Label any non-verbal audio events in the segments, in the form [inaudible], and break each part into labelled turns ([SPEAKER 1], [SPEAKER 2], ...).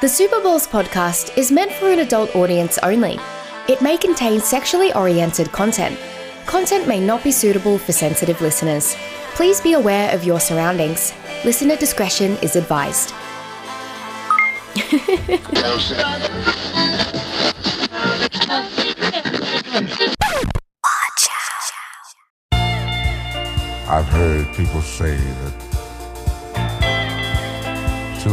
[SPEAKER 1] The Super Bowls podcast is meant for an adult audience only. It may contain sexually oriented content. Content may not be suitable for sensitive listeners. Please be aware of your surroundings. Listener discretion is advised.
[SPEAKER 2] I've heard people say that too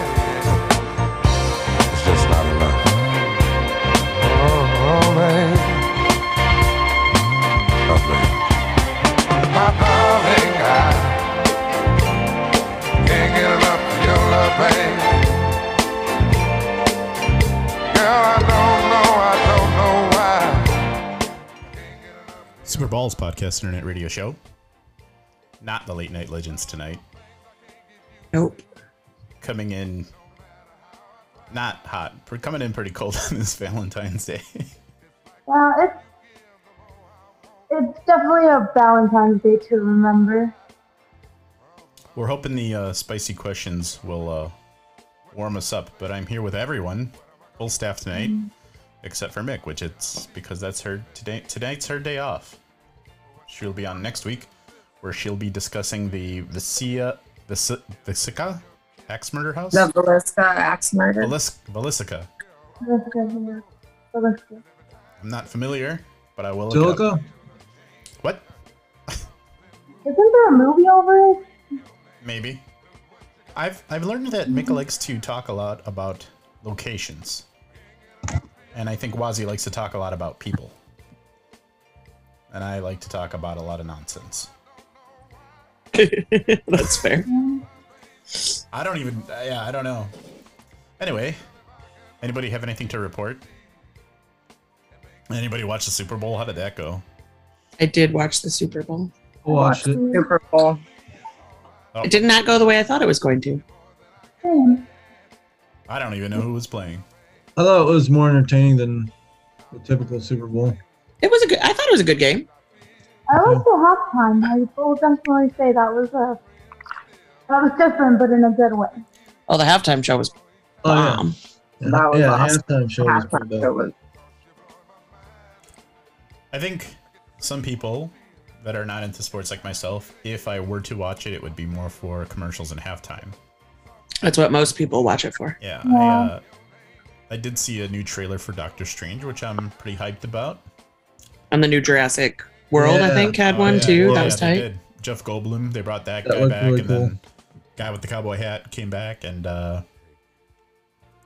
[SPEAKER 2] It's just not enough. Oh, oh, baby. Lovely. My darling, I can't get enough of your love, babe. Girl, I don't know, I don't know why.
[SPEAKER 3] Super Balls Podcast Internet Radio Show. Not the Late Night Legends tonight.
[SPEAKER 4] Nope.
[SPEAKER 3] Coming in not hot. We're coming in pretty cold [laughs] on this Valentine's Day. [laughs]
[SPEAKER 5] Well, it's it's definitely a Valentine's Day to remember.
[SPEAKER 3] We're hoping the uh, spicy questions will uh, warm us up, but I'm here with everyone, full staff tonight, except for Mick, which it's because that's her today. Tonight's her day off. She'll be on next week, where she'll be discussing the Vesia, Ves- Vesica, Axe Murder House,
[SPEAKER 4] The Velisca axe murder.
[SPEAKER 3] Velis- Velisica.
[SPEAKER 5] That's good, yeah. But let's see.
[SPEAKER 3] I'm not familiar, but I will. Look it up.
[SPEAKER 6] Silica?
[SPEAKER 3] What?
[SPEAKER 5] Isn't there a movie over it?
[SPEAKER 3] Maybe. I've I've learned that Mick likes to talk a lot about locations, and I think Wazi likes to talk a lot about people, and I like to talk about a lot of nonsense.
[SPEAKER 7] That's fair.
[SPEAKER 3] I don't even. Yeah, I don't know. Anyway, anybody have anything to report? Anybody watch the Super Bowl? How did that go?
[SPEAKER 7] I did watch the Super Bowl.
[SPEAKER 6] I watched it.
[SPEAKER 4] Super Bowl.
[SPEAKER 3] Oh,
[SPEAKER 7] It did not go the way I thought it was going to.
[SPEAKER 5] Same.
[SPEAKER 3] I don't even know who was playing.
[SPEAKER 6] I thought it was more entertaining than the typical Super Bowl.
[SPEAKER 7] It was a good. I thought it was a good game.
[SPEAKER 5] I liked the halftime. I will definitely say that was a that was different, but in a good way.
[SPEAKER 7] Oh, the halftime show was
[SPEAKER 6] Oh, yeah.
[SPEAKER 7] bomb.
[SPEAKER 6] yeah.
[SPEAKER 4] That was
[SPEAKER 6] yeah,
[SPEAKER 4] awesome.
[SPEAKER 6] halftime show was pretty
[SPEAKER 4] Halftime show
[SPEAKER 6] dope.
[SPEAKER 4] was-
[SPEAKER 3] I think some people that are not into sports like myself, if I were to watch it, it would be more for commercials and halftime.
[SPEAKER 7] That's what most people watch it for.
[SPEAKER 3] Yeah, I,
[SPEAKER 5] Yeah.
[SPEAKER 3] uh, I did see a new trailer for Doctor Strange, which I'm pretty hyped about.
[SPEAKER 7] And the new Jurassic World, I
[SPEAKER 6] Yeah.
[SPEAKER 7] think, had
[SPEAKER 3] Oh,
[SPEAKER 7] one
[SPEAKER 3] yeah,
[SPEAKER 7] too.
[SPEAKER 3] yeah,
[SPEAKER 7] that was
[SPEAKER 3] they
[SPEAKER 7] tight.
[SPEAKER 3] did. Jeff Goldblum, they brought that,
[SPEAKER 6] That
[SPEAKER 3] guy
[SPEAKER 6] looked
[SPEAKER 3] back,
[SPEAKER 6] really
[SPEAKER 3] and then guy with the cowboy hat came back, and uh,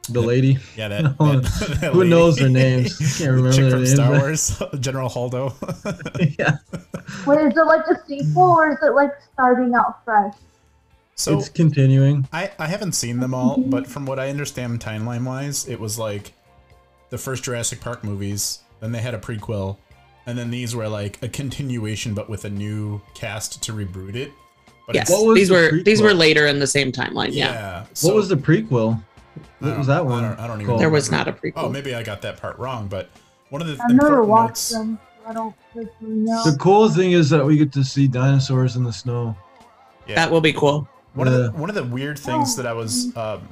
[SPEAKER 6] The lady. [laughs]
[SPEAKER 3] yeah, that,
[SPEAKER 6] No,
[SPEAKER 3] that- [laughs] that
[SPEAKER 6] Oh, who
[SPEAKER 3] lady-
[SPEAKER 6] knows their names? I
[SPEAKER 3] [laughs]
[SPEAKER 6] can't
[SPEAKER 3] the
[SPEAKER 6] remember
[SPEAKER 3] chick
[SPEAKER 6] their
[SPEAKER 3] from
[SPEAKER 6] names.
[SPEAKER 3] Star Wars, [laughs] General Haldo. [laughs]
[SPEAKER 6] yeah.
[SPEAKER 5] Wait, is it like a sequel or is it like starting out fresh?
[SPEAKER 3] so
[SPEAKER 6] it's continuing.
[SPEAKER 3] I, I haven't seen them all, but from what I understand timeline wise, it was like the first Jurassic Park movies, then they had a prequel, and then these were like a continuation but with a new cast to reboot it. But
[SPEAKER 7] Yes,
[SPEAKER 3] it's-
[SPEAKER 6] What was
[SPEAKER 7] these
[SPEAKER 6] the
[SPEAKER 7] were these
[SPEAKER 6] prequel?
[SPEAKER 7] were later in the same timeline.
[SPEAKER 3] yeah.
[SPEAKER 7] Yeah,
[SPEAKER 3] so-
[SPEAKER 6] what was the
[SPEAKER 3] I
[SPEAKER 6] prequel?
[SPEAKER 3] don't-
[SPEAKER 6] What was that one?
[SPEAKER 3] I don't, I don't even
[SPEAKER 6] called?
[SPEAKER 7] there was not a prequel.
[SPEAKER 3] Oh, maybe I got that part wrong, but one of the
[SPEAKER 5] I've never
[SPEAKER 3] important
[SPEAKER 5] watched
[SPEAKER 3] notes-
[SPEAKER 5] them. so I don't really know.
[SPEAKER 6] The coolest thing is that we get to see dinosaurs in the snow.
[SPEAKER 3] yeah.
[SPEAKER 7] That will be cool.
[SPEAKER 3] One of
[SPEAKER 6] Yeah.
[SPEAKER 3] the one of the weird things that I was um,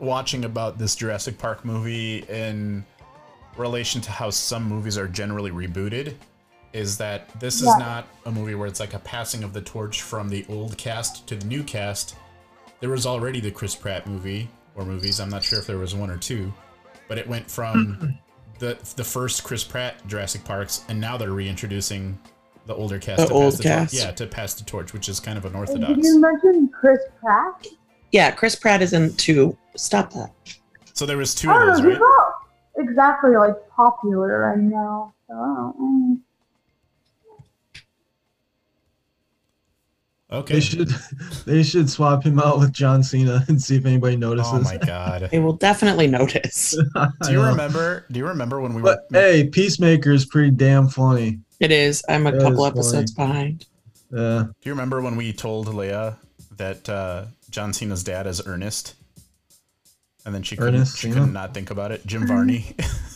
[SPEAKER 3] watching about this Jurassic Park movie in relation to how some movies are generally rebooted is that this is
[SPEAKER 5] Yeah.
[SPEAKER 3] not a movie where it's like a passing of the torch from the old cast to the new cast. There was already the Chris Pratt movie or movies. I'm not sure if there was one or two, but it went from the the first Chris Pratt Jurassic Parks, and now they're reintroducing the older cast.
[SPEAKER 7] The
[SPEAKER 3] to
[SPEAKER 7] old
[SPEAKER 3] pass the
[SPEAKER 7] cast.
[SPEAKER 3] Torch, yeah, to pass the torch, which is kind of
[SPEAKER 5] Wait,
[SPEAKER 3] unorthodox.
[SPEAKER 5] did you mention Chris Pratt?
[SPEAKER 7] Yeah, Chris Pratt is in two. Stop that.
[SPEAKER 3] So there was two
[SPEAKER 5] I
[SPEAKER 7] Oh,
[SPEAKER 5] don't
[SPEAKER 3] of
[SPEAKER 5] know.
[SPEAKER 3] those,
[SPEAKER 5] Oh, He's
[SPEAKER 3] right?
[SPEAKER 5] not exactly like popular right now. So I don't know.
[SPEAKER 3] Okay. Oh
[SPEAKER 6] They should [laughs] they should swap him out with John Cena [laughs] and see if anybody notices.
[SPEAKER 3] Oh
[SPEAKER 6] [laughs]
[SPEAKER 3] my god.
[SPEAKER 7] They will definitely notice.
[SPEAKER 6] I
[SPEAKER 3] Do you
[SPEAKER 6] know.
[SPEAKER 3] remember? Do you remember when we were?
[SPEAKER 6] But hey, Peacemaker is pretty damn funny.
[SPEAKER 7] It is. I'm a
[SPEAKER 6] That
[SPEAKER 7] couple
[SPEAKER 6] is
[SPEAKER 7] episodes behind.
[SPEAKER 6] Uh,
[SPEAKER 3] Do you remember when we told Leia that uh, John Cena's dad is Ernest? And then she couldn't,
[SPEAKER 6] Ernest
[SPEAKER 3] she
[SPEAKER 6] Cena?
[SPEAKER 3] could not think about it. Jim Varney. [laughs]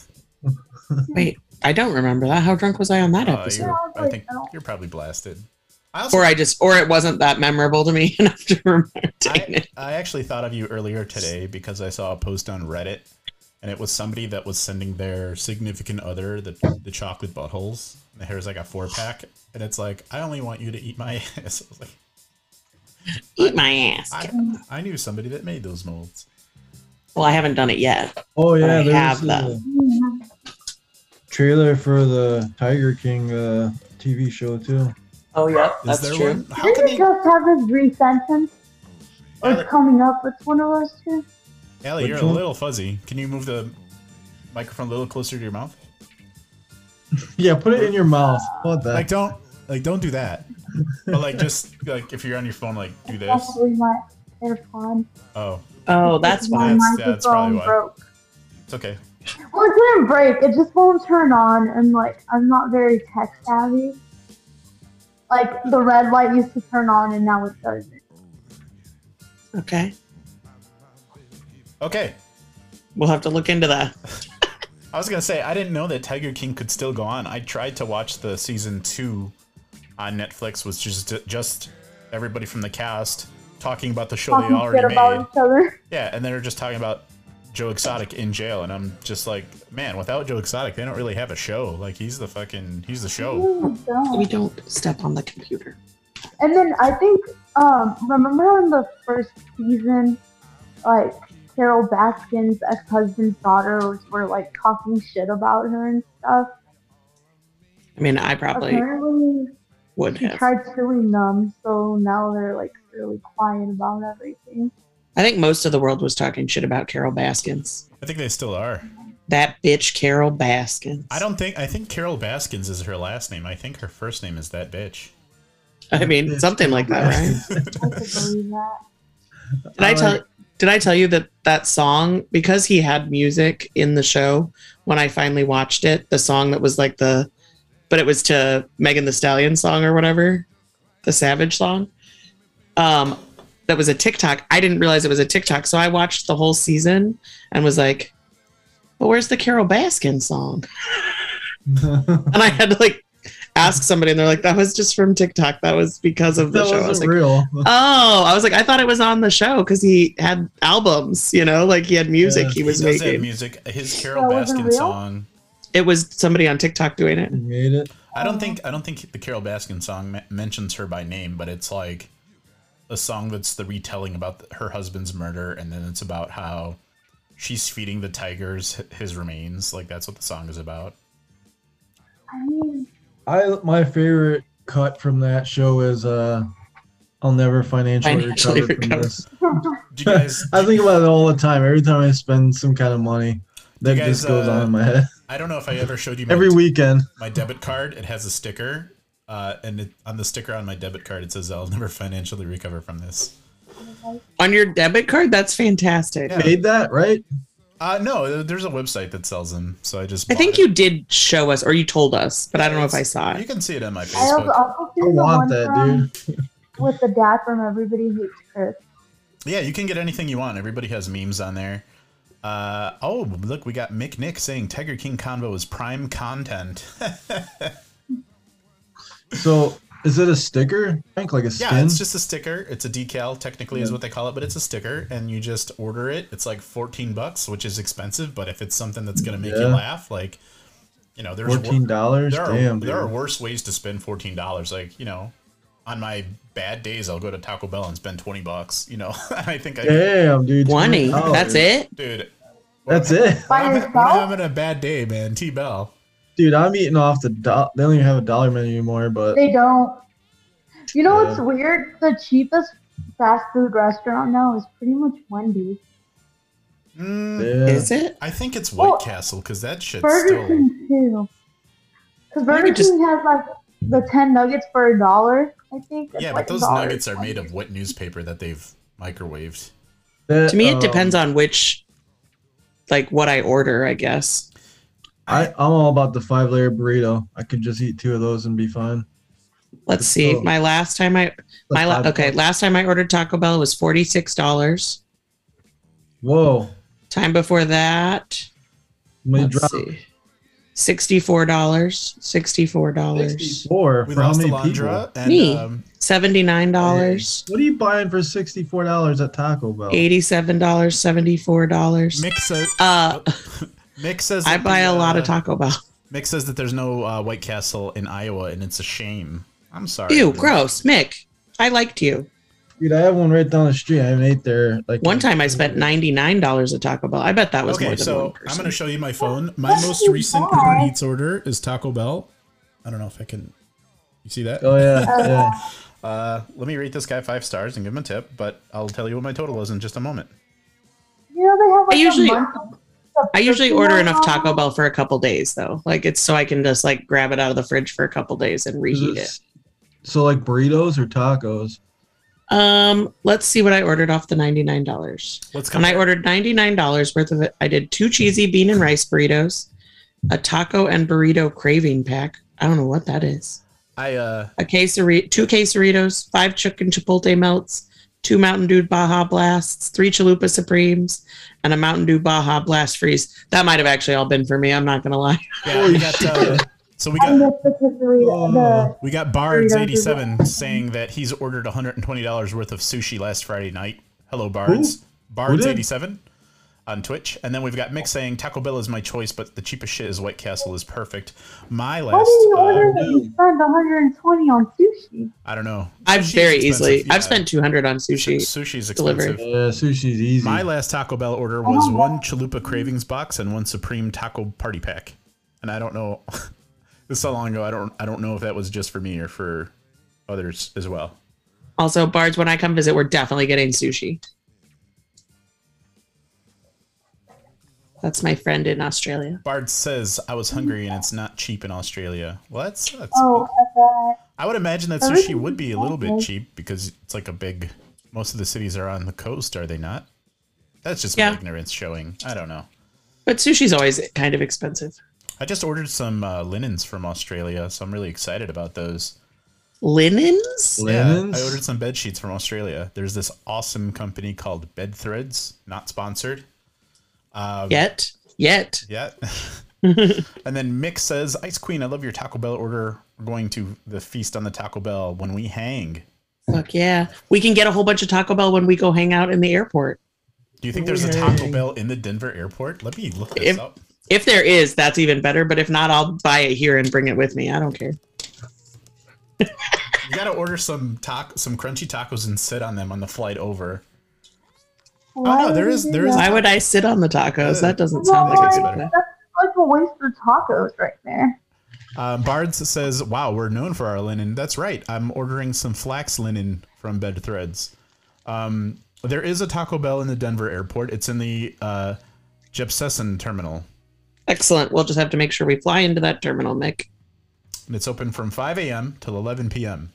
[SPEAKER 7] Wait, I don't remember that. How drunk was I on that
[SPEAKER 3] Uh,
[SPEAKER 7] episode?
[SPEAKER 3] you're- I think you're probably blasted. I also
[SPEAKER 7] Or I just, or it wasn't that memorable to me [laughs] enough to remember taking
[SPEAKER 3] I,
[SPEAKER 7] it.
[SPEAKER 3] I actually thought of you earlier today because I saw a post on Reddit, and it was somebody that was sending their significant other the the chocolate buttholes. And here's like a four pack, and it's like I only want you to eat my [laughs] ass. I was like,
[SPEAKER 7] Eat my ass.
[SPEAKER 3] I, I knew somebody that made those molds.
[SPEAKER 7] well, I haven't done it yet.
[SPEAKER 6] oh yeah,
[SPEAKER 7] I
[SPEAKER 6] there's
[SPEAKER 7] have
[SPEAKER 6] a
[SPEAKER 7] them.
[SPEAKER 5] Mm-hmm.
[SPEAKER 6] trailer for the Tiger King uh, TV show too.
[SPEAKER 7] Oh yeah,
[SPEAKER 3] Is
[SPEAKER 7] that's
[SPEAKER 3] there
[SPEAKER 7] true.
[SPEAKER 3] one? How
[SPEAKER 5] Didn't
[SPEAKER 3] can
[SPEAKER 5] he
[SPEAKER 3] they?
[SPEAKER 5] just have his re-sentence? Or it's
[SPEAKER 3] Allie,
[SPEAKER 5] coming up, which one of those two?
[SPEAKER 3] Allie,
[SPEAKER 6] Which
[SPEAKER 3] you're a
[SPEAKER 6] one?
[SPEAKER 3] little fuzzy. Can you move the microphone a little closer to your mouth?
[SPEAKER 6] Yeah, put it in your mouth. How about
[SPEAKER 3] [laughs]
[SPEAKER 6] that?
[SPEAKER 3] Like don't like don't do that. But like just like if you're on your phone, like do this.
[SPEAKER 5] Probably my AirPod.
[SPEAKER 3] Oh,
[SPEAKER 7] Oh, that's why.
[SPEAKER 5] my
[SPEAKER 3] That's- yeah, that's probably
[SPEAKER 5] microphone
[SPEAKER 3] why.
[SPEAKER 5] broke.
[SPEAKER 3] it's okay.
[SPEAKER 5] Well, it didn't break. It just won't turn on, and like I'm not very tech savvy. Like the red light used to turn on, and now it doesn't.
[SPEAKER 7] Okay,
[SPEAKER 3] Okay.
[SPEAKER 7] we'll have to look into that.
[SPEAKER 3] I was gonna say I didn't know that Tiger King could still go on. I tried to watch the season two on Netflix, was just just everybody from the cast talking about the show they
[SPEAKER 5] Talking shit
[SPEAKER 3] already
[SPEAKER 5] about
[SPEAKER 3] made.
[SPEAKER 5] each other.
[SPEAKER 3] Yeah, and they were just talking about Joe Exotic in jail, and I'm just like, man, without Joe Exotic, they don't really have a show. Like he's the fucking he's the show.
[SPEAKER 5] Ooh,
[SPEAKER 7] Oh, We
[SPEAKER 5] [laughs] don't.
[SPEAKER 7] don't step on the computer.
[SPEAKER 5] And then I think, um, remember in the first season, like Carol Baskin's ex-husband's daughters were like talking shit about her and stuff.
[SPEAKER 7] I mean, I probably
[SPEAKER 5] Apparently,
[SPEAKER 7] would
[SPEAKER 5] she
[SPEAKER 7] have.
[SPEAKER 5] tried suing them, so now they're like really quiet about everything.
[SPEAKER 7] I think most of the world was talking shit about Carol Baskins.
[SPEAKER 3] I think they still are.
[SPEAKER 7] That bitch, Carol Baskins.
[SPEAKER 3] I don't think I think Carol Baskins is her last name. I think her first name is that bitch.
[SPEAKER 7] I mean, something like that, right?
[SPEAKER 5] I could
[SPEAKER 6] [laughs]
[SPEAKER 5] believe that.
[SPEAKER 7] Did I tell Did I tell you that that song because he had music in the show when I finally watched it, the song that was like the but it was to Megan the Stallion song or whatever, the Savage song. Um that was a TikTok. I didn't realize it was a TikTok, so I watched the whole season and was like, "But where's the Carol Baskin song?"
[SPEAKER 6] [laughs] that
[SPEAKER 7] And I had to like ask somebody and they're like, "That was just from TikTok. That was because of the show." I was
[SPEAKER 6] wasn't
[SPEAKER 7] like,
[SPEAKER 6] real.
[SPEAKER 7] Oh, I was like, I thought it was on the show because he had albums, you know, like he had music
[SPEAKER 6] Yeah.
[SPEAKER 7] he was
[SPEAKER 3] he does have
[SPEAKER 7] making.
[SPEAKER 3] music. His Carol
[SPEAKER 5] That wasn't
[SPEAKER 3] Baskin
[SPEAKER 5] real?
[SPEAKER 3] song.
[SPEAKER 7] It was somebody on TikTok doing it.
[SPEAKER 6] [laughs] You made it.
[SPEAKER 3] I
[SPEAKER 5] Oh.
[SPEAKER 3] don't think I don't think the Carol Baskin song ma- mentions her by name, but it's like a song that's the retelling about the, her husband's murder, and then it's about how she's feeding the tigers h- his remains. Like that's what the song is about.
[SPEAKER 5] I mean,
[SPEAKER 6] I my favorite cut from that show is uh, I'll never financially,
[SPEAKER 7] Financially
[SPEAKER 6] recover, from
[SPEAKER 7] recover.
[SPEAKER 6] this.
[SPEAKER 3] Do you guys?
[SPEAKER 6] I think about it all the time. Every time I spend some kind of money, that
[SPEAKER 3] You guys,
[SPEAKER 6] just goes
[SPEAKER 3] uh,
[SPEAKER 6] on in my head [laughs]
[SPEAKER 3] I don't know if I ever showed you my,
[SPEAKER 6] every weekend.
[SPEAKER 3] my debit card. It has a sticker, uh, and it, on the sticker on my debit card it says, "I'll [laughs] never financially recover from this."
[SPEAKER 7] On your debit card? That's fantastic.
[SPEAKER 3] Yeah.
[SPEAKER 6] Made that right?
[SPEAKER 3] Uh, no, th- there's a website that sells them, so I just.
[SPEAKER 7] I
[SPEAKER 3] bought it.
[SPEAKER 7] think you did show us or you told us, but I don't know if I saw
[SPEAKER 3] You
[SPEAKER 7] it.
[SPEAKER 3] can see it on my
[SPEAKER 5] I have
[SPEAKER 3] Facebook.
[SPEAKER 5] also
[SPEAKER 6] I
[SPEAKER 5] seen the one
[SPEAKER 6] want that,
[SPEAKER 5] from
[SPEAKER 6] dude.
[SPEAKER 5] with the dad from Everybody Hates
[SPEAKER 6] [laughs]
[SPEAKER 5] Chris.
[SPEAKER 3] Yeah, you can get anything you want. Everybody has memes on there. Uh, oh, look, we got Mick Nick saying Tiger King Convo is prime content.
[SPEAKER 6] So is it a sticker? I think like a skin.
[SPEAKER 3] yeah, it's just a sticker. It's a decal, technically, is what they call it, but it's a sticker, and you just order it. It's like 14 bucks, which is expensive, but if it's something that's going to make you
[SPEAKER 6] Yeah.
[SPEAKER 3] laugh, like, you know, there's wor-
[SPEAKER 6] Fourteen dollars.
[SPEAKER 3] there, are,
[SPEAKER 6] Damn, dude.
[SPEAKER 3] there are worse ways to spend $14. Like, you know, on my bad days, I'll go to Taco Bell and spend 20 bucks, you know, [laughs] I think I,
[SPEAKER 6] Damn, dude.
[SPEAKER 7] 20.
[SPEAKER 6] $20.
[SPEAKER 7] That's it?
[SPEAKER 3] dude,
[SPEAKER 6] That's it,
[SPEAKER 5] By
[SPEAKER 3] I'm, when I'm
[SPEAKER 5] yourself,
[SPEAKER 3] having a bad day, man, T Bell.
[SPEAKER 6] dude. I'm eating off the. Do- they don't even have a dollar menu anymore, but
[SPEAKER 5] they don't. You know what's
[SPEAKER 6] Yeah.
[SPEAKER 5] weird? The cheapest fast food restaurant now is pretty much Wendy's.
[SPEAKER 3] Mm,
[SPEAKER 6] yeah.
[SPEAKER 7] Is it?
[SPEAKER 3] I think it's White Castle,
[SPEAKER 5] Oh.
[SPEAKER 3] 'cause Castle because that shit's
[SPEAKER 5] Burger
[SPEAKER 3] still.
[SPEAKER 5] King too. Because Burger
[SPEAKER 7] just-
[SPEAKER 5] King has like the ten nuggets for a dollar. I think. It's
[SPEAKER 3] Yeah,
[SPEAKER 5] like
[SPEAKER 3] but those
[SPEAKER 5] $1.
[SPEAKER 3] nuggets are made of what newspaper that they've microwaved?
[SPEAKER 7] To me,
[SPEAKER 6] um,
[SPEAKER 3] Um,
[SPEAKER 7] it depends on which, like what I order, I guess.
[SPEAKER 6] I, I'm all about the five layer burrito. I could just eat two of those and be fine.
[SPEAKER 7] Let's see.
[SPEAKER 6] So-
[SPEAKER 7] My last time I, my la-
[SPEAKER 6] Oh. Five
[SPEAKER 7] okay,
[SPEAKER 6] bucks.
[SPEAKER 7] last time I ordered Taco Bell was forty six dollars.
[SPEAKER 6] Whoa.
[SPEAKER 7] Time before that,
[SPEAKER 6] Somebody
[SPEAKER 7] let's
[SPEAKER 6] dropped
[SPEAKER 7] see, sixty four dollars, sixty four dollars,
[SPEAKER 6] 64
[SPEAKER 3] We
[SPEAKER 6] for how
[SPEAKER 3] lost
[SPEAKER 6] many
[SPEAKER 3] Alondra
[SPEAKER 6] people?
[SPEAKER 3] and
[SPEAKER 7] Me.
[SPEAKER 3] um,
[SPEAKER 7] seventy nine dollars,
[SPEAKER 6] What are you buying for $64 at Taco Bell?
[SPEAKER 7] eighty seven dollars, seventy four dollars.
[SPEAKER 3] Mick says. [laughs]
[SPEAKER 7] Uh,
[SPEAKER 3] Mick says
[SPEAKER 7] I
[SPEAKER 3] that
[SPEAKER 7] buy
[SPEAKER 3] the,
[SPEAKER 7] a lot of
[SPEAKER 3] uh,
[SPEAKER 7] Taco Bell.
[SPEAKER 3] Mick says that there's no uh, White Castle in Iowa, and it's a shame. I'm sorry.
[SPEAKER 7] Ew,
[SPEAKER 3] everyone.
[SPEAKER 7] gross, Mick. I liked you.
[SPEAKER 6] Dude, I have one right down the street. I haven't ate there. Like
[SPEAKER 7] One time I spent ninety nine dollars at Taco Bell. I bet that was more
[SPEAKER 3] Mm-hmm. Okay,
[SPEAKER 7] than
[SPEAKER 3] so
[SPEAKER 7] one
[SPEAKER 3] I'm
[SPEAKER 7] person.
[SPEAKER 3] going to show you my phone. My
[SPEAKER 5] What
[SPEAKER 3] most
[SPEAKER 5] is
[SPEAKER 3] recent
[SPEAKER 5] that?
[SPEAKER 3] Uber Eats order is Taco Bell. I don't know if I can. You see that?
[SPEAKER 6] Oh, yeah. yeah.
[SPEAKER 3] Uh, let me rate this guy five stars and give him a tip, but I'll tell you what my total is in just a moment.
[SPEAKER 5] You know they have. Like
[SPEAKER 7] I usually-
[SPEAKER 5] A month of
[SPEAKER 7] I usually order
[SPEAKER 5] subscription
[SPEAKER 7] enough Taco
[SPEAKER 5] now.
[SPEAKER 7] Bell for a couple days though. Like it's so I can just like grab it out of the fridge for a couple days and
[SPEAKER 6] Is
[SPEAKER 7] reheat it.
[SPEAKER 6] this- So, like burritos or tacos?
[SPEAKER 7] Um, let's see what I ordered off the ninety nine dollars.
[SPEAKER 3] Let's come.
[SPEAKER 7] When I ordered ninety nine dollars worth of it, I did two cheesy bean and rice burritos, a taco and burrito craving pack. I don't know what that is.
[SPEAKER 3] I uh,
[SPEAKER 7] A quesari- two quesaritos, five chicken chipotle melts, two Mountain Dew Baja Blasts, three Chalupa Supremes, and a Mountain Dew Baja Blast freeze. That might have actually all been for me. I'm not gonna lie. [laughs]
[SPEAKER 3] yeah, we got uh, so we
[SPEAKER 5] I
[SPEAKER 3] got
[SPEAKER 5] miss the
[SPEAKER 3] Oh,
[SPEAKER 5] pizzeria. The,
[SPEAKER 3] we got Bards eighty seven saying that he's ordered one hundred and twenty dollars worth of sushi last Friday night. Hello, Bards. Bards
[SPEAKER 6] did?
[SPEAKER 3] eighty seven on Twitch, and then we've got Mick saying Taco Bell is my choice, but the cheapest shit is White Castle is perfect. My
[SPEAKER 5] what
[SPEAKER 3] last,
[SPEAKER 5] do you
[SPEAKER 3] uh,
[SPEAKER 5] order that you spend 120 on sushi?
[SPEAKER 3] I don't know.
[SPEAKER 7] I've
[SPEAKER 3] Sushi's
[SPEAKER 7] very
[SPEAKER 3] expensive,
[SPEAKER 7] easily.
[SPEAKER 3] yeah.
[SPEAKER 7] I've spent two hundred on sushi.
[SPEAKER 3] Sushi's
[SPEAKER 7] delivery.
[SPEAKER 3] expensive.
[SPEAKER 6] Yeah, sushi's easy.
[SPEAKER 3] My last Taco Bell order
[SPEAKER 5] Oh
[SPEAKER 3] was one Chalupa Cravings box and one Supreme Taco Party Pack, and I don't know. [laughs] this is so long ago. I don't. I don't know if that was just for me or for others as well.
[SPEAKER 7] Also, Bards, when I come visit, we're definitely getting sushi. That's my friend in Australia.
[SPEAKER 3] Bard says I was hungry and it's not cheap in Australia. Well, that's. that's
[SPEAKER 5] Oh, I bet.
[SPEAKER 3] I would imagine that sushi would be a little bit cheap because it's like a big. Most of the cities are on the coast, are they not? That's just
[SPEAKER 7] Yeah.
[SPEAKER 3] my ignorance showing. I don't know.
[SPEAKER 7] But sushi's always kind of expensive.
[SPEAKER 3] I just ordered some uh, linens from Australia, so I'm really excited about those.
[SPEAKER 7] Linens?
[SPEAKER 6] linens?
[SPEAKER 3] Yeah, I ordered some bed sheets from Australia. There's this awesome company called Bed Threads, not sponsored. Um,
[SPEAKER 7] Yet. Yet.
[SPEAKER 3] yeah. [laughs] and then Mick says, Ice Queen, I love your Taco Bell order. We're going to the feast on the Taco Bell when we hang.
[SPEAKER 7] Fuck yeah. We can get a whole bunch of Taco Bell when we go hang out in the airport.
[SPEAKER 3] Do you think there's a Taco Bell in the Denver airport? Let me look this
[SPEAKER 7] If-
[SPEAKER 3] up.
[SPEAKER 7] If there is, that's even better. But if not, I'll buy it here and bring it with me. I don't care.
[SPEAKER 3] You gotta order some taco, some crunchy tacos and sit on them on the flight over.
[SPEAKER 5] Why
[SPEAKER 3] Oh, no,
[SPEAKER 5] would
[SPEAKER 3] there
[SPEAKER 5] you
[SPEAKER 3] is-
[SPEAKER 5] do
[SPEAKER 3] there is-
[SPEAKER 5] that?
[SPEAKER 7] Why would I sit on the tacos? That doesn't sound like
[SPEAKER 5] Why?
[SPEAKER 7] it's
[SPEAKER 3] good
[SPEAKER 7] better.
[SPEAKER 3] idea.
[SPEAKER 5] That's like a waste of tacos right there.
[SPEAKER 3] Um, Bards says, "Wow, we're known for our linen." That's right. I'm ordering some flax linen from Bed Threads. Um, there is a Taco Bell in the Denver airport. It's in the uh, Jepsesen terminal.
[SPEAKER 7] Excellent. We'll just have to make sure we fly into that terminal, Mick.
[SPEAKER 3] And it's open from 5 a.m. till 11 p.m.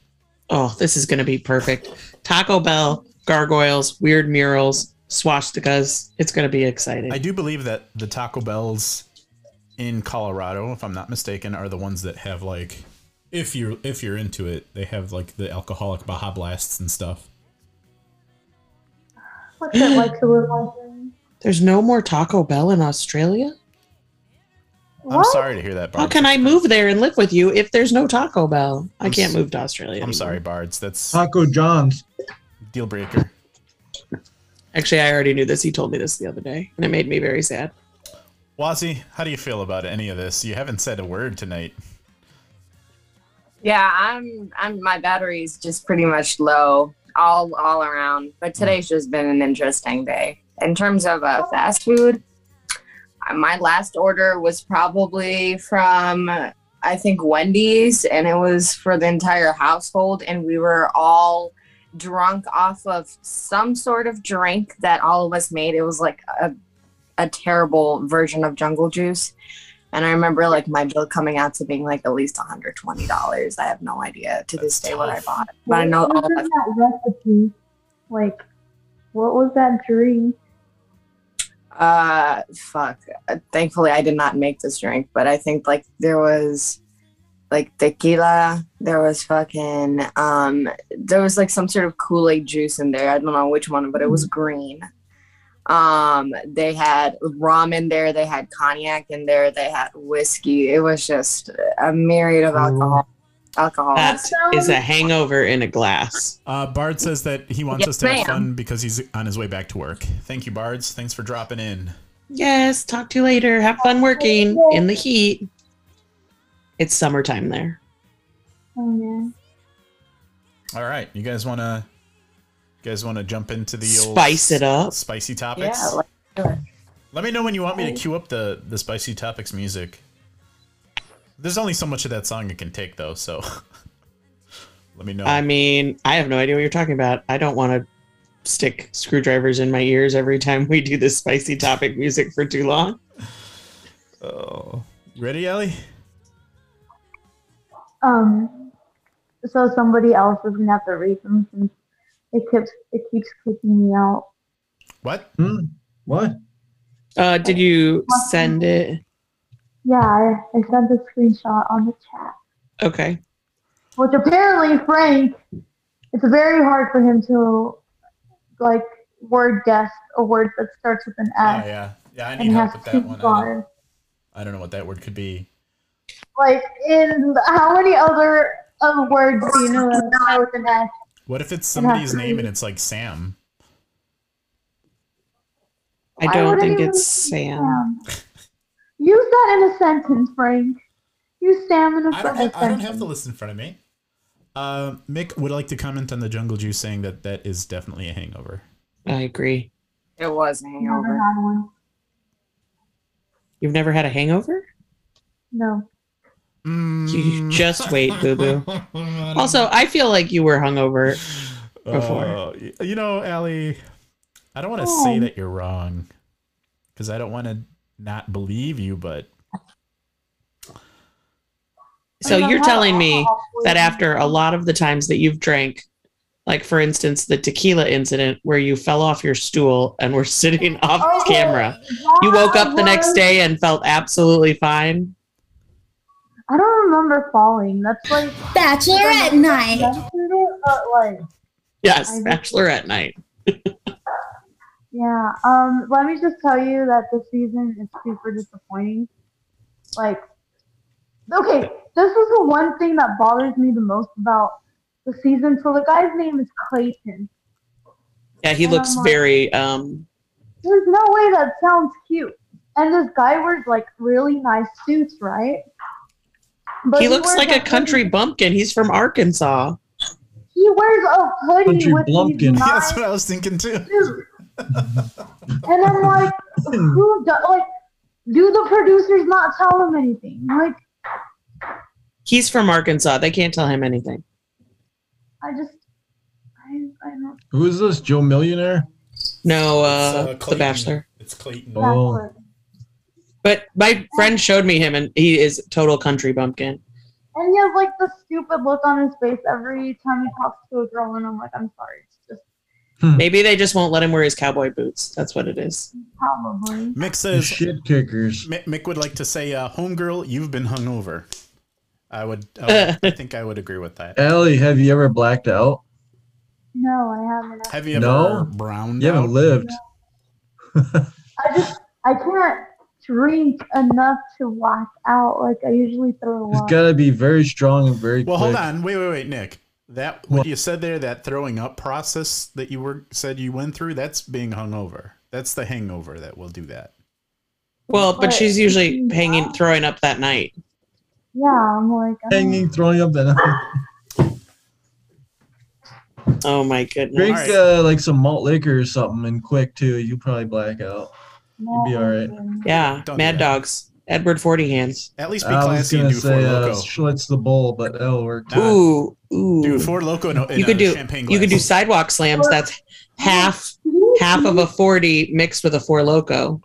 [SPEAKER 7] Oh, this is going to be perfect. Taco Bell, gargoyles, weird murals, swastikas. It's going to be exciting.
[SPEAKER 3] I do believe that the Taco Bells in Colorado, if I'm not mistaken, are the ones that have like, if you're if you're into it, they have like the alcoholic Baja Blasts and stuff.
[SPEAKER 5] What's it like to
[SPEAKER 3] [laughs]
[SPEAKER 5] live on them?
[SPEAKER 7] There's no more Taco Bell in Australia?
[SPEAKER 5] What?
[SPEAKER 3] I'm sorry to hear that, Bards.
[SPEAKER 7] How can I move there and live with you if there's no Taco Bell? I
[SPEAKER 3] I'm
[SPEAKER 7] can't
[SPEAKER 3] s-
[SPEAKER 7] move to Australia.
[SPEAKER 3] I'm
[SPEAKER 7] anymore.
[SPEAKER 3] sorry, Bards. That's
[SPEAKER 6] Taco John's.
[SPEAKER 3] deal breaker.
[SPEAKER 7] Actually, I already knew this. He told me this the other day, and it made me very sad.
[SPEAKER 3] Wazzy, how do you feel about any of this? You haven't said a word tonight.
[SPEAKER 8] Yeah, I'm I'm my battery's just pretty much low all all around. But today's just been an interesting day. In terms of uh, fast food, uh, my last order was probably from uh, I think Wendy's and it was for the entire household and we were all drunk off of some sort of drink that all of us made. It was like a a terrible version of jungle juice. And I remember like my bill coming out to being like at least $120. I have no idea to this day what I bought, but I know
[SPEAKER 5] What
[SPEAKER 8] all
[SPEAKER 5] was in
[SPEAKER 8] that.
[SPEAKER 5] that recipe. Like, what was that drink?
[SPEAKER 8] Uh, fuck. Uh, Thankfully, I did not make this drink, but I think like there was like tequila, there was fucking um, there was like some sort of Kool Aid juice in there. I don't know which one, but it
[SPEAKER 7] Mm.
[SPEAKER 8] was green. Um, they had rum in there, they had cognac in there, they had whiskey. It was just a myriad of alcohol. Alcohol.
[SPEAKER 7] That is a hangover in a glass.
[SPEAKER 3] Uh, Bard says that he wants
[SPEAKER 8] Yes,
[SPEAKER 3] us to have
[SPEAKER 8] ma'am.
[SPEAKER 3] fun because he's on his way back to work. Thank you, Bards. Thanks for dropping in.
[SPEAKER 7] Yes, talk to you later. Have fun working in the heat. It's summertime there.
[SPEAKER 5] Oh, yeah.
[SPEAKER 3] All right, you guys want to you guys want to jump into the old
[SPEAKER 7] Spice it up.
[SPEAKER 3] spicy topics?
[SPEAKER 8] yeah, like,
[SPEAKER 3] Let me know when you want me to cue up the the spicy topics music. There's only so much of that song it can take though, so [laughs] let me know.
[SPEAKER 7] I mean, I have no idea what you're talking about. I don't want to stick screwdrivers in my ears every time we do this spicy topic music for too long.
[SPEAKER 3] oh. Ready, Ellie?
[SPEAKER 5] Um, so somebody else is gonna have to read them since it keeps it keeps kicking me out.
[SPEAKER 3] What?
[SPEAKER 6] Hmm? What?
[SPEAKER 7] Uh, did you send it?
[SPEAKER 5] Yeah, I, I sent a screenshot on the chat,
[SPEAKER 7] Okay.
[SPEAKER 5] which apparently Frank, it's very hard for him to like word guess a word that starts with an
[SPEAKER 3] Oh
[SPEAKER 5] S
[SPEAKER 3] yeah. Yeah, I need
[SPEAKER 5] and
[SPEAKER 3] help
[SPEAKER 5] has
[SPEAKER 3] with
[SPEAKER 5] two
[SPEAKER 3] that one. I don't,
[SPEAKER 5] bars.
[SPEAKER 3] I don't know what that word could be.
[SPEAKER 5] Like in how many other uh, words do you know that start with an S?
[SPEAKER 3] What if it's
[SPEAKER 5] It has
[SPEAKER 3] somebody's
[SPEAKER 5] to
[SPEAKER 3] name
[SPEAKER 5] be-
[SPEAKER 3] and it's like Sam?
[SPEAKER 7] I
[SPEAKER 5] Why
[SPEAKER 7] don't
[SPEAKER 5] would
[SPEAKER 7] think
[SPEAKER 5] anyone
[SPEAKER 7] it's
[SPEAKER 5] Yeah.
[SPEAKER 7] Sam.
[SPEAKER 5] Use that Um, in a sentence, Frank. Use Sam in a
[SPEAKER 3] I don't
[SPEAKER 5] sen-
[SPEAKER 3] have, I don't
[SPEAKER 5] sentence.
[SPEAKER 3] have the list in front of me. Uh, Mick would like to comment on the jungle juice saying that that is definitely a hangover.
[SPEAKER 7] I agree.
[SPEAKER 8] it was a
[SPEAKER 7] [laughs]
[SPEAKER 5] Never
[SPEAKER 8] hangover.
[SPEAKER 5] had one.
[SPEAKER 7] You've never had a hangover?
[SPEAKER 5] No.
[SPEAKER 3] Mm.
[SPEAKER 7] You
[SPEAKER 3] [laughs]
[SPEAKER 7] just wait, boo [laughs] boo. Also, I feel like you were hungover. before.
[SPEAKER 3] Uh, y- Uh, you know, Allie, I don't want to say
[SPEAKER 5] Oh.
[SPEAKER 3] that you're wrong because I don't want to not believe you, but [laughs]
[SPEAKER 7] So
[SPEAKER 5] I don't
[SPEAKER 7] you're
[SPEAKER 5] have
[SPEAKER 7] telling me
[SPEAKER 5] alcohol
[SPEAKER 7] that
[SPEAKER 5] poisoning.
[SPEAKER 7] after a lot of the times that you've drank, like for instance, the tequila incident where you fell off your stool and were [laughs] sitting off
[SPEAKER 5] Okay,
[SPEAKER 7] camera,
[SPEAKER 5] Oh, that
[SPEAKER 7] you woke up the next
[SPEAKER 5] was-
[SPEAKER 7] day and felt absolutely fine.
[SPEAKER 5] I don't remember falling. That's like
[SPEAKER 9] Bachelor at
[SPEAKER 5] I
[SPEAKER 9] night.
[SPEAKER 5] mentioned it, but uh, like
[SPEAKER 7] Yes,
[SPEAKER 5] I-
[SPEAKER 7] bachelorette night.
[SPEAKER 5] yeah. Um, let me just tell you that this season is super disappointing. Like, okay, this is the one thing that bothers me the most about the season. So the guy's name is Clayton.
[SPEAKER 7] Yeah, he
[SPEAKER 5] And
[SPEAKER 7] looks
[SPEAKER 5] I'm like-
[SPEAKER 7] very um
[SPEAKER 5] There's no way that sounds cute. And this guy wears like really nice suits, right? But
[SPEAKER 7] he looks
[SPEAKER 5] wears
[SPEAKER 7] like a
[SPEAKER 5] hoodie-
[SPEAKER 7] country bumpkin. He's from Arkansas.
[SPEAKER 5] He wears a hoodie
[SPEAKER 6] Country
[SPEAKER 5] with
[SPEAKER 6] blumpkin.
[SPEAKER 5] these nice
[SPEAKER 3] that's what I was thinking too.
[SPEAKER 5] suits. and I'm like, who do, like do the producers not tell him anything? Like
[SPEAKER 7] He's from Arkansas. They can't tell him anything.
[SPEAKER 5] I just I, I don't
[SPEAKER 6] [laughs] Who is this? Joe Millionaire?
[SPEAKER 7] No,
[SPEAKER 3] It's,
[SPEAKER 7] uh, the
[SPEAKER 3] Clayton.
[SPEAKER 7] bachelor.
[SPEAKER 3] It's Clayton.
[SPEAKER 6] Oh.
[SPEAKER 5] that's what-
[SPEAKER 7] But my friend showed me him, and he is total country bumpkin.
[SPEAKER 5] and he has like the stupid look on his face every time he talks to a girl and I'm like, I'm sorry, it's just
[SPEAKER 7] Maybe they just won't let him wear his cowboy boots. That's what it is.
[SPEAKER 5] probably
[SPEAKER 3] Mick
[SPEAKER 6] The
[SPEAKER 3] says
[SPEAKER 6] shit kickers.
[SPEAKER 3] Mi- Mick would like to say, uh, "Homegirl, you've been hungover." I would.
[SPEAKER 6] [laughs]
[SPEAKER 3] I, would I think I would agree with that.
[SPEAKER 6] Ellie, have you ever blacked out?
[SPEAKER 5] no, I haven't
[SPEAKER 3] Have you ever
[SPEAKER 6] No.
[SPEAKER 3] browned
[SPEAKER 6] You
[SPEAKER 3] out?
[SPEAKER 6] haven't lived.
[SPEAKER 5] I just I can't drink enough to whack out. Like I usually throw
[SPEAKER 6] It's
[SPEAKER 5] up.
[SPEAKER 6] got to be very strong and very
[SPEAKER 3] Well, hold
[SPEAKER 6] quick.
[SPEAKER 3] on. Wait, wait, wait, Nick. That what you said there, that throwing up process that you were said you went through, that's being hungover. That's the hangover that will do that.
[SPEAKER 7] Well, but
[SPEAKER 5] But-
[SPEAKER 7] she's usually hanging, throwing up that night.
[SPEAKER 5] yeah, I'm like I don't-
[SPEAKER 6] Hanging, throwing up [laughs] that.
[SPEAKER 7] Oh my goodness!
[SPEAKER 6] Drink uh, like some malt liquor or something and quick too. You probably black out.
[SPEAKER 5] no,
[SPEAKER 6] be alright.
[SPEAKER 7] Yeah,
[SPEAKER 3] Don't do
[SPEAKER 7] Mad
[SPEAKER 3] that.
[SPEAKER 7] Dogs. Edward Forty Hands.
[SPEAKER 3] At least be
[SPEAKER 6] I was
[SPEAKER 3] classy and
[SPEAKER 6] gonna
[SPEAKER 3] do four
[SPEAKER 6] say uh,
[SPEAKER 3] loco.
[SPEAKER 6] schlitz the bowl, but that'll work.
[SPEAKER 3] Nah.
[SPEAKER 7] Ooh, ooh.
[SPEAKER 3] Dude, four loco in a, in
[SPEAKER 7] you could
[SPEAKER 3] a
[SPEAKER 7] do
[SPEAKER 3] champagne glass.
[SPEAKER 7] you could do sidewalk slams. That's half half of a forty mixed with a four loco,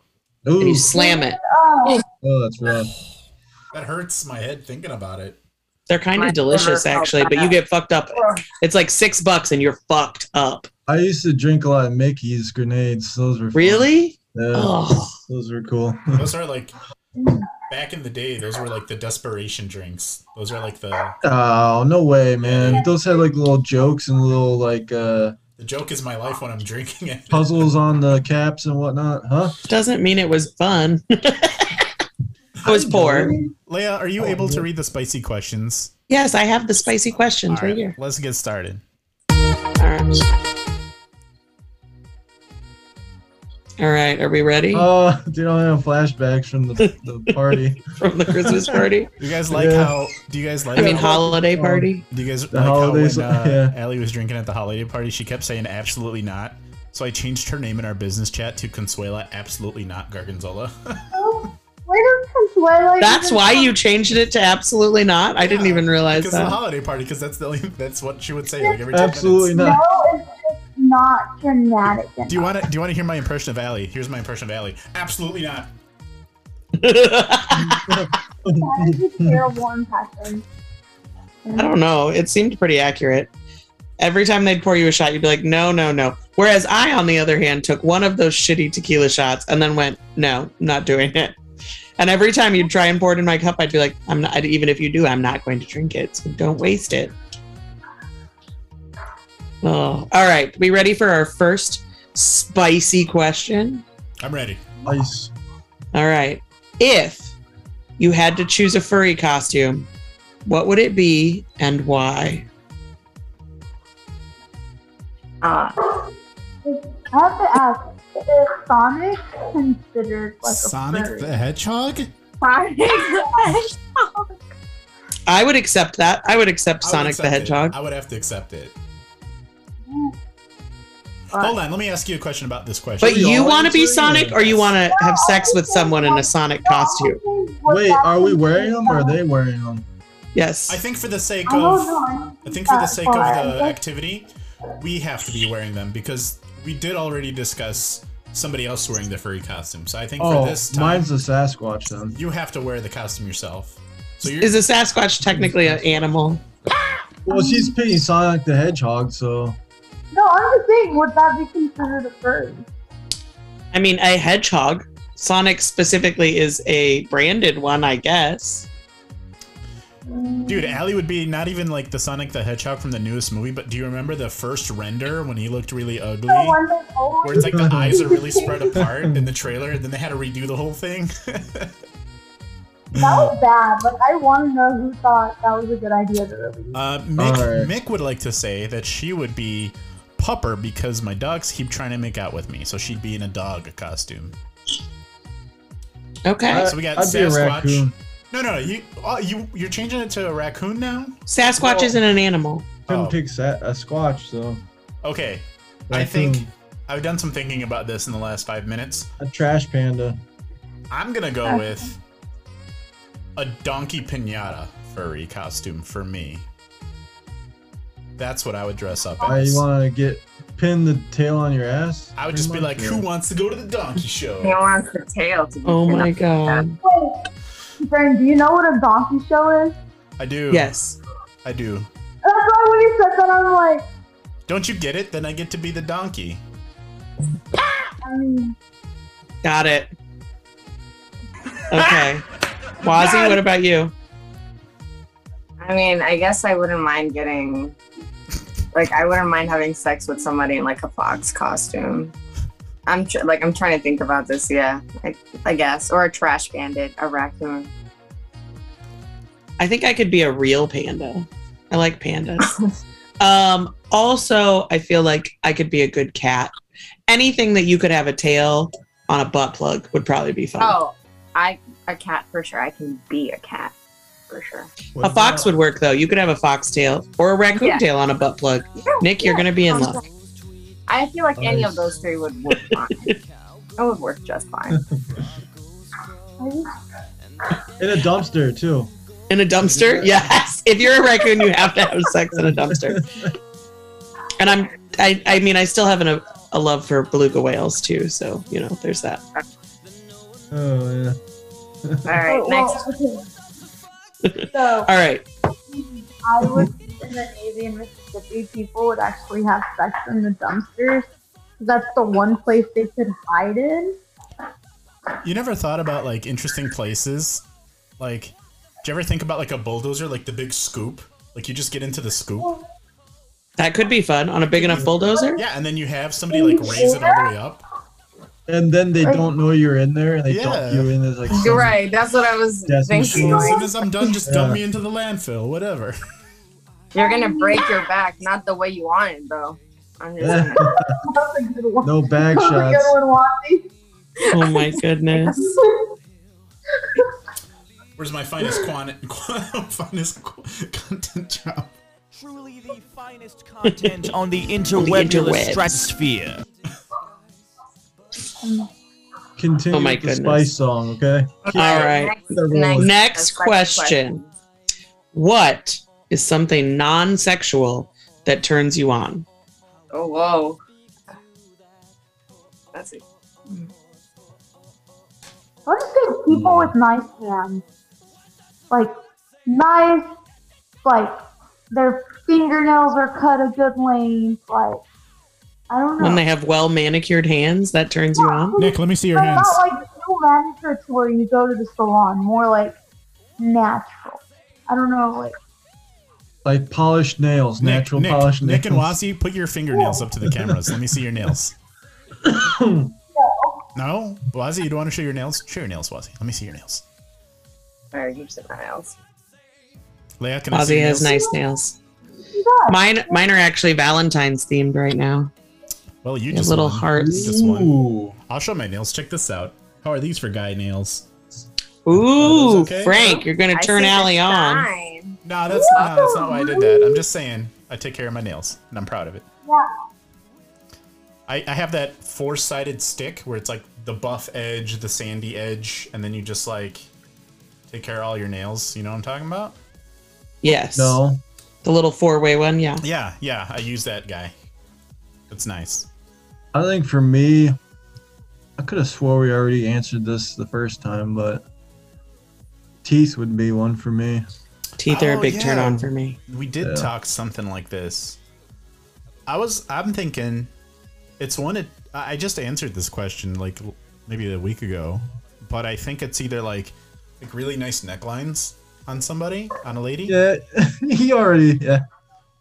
[SPEAKER 6] Ooh,
[SPEAKER 7] and you slam it.
[SPEAKER 5] Oh,
[SPEAKER 6] oh, that's rough.
[SPEAKER 3] That hurts my head thinking about it.
[SPEAKER 7] They're kind
[SPEAKER 8] My
[SPEAKER 7] of delicious,
[SPEAKER 8] liver felt
[SPEAKER 7] actually, but you
[SPEAKER 8] bad.
[SPEAKER 7] get fucked up. It's like six bucks and you're fucked up.
[SPEAKER 6] I used to drink a lot of Mickey's grenades. Those were fun.
[SPEAKER 7] Really?
[SPEAKER 6] Yeah,
[SPEAKER 7] Oh,
[SPEAKER 6] those were cool.
[SPEAKER 3] Those are like back in the day. Those were like the desperation drinks. Those are like the
[SPEAKER 6] oh no way, man! Those had like little jokes and little like uh,
[SPEAKER 3] the joke is my life when I'm drinking it.
[SPEAKER 6] puzzles on the caps and whatnot, huh?
[SPEAKER 7] doesn't mean it was fun. [laughs] I was poor.
[SPEAKER 3] Leia, are
[SPEAKER 6] Oh,
[SPEAKER 3] you able to read the spicy questions?
[SPEAKER 7] Yes, I have the spicy questions
[SPEAKER 3] All
[SPEAKER 7] right
[SPEAKER 3] right,
[SPEAKER 7] here.
[SPEAKER 3] let's get started.
[SPEAKER 7] All right. All right, are we ready [laughs]
[SPEAKER 6] Oh, [laughs] dude, I have flashbacks from the, the party,
[SPEAKER 7] from the
[SPEAKER 3] [laughs]
[SPEAKER 7] Christmas party?
[SPEAKER 3] You guys like
[SPEAKER 6] Yeah.
[SPEAKER 3] how? Do you guys like?
[SPEAKER 7] I mean,
[SPEAKER 3] how,
[SPEAKER 7] holiday party.
[SPEAKER 3] do you guys
[SPEAKER 6] The
[SPEAKER 3] like
[SPEAKER 6] holidays,
[SPEAKER 3] how when uh,
[SPEAKER 6] [laughs] yeah.
[SPEAKER 3] Allie was drinking at the holiday party, she kept saying absolutely not. So I changed her name in our business chat to Consuela. Absolutely not Gargonzola.
[SPEAKER 5] uh, Where does Consuelo?
[SPEAKER 7] That's
[SPEAKER 5] even
[SPEAKER 7] why
[SPEAKER 5] come
[SPEAKER 7] you changed it to absolutely not. I didn't
[SPEAKER 3] Yeah,
[SPEAKER 7] even realize
[SPEAKER 3] because the
[SPEAKER 7] that.
[SPEAKER 3] holiday party, because that's the only, that's what she would say like every ten
[SPEAKER 6] absolutely
[SPEAKER 3] minutes.
[SPEAKER 5] No,
[SPEAKER 6] not.
[SPEAKER 5] it's just not dramatic.
[SPEAKER 3] Do you want to do you want to hear my impression of Allie? Here's my impression of Allie. Absolutely not.
[SPEAKER 7] [laughs]
[SPEAKER 5] That is a terrible impression.
[SPEAKER 7] I don't know. It seemed pretty accurate. Every time they'd pour you a shot, you'd be like, no, no, no. Whereas I, on the other hand, took one of those shitty tequila shots and then went, no, not doing it. And every time you'd try and pour it in my cup, I'd be like, I'm not, even if you do, I'm not going to drink it. So don't waste it. Oh, all right. We ready for our first spicy question?
[SPEAKER 3] I'm ready.
[SPEAKER 6] Ice.
[SPEAKER 7] All right. If you had to choose a furry costume, what would it be and why?
[SPEAKER 8] Uh,
[SPEAKER 5] I have to ask, is Sonic considered like a furry? [laughs]
[SPEAKER 3] Hedgehog?
[SPEAKER 7] I would accept that. I would accept Sonic the Hedgehog.
[SPEAKER 3] I would have to accept it.
[SPEAKER 5] Alright.
[SPEAKER 3] Hold on, let me ask you a question about this question.
[SPEAKER 7] But you want to be
[SPEAKER 6] always wearing
[SPEAKER 7] Sonic or you
[SPEAKER 6] this?
[SPEAKER 7] want to have sex with
[SPEAKER 5] always
[SPEAKER 7] someone in a
[SPEAKER 5] wearing-
[SPEAKER 7] Sonic
[SPEAKER 5] No,
[SPEAKER 7] costume?
[SPEAKER 5] I think what
[SPEAKER 6] Wait,
[SPEAKER 5] that's
[SPEAKER 6] are we wearing them
[SPEAKER 5] considered-
[SPEAKER 6] or are they wearing them?
[SPEAKER 7] Yes.
[SPEAKER 3] I think for the sake
[SPEAKER 5] I don't know.
[SPEAKER 3] of I think for the
[SPEAKER 5] that
[SPEAKER 3] sake of
[SPEAKER 5] far.
[SPEAKER 3] the activity, we have to be wearing them because we did already discuss somebody else wearing the furry costume. So I think
[SPEAKER 6] Oh,
[SPEAKER 3] for this time
[SPEAKER 6] mine's the Sasquatch then.
[SPEAKER 3] you have to wear the costume yourself. So you're
[SPEAKER 7] Is a Sasquatch technically an animal? Um,
[SPEAKER 6] Well, she's picking Sonic the Hedgehog, so
[SPEAKER 5] No, I'm just saying, would that be considered a furry?
[SPEAKER 7] I mean, a hedgehog. Sonic specifically is a branded one, I guess.
[SPEAKER 3] Dude, Allie would be not even like the Sonic the Hedgehog from the newest movie, but do you remember the first render when he looked really ugly?
[SPEAKER 5] The one that's always-
[SPEAKER 3] Where it's
[SPEAKER 6] [laughs]
[SPEAKER 3] like the eyes are really spread apart in the trailer, and then they had to redo the whole thing.
[SPEAKER 5] that was bad, but I want to know who thought that was a good idea to release.
[SPEAKER 3] [laughs] Uh, Mick,
[SPEAKER 6] Alright.
[SPEAKER 3] Mick would like to say that she would be pupper because my dogs keep trying to make out with me, so she'd be in a dog costume.
[SPEAKER 7] Okay.
[SPEAKER 3] so we got
[SPEAKER 6] I'd be a
[SPEAKER 3] Sasquatch.
[SPEAKER 6] raccoon.
[SPEAKER 3] No, no, you, oh, you, you're changing it to a raccoon now.
[SPEAKER 7] Sasquatch
[SPEAKER 6] Well-
[SPEAKER 7] isn't an animal.
[SPEAKER 6] Couldn't
[SPEAKER 3] Oh.
[SPEAKER 6] pick sa- a Squatch, so
[SPEAKER 3] Okay, I think
[SPEAKER 6] Raccoon.
[SPEAKER 3] I've done some thinking about this in the last five minutes.
[SPEAKER 6] a trash panda.
[SPEAKER 3] I'm gonna go with a donkey pinata furry costume for me. That's what I would dress up
[SPEAKER 6] I
[SPEAKER 3] as.
[SPEAKER 6] want to get pin the tail on your ass.
[SPEAKER 3] I would just be
[SPEAKER 6] Pretty
[SPEAKER 3] like,
[SPEAKER 6] much,
[SPEAKER 3] who
[SPEAKER 6] yeah.
[SPEAKER 3] wants to go to the donkey
[SPEAKER 8] [laughs] he
[SPEAKER 3] show?
[SPEAKER 8] wants the tail to be
[SPEAKER 7] Oh
[SPEAKER 8] pinned
[SPEAKER 7] my
[SPEAKER 8] up.
[SPEAKER 7] god.
[SPEAKER 5] Wait, friend, do you know what a donkey show is?
[SPEAKER 3] I do.
[SPEAKER 7] Yes.
[SPEAKER 3] I do.
[SPEAKER 5] That's why when you said that, I'm like,
[SPEAKER 3] Don't you get it? Then I get to be the donkey.
[SPEAKER 5] I mean,
[SPEAKER 7] Got it. Okay. Wazzy, what about you?
[SPEAKER 8] I mean, I guess I wouldn't mind getting, like, I wouldn't mind having sex with somebody in like a fox costume. I'm tr- like, I'm trying to think about this. Yeah, I, I guess, or a trash bandit, a raccoon.
[SPEAKER 7] I think I could be a real panda. I like
[SPEAKER 8] [laughs]
[SPEAKER 7] pandas. um, also, I feel like I could be a good cat. Anything that you could have a tail on a butt plug would probably be fun.
[SPEAKER 8] Oh, I a cat for sure. I can be a cat for sure.
[SPEAKER 7] a fox would work though. You could have a fox tail or a raccoon
[SPEAKER 8] Yeah.
[SPEAKER 7] tail on a butt plug. Nick, you're
[SPEAKER 8] Yeah.
[SPEAKER 7] gonna be in
[SPEAKER 8] Sounds
[SPEAKER 7] luck.
[SPEAKER 8] I feel like any
[SPEAKER 6] Nice.
[SPEAKER 8] of those three would work fine. That would work just fine.
[SPEAKER 5] I just-
[SPEAKER 6] in a dumpster too.
[SPEAKER 7] In a dumpster? Yes. If you're a raccoon, you have to have sex in a dumpster. And I'm I, I mean I still have an, a, a love for beluga whales too, so you know, there's that.
[SPEAKER 6] Oh yeah.
[SPEAKER 8] All right,
[SPEAKER 5] oh,
[SPEAKER 8] next.
[SPEAKER 5] well, okay. So
[SPEAKER 7] All right.
[SPEAKER 5] I was in the Navy in Mississippi. People would actually have sex in the dumpsters. That's the one place they could hide in.
[SPEAKER 3] You never thought about like interesting places? Like, did you ever think about like a bulldozer, like the big scoop? Like you just get into the scoop,
[SPEAKER 7] That could be fun on a big enough bulldozer.
[SPEAKER 3] yeah, and then you have somebody like raise it all the way up.
[SPEAKER 6] And then they don't know you're in there, and they dump
[SPEAKER 3] Yeah.
[SPEAKER 6] you in as like
[SPEAKER 8] You're
[SPEAKER 6] some-
[SPEAKER 8] right. That's what I was
[SPEAKER 6] Yes,
[SPEAKER 8] thinking.
[SPEAKER 3] As
[SPEAKER 6] machine.
[SPEAKER 8] like,
[SPEAKER 3] soon as I'm done, just dump me into the landfill, whatever.
[SPEAKER 8] you're gonna break your back, not the way you want it though. I'm just
[SPEAKER 6] Yeah.
[SPEAKER 8] saying.
[SPEAKER 5] [laughs] That's a good one.
[SPEAKER 8] [laughs]
[SPEAKER 6] no bag
[SPEAKER 5] That's a
[SPEAKER 6] shots.
[SPEAKER 5] good one, Wally.
[SPEAKER 7] Oh my
[SPEAKER 5] [laughs]
[SPEAKER 7] goodness.
[SPEAKER 3] Where's my finest quan- [laughs] finest qu- content drop?
[SPEAKER 9] Truly the finest content
[SPEAKER 7] [laughs]
[SPEAKER 9] on the interwebulous
[SPEAKER 7] interwebs.
[SPEAKER 9] stratosphere.
[SPEAKER 6] Continue
[SPEAKER 7] Oh my
[SPEAKER 6] with the
[SPEAKER 7] goodness.
[SPEAKER 6] Spice song, okay?
[SPEAKER 7] All right.
[SPEAKER 8] Next, next,
[SPEAKER 7] Next question.
[SPEAKER 8] question.
[SPEAKER 7] What is something non sexual that turns you on?
[SPEAKER 8] Oh whoa. That's it.
[SPEAKER 5] Let's say people
[SPEAKER 7] Hmm.
[SPEAKER 5] with nice hands. Like, nice, like, their fingernails are cut a good length. Like, I don't know.
[SPEAKER 7] When they have well manicured hands, that turns you on?
[SPEAKER 3] Nick, let me see your
[SPEAKER 5] But
[SPEAKER 3] hands.
[SPEAKER 5] Not like no manicure to where you go to the salon, more like natural. I don't know, like
[SPEAKER 6] Like polished nails,
[SPEAKER 3] Nick,
[SPEAKER 6] natural
[SPEAKER 3] Nick,
[SPEAKER 6] polished nails.
[SPEAKER 3] Nick and Wasi, put your fingernails up to the cameras. Let me see your nails.
[SPEAKER 6] [clears throat]
[SPEAKER 3] no, Wasi, you don't want to show your nails? Show your nails, Wasi. Let me see your nails.
[SPEAKER 8] Sorry, keeps it in my nails.
[SPEAKER 3] Leia, can I see
[SPEAKER 7] Ozzy
[SPEAKER 3] your
[SPEAKER 7] has
[SPEAKER 3] nails?
[SPEAKER 7] nice nails.
[SPEAKER 5] yeah,
[SPEAKER 7] Mine, mine are actually Valentine's themed right now.
[SPEAKER 3] Well, you
[SPEAKER 7] They have
[SPEAKER 3] just
[SPEAKER 7] little
[SPEAKER 3] won.
[SPEAKER 7] hearts.
[SPEAKER 3] Just one.
[SPEAKER 6] Ooh.
[SPEAKER 3] I'll show my nails. Check this out. How are these for guy nails?
[SPEAKER 7] Ooh,
[SPEAKER 3] those okay?
[SPEAKER 7] Frank, you're going
[SPEAKER 8] I
[SPEAKER 7] to turn
[SPEAKER 8] see the
[SPEAKER 7] Allie on.
[SPEAKER 8] sign.
[SPEAKER 3] No, that's no, that's not why I did that. I'm just saying I take care of my nails, and I'm proud of it.
[SPEAKER 5] yeah.
[SPEAKER 3] I, I have that four-sided stick where it's like the buff edge, the sandy edge, and then you just like take care of all your nails. You know what I'm talking about?
[SPEAKER 7] Yes.
[SPEAKER 6] No.
[SPEAKER 7] The little four way one. Yeah.
[SPEAKER 3] Yeah, yeah. I use that guy. That's nice.
[SPEAKER 6] I think for me, I could have swore we already answered this the first time, but teeth would be one for me.
[SPEAKER 7] Teeth are
[SPEAKER 3] Oh,
[SPEAKER 7] a big
[SPEAKER 3] yeah.
[SPEAKER 7] turn on for me.
[SPEAKER 3] We did
[SPEAKER 6] Yeah.
[SPEAKER 3] talk something like this. I was I'm thinking it's one it, I I just answered this question like l- maybe a week ago, but I think it's either like like really nice necklines on somebody, on a lady.
[SPEAKER 6] Yeah, [laughs] he already. Yeah,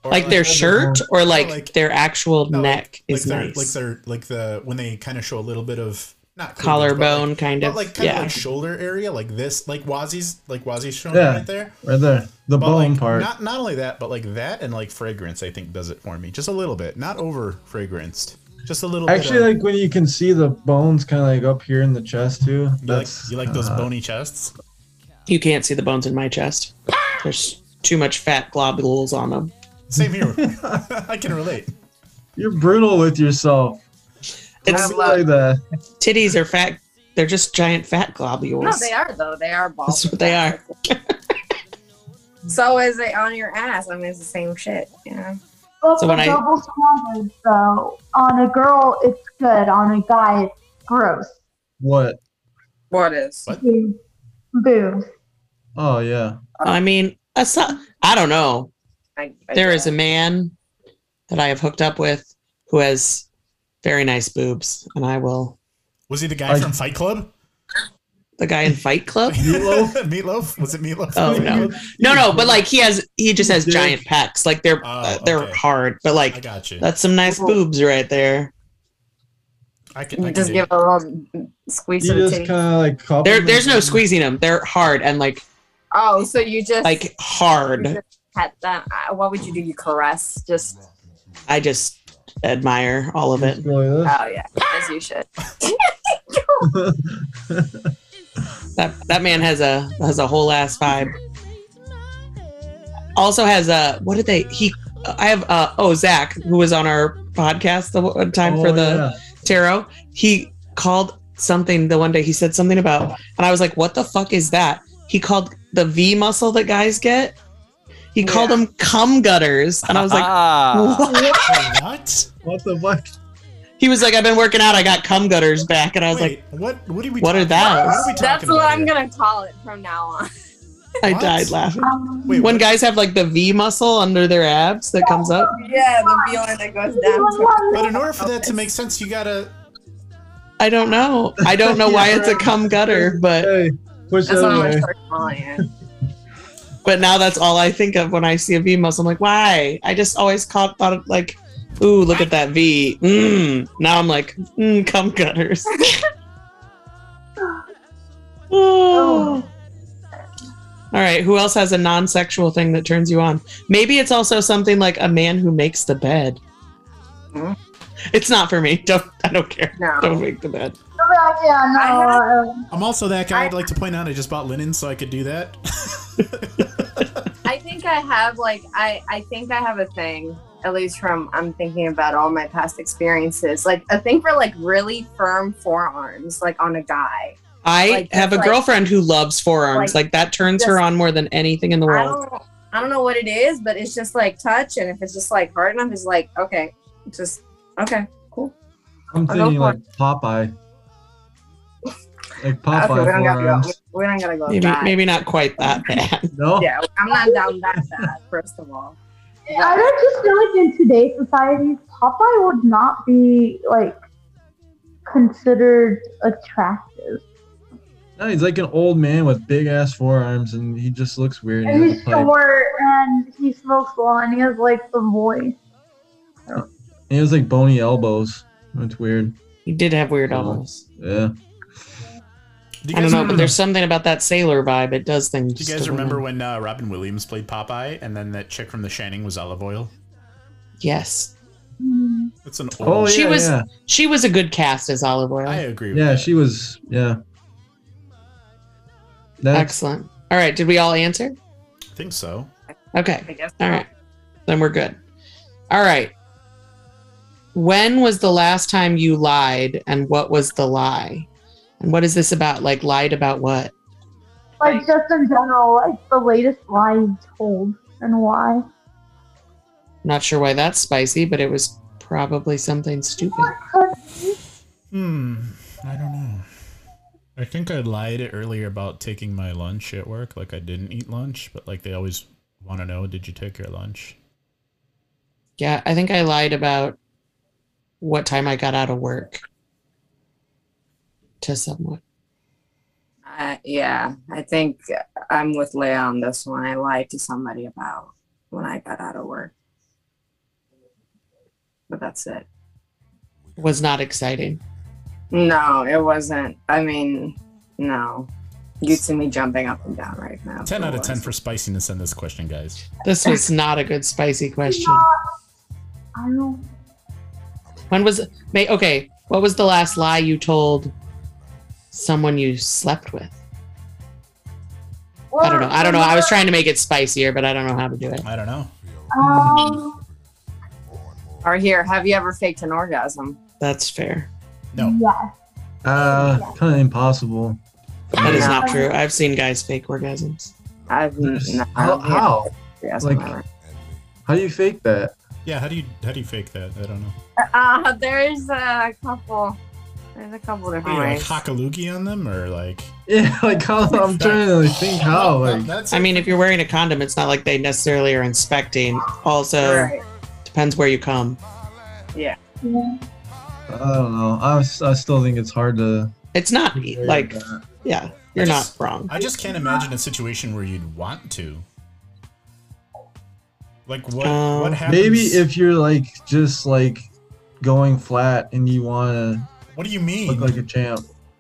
[SPEAKER 3] or
[SPEAKER 7] Like their shirt or like,
[SPEAKER 3] like-
[SPEAKER 7] their actual
[SPEAKER 3] no, like-
[SPEAKER 7] neck is
[SPEAKER 3] like their,
[SPEAKER 7] nice.
[SPEAKER 3] Like their like the when they kind of show a little bit of not cleavage,
[SPEAKER 7] Collarbone, kind
[SPEAKER 3] but like,
[SPEAKER 7] of.
[SPEAKER 3] but like kind
[SPEAKER 7] yeah.
[SPEAKER 3] of like shoulder area, like this, like Wazzy's like Wazzy's showing
[SPEAKER 6] Yeah.
[SPEAKER 3] right there.
[SPEAKER 6] right there, the
[SPEAKER 3] But
[SPEAKER 6] bone
[SPEAKER 3] like,
[SPEAKER 6] part.
[SPEAKER 3] Not not only that, but like that and like fragrance, I think does it for me just a little bit, not over fragranced, just a little.
[SPEAKER 6] Actually,
[SPEAKER 3] bit
[SPEAKER 6] like when you can see the bones, kind of like up here in the chest too.
[SPEAKER 3] of, you like
[SPEAKER 6] that's,
[SPEAKER 3] you like those
[SPEAKER 6] uh,
[SPEAKER 3] bony chests.
[SPEAKER 7] You can't see the bones in my chest. There's too much fat globules on them.
[SPEAKER 3] Same
[SPEAKER 7] [laughs]
[SPEAKER 3] here. I can relate.
[SPEAKER 6] You're brutal with yourself.
[SPEAKER 7] It's
[SPEAKER 8] I love-
[SPEAKER 6] Like that.
[SPEAKER 7] titties are fat. They're just giant fat globules.
[SPEAKER 8] No, they are though. They are balls.
[SPEAKER 7] That's what they are.
[SPEAKER 8] [laughs] So is it on your ass? I mean, it's the same shit. Yeah.
[SPEAKER 5] Both
[SPEAKER 7] So when
[SPEAKER 5] are
[SPEAKER 7] I-
[SPEAKER 5] double standards, though. On a girl, it's good. On a guy, it's gross.
[SPEAKER 6] What?
[SPEAKER 8] What is?
[SPEAKER 3] What?
[SPEAKER 5] Boobs. Boobs.
[SPEAKER 6] Oh yeah.
[SPEAKER 7] I mean, a so- I don't know.
[SPEAKER 8] I,
[SPEAKER 7] There is a man that I have hooked up with who has very nice boobs, and I will.
[SPEAKER 3] Was he the guy
[SPEAKER 6] Like-
[SPEAKER 3] from Fight Club?
[SPEAKER 7] The guy in Fight Club?
[SPEAKER 3] [laughs]
[SPEAKER 6] Meatloaf?
[SPEAKER 3] Meatloaf? Was it Meatloaf?
[SPEAKER 7] Oh, no. No, no, but like he has, he just has
[SPEAKER 6] Dick.
[SPEAKER 7] giant pecs. Like they're
[SPEAKER 3] Oh,
[SPEAKER 7] uh, they're
[SPEAKER 3] okay.
[SPEAKER 7] hard, but
[SPEAKER 3] I
[SPEAKER 7] like
[SPEAKER 3] got you.
[SPEAKER 7] that's some nice boobs right there.
[SPEAKER 3] I can, I can
[SPEAKER 8] Just
[SPEAKER 3] do
[SPEAKER 8] give
[SPEAKER 3] it.
[SPEAKER 8] a little squeeze
[SPEAKER 6] You
[SPEAKER 8] some
[SPEAKER 6] just
[SPEAKER 8] titty.
[SPEAKER 6] kind of like. couple
[SPEAKER 7] There,
[SPEAKER 6] them.
[SPEAKER 7] there's no squeezing them. They're hard and like
[SPEAKER 8] Oh, so you just
[SPEAKER 7] like hard.
[SPEAKER 8] pet them? Uh, What would you do? You caress? Just
[SPEAKER 7] I just admire all of it.
[SPEAKER 6] Really, this-
[SPEAKER 8] oh yeah, as you should.
[SPEAKER 7] That that man has a has a whole ass vibe. Also has a what did they he I have uh oh Zach who was on our podcast the one time for
[SPEAKER 6] Oh,
[SPEAKER 7] the tarot. He called something the one day he said something about and I was like what the fuck is that? He called the V muscle that guys get. He called
[SPEAKER 8] Yeah.
[SPEAKER 7] them cum gutters and I was
[SPEAKER 9] [laughs]
[SPEAKER 7] like
[SPEAKER 9] ah,
[SPEAKER 7] what?
[SPEAKER 3] What?
[SPEAKER 6] yeah. What the fuck?
[SPEAKER 7] He was like I've been working out I got cum gutters back and I was
[SPEAKER 3] Wait, what? What are we?
[SPEAKER 7] What
[SPEAKER 3] talking
[SPEAKER 7] are
[SPEAKER 3] about?
[SPEAKER 7] those?
[SPEAKER 3] What are we
[SPEAKER 8] That's
[SPEAKER 3] talking
[SPEAKER 8] what
[SPEAKER 3] about
[SPEAKER 8] I'm
[SPEAKER 3] here?
[SPEAKER 8] gonna call it from now on.
[SPEAKER 7] I
[SPEAKER 10] What?
[SPEAKER 7] died laughing.
[SPEAKER 5] Um,
[SPEAKER 10] Wait,
[SPEAKER 7] when
[SPEAKER 10] what?
[SPEAKER 7] guys have like the V muscle under their abs that comes up.
[SPEAKER 10] Yeah, the viola that goes
[SPEAKER 3] [laughs]
[SPEAKER 10] down.
[SPEAKER 3] But in order for that to make sense, you gotta.
[SPEAKER 7] I don't know. I don't know why it's a cum gutter, but
[SPEAKER 6] push
[SPEAKER 8] That's what I'm gonna start calling it.
[SPEAKER 7] but now that's all I think of when I see a V muscle. I'm like, why? I just always caught thought of like, ooh, look at that V. Mm. Now I'm like, mm, cum gutters. oh. All right. Who else has a non-sexual thing that turns you on? Maybe it's also something like a man who makes the bed.
[SPEAKER 8] Hmm.
[SPEAKER 7] It's not for me. Don't. I don't care.
[SPEAKER 8] No.
[SPEAKER 7] Don't make the bed.
[SPEAKER 5] yeah, no.
[SPEAKER 8] I
[SPEAKER 5] uh,
[SPEAKER 3] I'm also that guy. I'd like to point out I just bought linen so I could do that.
[SPEAKER 8] [laughs]
[SPEAKER 3] [laughs]
[SPEAKER 8] I think I have like I I think I have a thing at least from I'm thinking about all my past experiences like a thing for like really firm forearms like on a guy.
[SPEAKER 7] I
[SPEAKER 8] Like,
[SPEAKER 7] have a
[SPEAKER 8] like-
[SPEAKER 7] girlfriend who loves forearms. Like,
[SPEAKER 8] Like,
[SPEAKER 7] that turns her
[SPEAKER 8] just-
[SPEAKER 7] on more than anything in the
[SPEAKER 8] I
[SPEAKER 7] world.
[SPEAKER 8] don't I don't know what it is, but it's just like touch, and if it's just like hard enough, it's like okay, just okay, cool.
[SPEAKER 6] I'm
[SPEAKER 8] I'll go
[SPEAKER 6] thinking
[SPEAKER 8] for
[SPEAKER 6] like Popeye. Like Popeye
[SPEAKER 8] okay, we don't gotta go.
[SPEAKER 6] forearms.
[SPEAKER 8] We don't gotta go
[SPEAKER 7] Maybe
[SPEAKER 8] that.
[SPEAKER 7] maybe not quite
[SPEAKER 8] [laughs]
[SPEAKER 7] that bad.
[SPEAKER 6] No,
[SPEAKER 8] Yeah, I'm not down that bad. First of all,
[SPEAKER 5] I don't just feel like in today's society, Popeye would not be like considered attractive.
[SPEAKER 6] no, he's like an old man with big ass forearms, and he just looks weird.
[SPEAKER 5] And
[SPEAKER 6] He has
[SPEAKER 5] he's
[SPEAKER 6] a pipe.
[SPEAKER 5] short and he smokes well and he has like the voice.
[SPEAKER 6] He has like bony elbows. That's weird.
[SPEAKER 7] He did have weird elbows.
[SPEAKER 6] Yeah.
[SPEAKER 3] Do you
[SPEAKER 7] I don't
[SPEAKER 3] guys
[SPEAKER 7] know, but
[SPEAKER 3] remember-
[SPEAKER 7] there's something about that sailor vibe. It does things.
[SPEAKER 3] Do you
[SPEAKER 7] just
[SPEAKER 3] guys
[SPEAKER 7] to
[SPEAKER 3] remember
[SPEAKER 7] women.
[SPEAKER 3] when uh, Robin Williams played Popeye, and then that chick from The Shining was olive oil?
[SPEAKER 7] Yes, Mm-hmm.
[SPEAKER 3] That's an
[SPEAKER 6] Oh
[SPEAKER 3] old.
[SPEAKER 6] yeah,
[SPEAKER 7] She was-
[SPEAKER 6] yeah.
[SPEAKER 7] she was a good cast as Olive Oil.
[SPEAKER 3] I agree. With
[SPEAKER 6] Yeah,
[SPEAKER 3] that.
[SPEAKER 6] she was. Yeah. That's
[SPEAKER 7] Excellent. All right, did we all answer?
[SPEAKER 3] I think so.
[SPEAKER 7] Okay.
[SPEAKER 8] I guess.
[SPEAKER 7] All right. Then we're good. All right. When was the last time you lied and what was the lie? And what is this about? Like lied about what?
[SPEAKER 5] Like just in general, like the latest lie he told and why.
[SPEAKER 7] Not sure why that's spicy, but it was probably something stupid.
[SPEAKER 3] Hmm. I don't know. I think I lied earlier about taking my lunch at work. Like I didn't eat lunch, but like they always want to know, did you take your lunch?
[SPEAKER 7] Yeah, I think I lied about what time I got out of work to someone.
[SPEAKER 8] Uh, yeah, I think I'm with Leah on this one. I lied to somebody about when I got out of work, but that's it.
[SPEAKER 7] Was not exciting.
[SPEAKER 8] No, it wasn't. I mean, no. You see me jumping up and down right now.
[SPEAKER 3] Ten out of
[SPEAKER 8] It
[SPEAKER 3] ten for spiciness in this question, guys.
[SPEAKER 7] This was not a good spicy question.
[SPEAKER 5] I don't
[SPEAKER 7] When was may okay, what was the last lie you told someone you slept with? I don't know. I don't know. I was trying to make it spicier, but I don't know how to do it.
[SPEAKER 3] I don't know.
[SPEAKER 5] Um,
[SPEAKER 8] wasn't. Or here, have you ever faked an orgasm?
[SPEAKER 7] That's fair.
[SPEAKER 3] No.
[SPEAKER 5] yes.
[SPEAKER 6] uh kind of impossible.
[SPEAKER 7] That is not true. I've seen guys fake orgasms.
[SPEAKER 8] I've n-
[SPEAKER 6] There's-
[SPEAKER 8] no, I
[SPEAKER 6] how,
[SPEAKER 8] don't think
[SPEAKER 6] how
[SPEAKER 8] I've faked an orgasm
[SPEAKER 6] Like-
[SPEAKER 8] ever.
[SPEAKER 6] how do you fake that? [laughs]
[SPEAKER 3] Yeah. How do you how do you fake that? I don't know.
[SPEAKER 8] Uh, there's a couple. There's a couple
[SPEAKER 3] Are you
[SPEAKER 8] different
[SPEAKER 3] like
[SPEAKER 8] ways.
[SPEAKER 3] hockaloogie on them or like?
[SPEAKER 6] Yeah, like how I'm trying to like, think how like
[SPEAKER 3] That's
[SPEAKER 7] I mean, if you're wearing a condom, it's not like they necessarily are inspecting. Also,
[SPEAKER 8] Right.
[SPEAKER 7] depends where you come.
[SPEAKER 6] I don't know. I, was, I still think it's hard to
[SPEAKER 7] It's not like, yeah, you're not
[SPEAKER 3] just-
[SPEAKER 7] wrong.
[SPEAKER 3] I just can't imagine a situation where you'd want to. Like what?
[SPEAKER 7] Uh,
[SPEAKER 3] what happens?
[SPEAKER 6] maybe if you're like just like going flat and you want
[SPEAKER 3] What do you
[SPEAKER 6] to
[SPEAKER 3] mean?
[SPEAKER 6] look like a champ,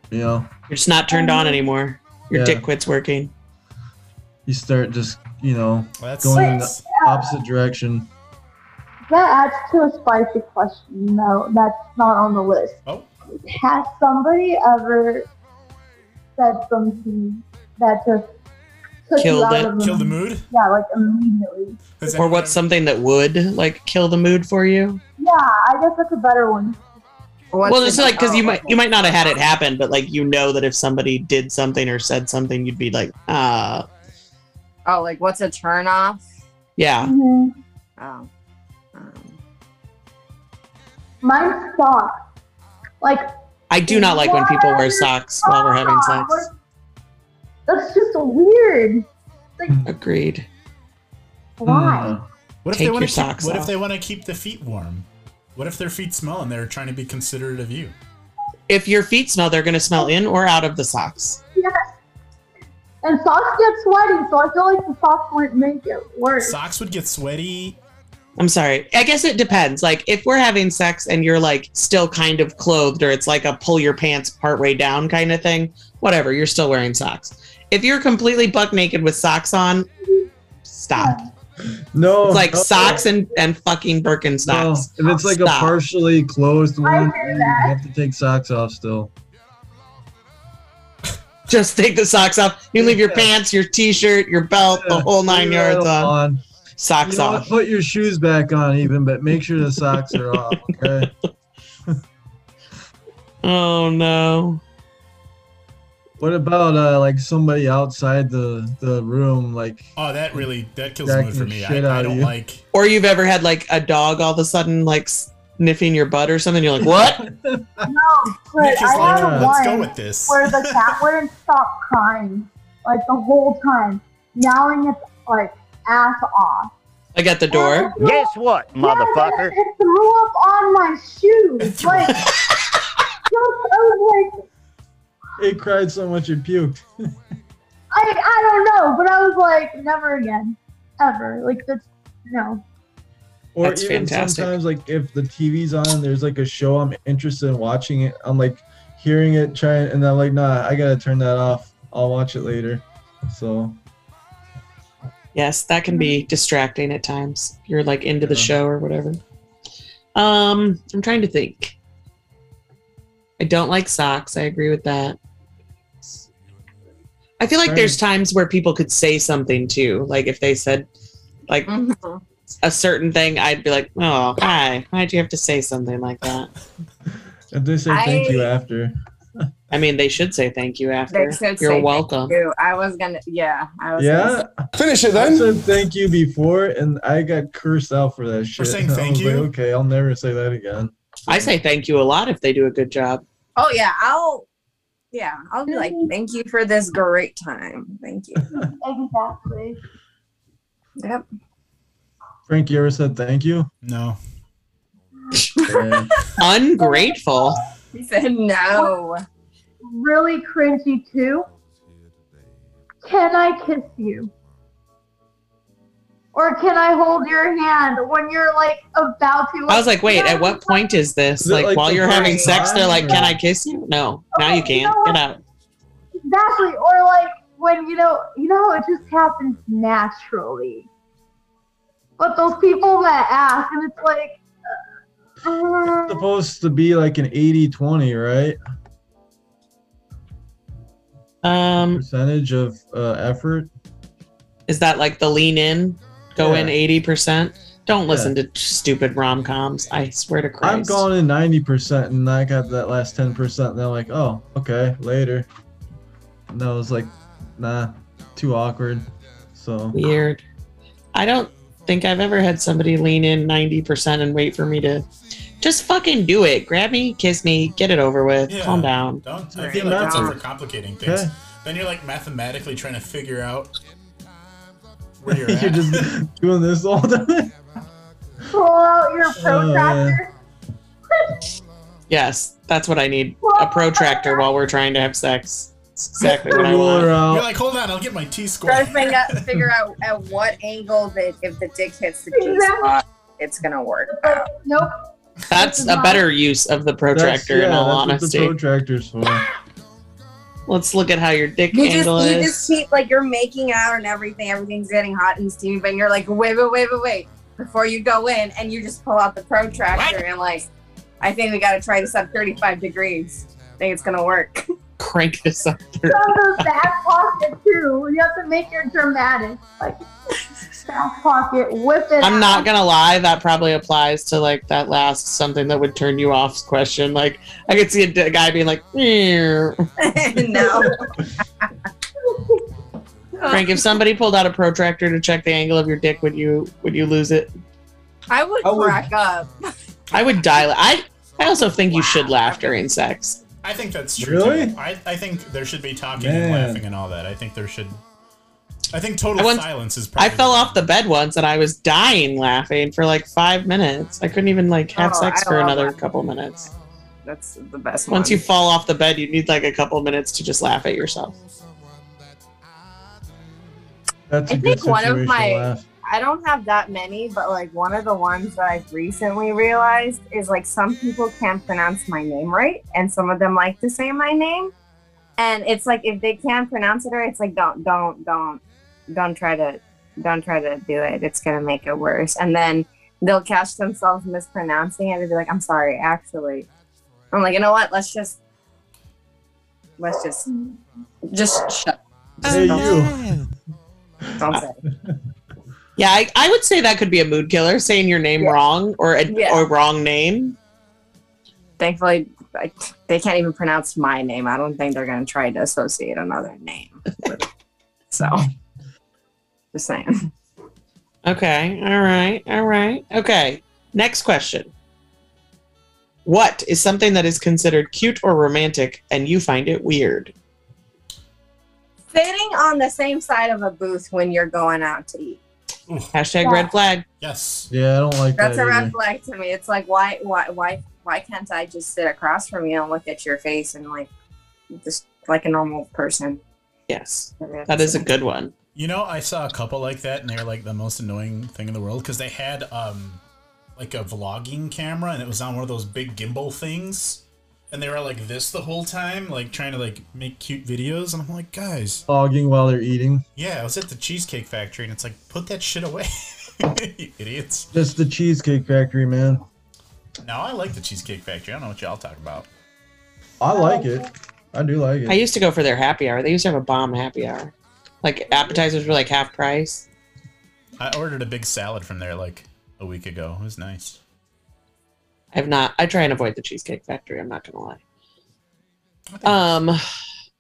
[SPEAKER 6] you know,
[SPEAKER 7] You're just not turned
[SPEAKER 8] Um,
[SPEAKER 7] on anymore. Your
[SPEAKER 6] Yeah.
[SPEAKER 7] dick quits working.
[SPEAKER 6] you start just you know
[SPEAKER 3] That's
[SPEAKER 6] going in the opposite direction.
[SPEAKER 5] That adds to a spicy question though. That's not on the list.
[SPEAKER 3] oh,
[SPEAKER 5] Has somebody ever said something that just took
[SPEAKER 7] Killed
[SPEAKER 5] you out
[SPEAKER 7] it.
[SPEAKER 5] of the
[SPEAKER 3] kill the mood.
[SPEAKER 5] Yeah, like immediately.
[SPEAKER 3] Has
[SPEAKER 7] Or
[SPEAKER 3] anyone
[SPEAKER 7] what's
[SPEAKER 3] ever-
[SPEAKER 7] something that would like kill the mood for you?
[SPEAKER 5] Yeah, I guess that's a better one.
[SPEAKER 8] What's
[SPEAKER 7] well, just
[SPEAKER 8] the-
[SPEAKER 7] like because you
[SPEAKER 8] oh,
[SPEAKER 7] might
[SPEAKER 8] okay.
[SPEAKER 7] you might not have had it happen, but like you know that if somebody did something or said something, you'd be like, ah,
[SPEAKER 8] Oh, like what's a turn off?
[SPEAKER 7] yeah.
[SPEAKER 5] Mhm.
[SPEAKER 8] Oh. Um,
[SPEAKER 5] Mine socks. Like ah,
[SPEAKER 7] I do not like when people wear socks while we're having sex.
[SPEAKER 5] That's just weird.
[SPEAKER 7] Agreed.
[SPEAKER 3] Hmm.
[SPEAKER 5] Why?
[SPEAKER 6] Hmm.
[SPEAKER 3] What if
[SPEAKER 7] Take
[SPEAKER 3] they want
[SPEAKER 7] your
[SPEAKER 3] to keep,
[SPEAKER 7] socks
[SPEAKER 3] What if
[SPEAKER 7] off.
[SPEAKER 3] they want to keep the feet warm? What if their feet smell and they're trying to be considerate of you?
[SPEAKER 7] If your feet smell, they're going to smell in or out of the socks.
[SPEAKER 5] Yes. And socks get sweaty, so I feel like the socks wouldn't make it worse.
[SPEAKER 3] Socks would get sweaty.
[SPEAKER 7] I'm sorry. I guess it depends. Like if we're having sex and you're like still kind of clothed or it's like a pull your pants part way down kind of thing, whatever, you're still wearing socks. If you're completely buck naked with socks on, stop.
[SPEAKER 6] No,
[SPEAKER 7] It's like
[SPEAKER 6] Oh, no.
[SPEAKER 7] socks and, and fucking Birkenstocks.
[SPEAKER 6] No, if Oh, it's like a
[SPEAKER 7] Stop.
[SPEAKER 6] partially closed one,
[SPEAKER 5] hear
[SPEAKER 6] you
[SPEAKER 5] that.
[SPEAKER 6] have to take socks off still.
[SPEAKER 7] Just take the socks off. You leave your pants, your t-shirt, your belt, the whole nine
[SPEAKER 6] Yeah,
[SPEAKER 7] yards
[SPEAKER 6] come
[SPEAKER 7] on.
[SPEAKER 6] on. You
[SPEAKER 7] Socks
[SPEAKER 6] know what,
[SPEAKER 7] off.
[SPEAKER 6] put your shoes back on even, but make sure the socks are off.
[SPEAKER 7] [laughs]
[SPEAKER 6] Okay.
[SPEAKER 7] Oh no.
[SPEAKER 6] What about uh, like somebody outside the the room? Like
[SPEAKER 3] Oh, that really that kills
[SPEAKER 6] That
[SPEAKER 3] the mood for
[SPEAKER 6] can
[SPEAKER 3] me.
[SPEAKER 6] shit
[SPEAKER 3] I, I
[SPEAKER 6] out of
[SPEAKER 3] don't
[SPEAKER 6] you.
[SPEAKER 3] like.
[SPEAKER 7] Or you've ever had like a dog all of a sudden like sniffing your butt or something. You're like,
[SPEAKER 6] [laughs]
[SPEAKER 7] what?
[SPEAKER 5] No,
[SPEAKER 3] Nick
[SPEAKER 5] but
[SPEAKER 3] is
[SPEAKER 5] I
[SPEAKER 3] like,
[SPEAKER 5] had
[SPEAKER 3] let's go
[SPEAKER 5] one
[SPEAKER 3] with this.
[SPEAKER 5] [laughs] where the cat wouldn't stop crying, like the whole time, meowing its like ass off.
[SPEAKER 7] like at the door.
[SPEAKER 11] Guess what, motherfucker?
[SPEAKER 5] Yeah, it threw up on my shoes. Like, [laughs] just, I was like,
[SPEAKER 6] it cried so much it puked.
[SPEAKER 5] I, I don't know, but I was like, never again, ever. Like that's no.
[SPEAKER 6] Or
[SPEAKER 7] That's
[SPEAKER 6] even
[SPEAKER 7] fantastic.
[SPEAKER 6] sometimes like if the TV's on and there's like a show I'm interested in watching it, I'm like hearing it trying and I'm like, nah, I gotta turn that off. I'll watch it later. So
[SPEAKER 7] Yes, that can
[SPEAKER 8] Mm-hmm.
[SPEAKER 7] be distracting at times. You're like into the
[SPEAKER 6] Yeah.
[SPEAKER 7] show or whatever. Um, I'm trying to think. I don't like socks. I agree with that. I feel like
[SPEAKER 6] Right.
[SPEAKER 7] there's times where people could say something too. Like if they said like
[SPEAKER 10] [laughs]
[SPEAKER 8] Mhm.
[SPEAKER 7] a certain thing, I'd be like, "Oh, hi. Why'd you have to say something like that?"
[SPEAKER 6] if they say thank
[SPEAKER 8] I-
[SPEAKER 6] you after,
[SPEAKER 7] I mean, they should say thank you after.
[SPEAKER 8] They should
[SPEAKER 7] You're
[SPEAKER 8] say
[SPEAKER 7] welcome.
[SPEAKER 8] Ew, I was gonna, yeah, I was. gonna
[SPEAKER 6] yeah,
[SPEAKER 8] say-
[SPEAKER 2] Finish it
[SPEAKER 6] I said thank you before, and I got cursed out for that shit.
[SPEAKER 3] saying
[SPEAKER 6] [laughs] I
[SPEAKER 3] thank
[SPEAKER 6] was like,
[SPEAKER 3] you?
[SPEAKER 6] okay, I'll never say that again.
[SPEAKER 7] I say thank you a lot if they do a good job.
[SPEAKER 8] Oh yeah, I'll. Yeah, I'll be
[SPEAKER 10] Mm-hmm.
[SPEAKER 8] like, thank you for this great time. Thank you.
[SPEAKER 5] Exactly.
[SPEAKER 8] Yep.
[SPEAKER 6] Frank, you ever said thank you?
[SPEAKER 3] No,
[SPEAKER 6] Yeah.
[SPEAKER 7] Ungrateful.
[SPEAKER 8] He said no.
[SPEAKER 5] Really cringy too. Can I kiss you? Or can I hold your hand when you're like about to?
[SPEAKER 7] I was like, wait, at what point is this?
[SPEAKER 6] Is it
[SPEAKER 7] Like,
[SPEAKER 6] like
[SPEAKER 7] while
[SPEAKER 6] the
[SPEAKER 7] you're having
[SPEAKER 6] first
[SPEAKER 7] sex, they're
[SPEAKER 6] time,
[SPEAKER 7] like,
[SPEAKER 6] or-
[SPEAKER 7] can I kiss you? No, now you
[SPEAKER 5] Okay, you
[SPEAKER 7] can't.
[SPEAKER 5] know
[SPEAKER 7] Get
[SPEAKER 5] what?
[SPEAKER 7] out.
[SPEAKER 5] Exactly. Or like when you know, you know, it just happens naturally. But those people that ask, and it's like, uh,
[SPEAKER 6] It's [laughs] supposed to be like an 80-20, right?
[SPEAKER 7] Um,
[SPEAKER 6] Percentage of uh, effort.
[SPEAKER 7] is that like the lean in? Go in
[SPEAKER 6] Yeah.
[SPEAKER 7] 80%? Don't listen to stupid rom coms. I swear to Christ.
[SPEAKER 6] I'm going in 90% and I got that last 10%. And they're like, oh, okay, later. And I was like, nah, too awkward. So,
[SPEAKER 7] Weird. I don't think I've ever had somebody lean in 90% and wait for me to just fucking do it. Grab me, kiss me, get it over with.
[SPEAKER 3] Yeah.
[SPEAKER 7] Calm down.
[SPEAKER 3] don't. I
[SPEAKER 8] Right.
[SPEAKER 3] feel like that's
[SPEAKER 8] Yeah.
[SPEAKER 3] overcomplicating things.
[SPEAKER 6] Okay.
[SPEAKER 3] Then you're like mathematically trying to figure out where you're at.
[SPEAKER 6] [laughs] you're just doing this all day.
[SPEAKER 5] pull out your protractor.
[SPEAKER 7] Yes, that's what I need a protractor while we're trying to have sex. That's exactly what I
[SPEAKER 6] Roll
[SPEAKER 7] want.
[SPEAKER 3] You're
[SPEAKER 6] around.
[SPEAKER 3] like, hold on, I'll get my T score.
[SPEAKER 10] Try to figure out, figure out at what angle that if the dick hits the G spot, it's gonna work.
[SPEAKER 8] [laughs]
[SPEAKER 10] out.
[SPEAKER 7] Uh.
[SPEAKER 5] Nope.
[SPEAKER 7] That's a better use of the protractor, in all
[SPEAKER 6] that's
[SPEAKER 7] honesty.
[SPEAKER 6] What the
[SPEAKER 8] [laughs]
[SPEAKER 6] protractor's for.
[SPEAKER 7] Let's look at how your dick
[SPEAKER 10] You just
[SPEAKER 7] angle
[SPEAKER 10] you
[SPEAKER 7] is.
[SPEAKER 10] just keep like you're making out and everything, everything's getting hot and steamy, but you're like, wait, wait, wait, wait, wait, before you go in, and you just pull out the protractor and like, I think we gotta try this at 35 degrees. I think it's gonna work. [laughs]
[SPEAKER 7] Crank this up.
[SPEAKER 5] From the back pocket too. You have to make your dramatic, like back pocket, whip it.
[SPEAKER 7] I'm
[SPEAKER 5] out.
[SPEAKER 7] not gonna lie, that probably applies to like that last something that would turn you off question. Like I could see a d- guy being like, "Eh."
[SPEAKER 6] [laughs]
[SPEAKER 10] no.
[SPEAKER 7] Frank, if somebody pulled out a protractor to check the angle of your dick, would you would you lose it?
[SPEAKER 10] I would
[SPEAKER 6] I would-
[SPEAKER 10] crack up.
[SPEAKER 7] I would die. la- I I also think you should laugh during sex.
[SPEAKER 3] I think that's true.
[SPEAKER 6] Really?
[SPEAKER 3] too. I, I think there should be talking and
[SPEAKER 6] Man.
[SPEAKER 3] laughing and all that. I think there should. I think total
[SPEAKER 7] I once-
[SPEAKER 3] silence is probably.
[SPEAKER 7] I fell off the bed once and I was dying laughing for like five minutes. I couldn't even like have
[SPEAKER 8] Oh,
[SPEAKER 7] sex
[SPEAKER 8] I
[SPEAKER 7] for
[SPEAKER 8] love
[SPEAKER 7] another couple minutes.
[SPEAKER 8] That's the best one.
[SPEAKER 7] Once you fall off the bed, you need like a couple minutes to just laugh at yourself.
[SPEAKER 6] That's a
[SPEAKER 8] I
[SPEAKER 6] good
[SPEAKER 8] think one of
[SPEAKER 6] situational
[SPEAKER 8] my-
[SPEAKER 6] laugh.
[SPEAKER 8] I don't have that many, but like one of the ones that I've recently realized is like some people can't pronounce my name right, and some of them like to say my name, and it's like if they can't pronounce it right, it's like don't don't don't don't try to don't try to do it. It's gonna make it worse, and then they'll catch themselves mispronouncing it and be like, "I'm sorry, actually." I'm like, you know what? Let's just let's just just shut.
[SPEAKER 6] Hey,
[SPEAKER 8] Oh,
[SPEAKER 6] you.
[SPEAKER 8] Don't say. it.
[SPEAKER 7] Yeah, I, I would say that could be a mood killer, saying your name wrong or a,
[SPEAKER 8] Yeah.
[SPEAKER 7] or wrong name.
[SPEAKER 8] thankfully I, they can't even pronounce my name i don't think they're going to try to associate another name with
[SPEAKER 7] [laughs]
[SPEAKER 8] it. so just saying
[SPEAKER 7] Okay. All right. All right. Okay. Next question. What is something that is considered cute or romantic and you find it weird?
[SPEAKER 10] Sitting on the same side of a booth when you're going out to eat.
[SPEAKER 7] Hashtag
[SPEAKER 10] Yeah.
[SPEAKER 7] red flag.
[SPEAKER 3] Yes.
[SPEAKER 6] Yeah, I don't like
[SPEAKER 10] That's
[SPEAKER 6] that.
[SPEAKER 10] a
[SPEAKER 6] either.
[SPEAKER 10] red flag to me. It's like why why why why can't I just sit across from you and look at your face and like just like a normal person?
[SPEAKER 7] Yes. That is a good one.
[SPEAKER 3] You know, I saw a couple like that, and they were like the most annoying thing in the world because they had um, like a vlogging camera, and it was on one of those big gimbal things, and they were like this the whole time, like trying to like make cute videos, and I'm like, guys,
[SPEAKER 6] Fogging while they're eating.
[SPEAKER 3] yeah, I was at the Cheesecake Factory, and it's like, put that shit away, [laughs] you idiots.
[SPEAKER 6] Just the Cheesecake Factory, man.
[SPEAKER 3] No, I like the Cheesecake Factory. I don't know what y'all talk about.
[SPEAKER 6] I like it. I do like it.
[SPEAKER 7] I used to go for their happy hour. They used to have a bomb happy hour. Like appetizers were like half price.
[SPEAKER 3] I ordered a big salad from there like a week ago. It was nice.
[SPEAKER 7] I've not I try and avoid the Cheesecake Factory, I'm not gonna lie. Um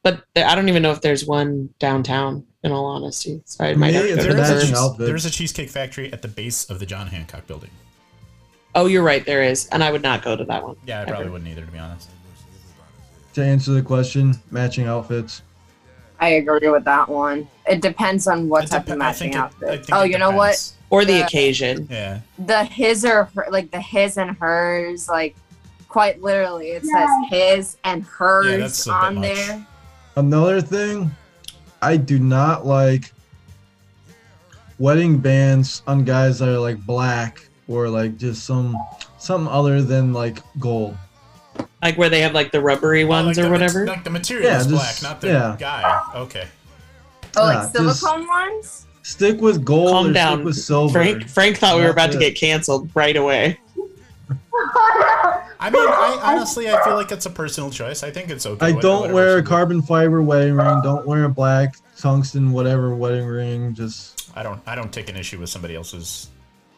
[SPEAKER 7] but th- I don't even know if there's one downtown, in all honesty. So I might have to go to
[SPEAKER 3] There is a
[SPEAKER 7] the
[SPEAKER 3] cheese-
[SPEAKER 7] Burbs.
[SPEAKER 3] there's a Cheesecake Factory at the base of the John Hancock building.
[SPEAKER 7] Oh, you're right, there is. And I would not go to that one.
[SPEAKER 3] Yeah, I
[SPEAKER 7] ever.
[SPEAKER 3] probably wouldn't either, to be honest.
[SPEAKER 6] to answer the question, matching outfits.
[SPEAKER 8] i agree with that one it depends on what type of matching outfit oh you know what
[SPEAKER 7] Or the occasion.
[SPEAKER 3] Yeah.
[SPEAKER 8] the his or her, like the his and hers like quite literally it says his and hers
[SPEAKER 3] that's a bit
[SPEAKER 8] on
[SPEAKER 3] much.
[SPEAKER 8] there
[SPEAKER 6] Another thing, I do not like wedding bands on guys that are like black or like just some something other than like gold.
[SPEAKER 7] Like where they have like the rubbery ones or whatever.
[SPEAKER 3] Like the material
[SPEAKER 6] Yeah,
[SPEAKER 3] is
[SPEAKER 6] just-
[SPEAKER 3] black, not the
[SPEAKER 6] yeah.
[SPEAKER 3] guy. Okay.
[SPEAKER 10] Oh,
[SPEAKER 6] Nah,
[SPEAKER 10] like
[SPEAKER 6] just
[SPEAKER 10] silicone ones?
[SPEAKER 6] Stick with gold
[SPEAKER 7] Calm
[SPEAKER 6] or
[SPEAKER 7] down.
[SPEAKER 6] stick with silver.
[SPEAKER 7] Frank Frank thought we were about
[SPEAKER 6] That's
[SPEAKER 7] to
[SPEAKER 6] it.
[SPEAKER 7] get canceled right away.
[SPEAKER 3] I mean, I honestly, I feel like it's a personal choice. I think it's okay.
[SPEAKER 6] I
[SPEAKER 3] wha-
[SPEAKER 6] don't
[SPEAKER 3] whatever.
[SPEAKER 6] wear a carbon fiber wedding ring. Don't wear a black tungsten whatever wedding ring. Just
[SPEAKER 3] I don't. I don't take an issue with somebody else's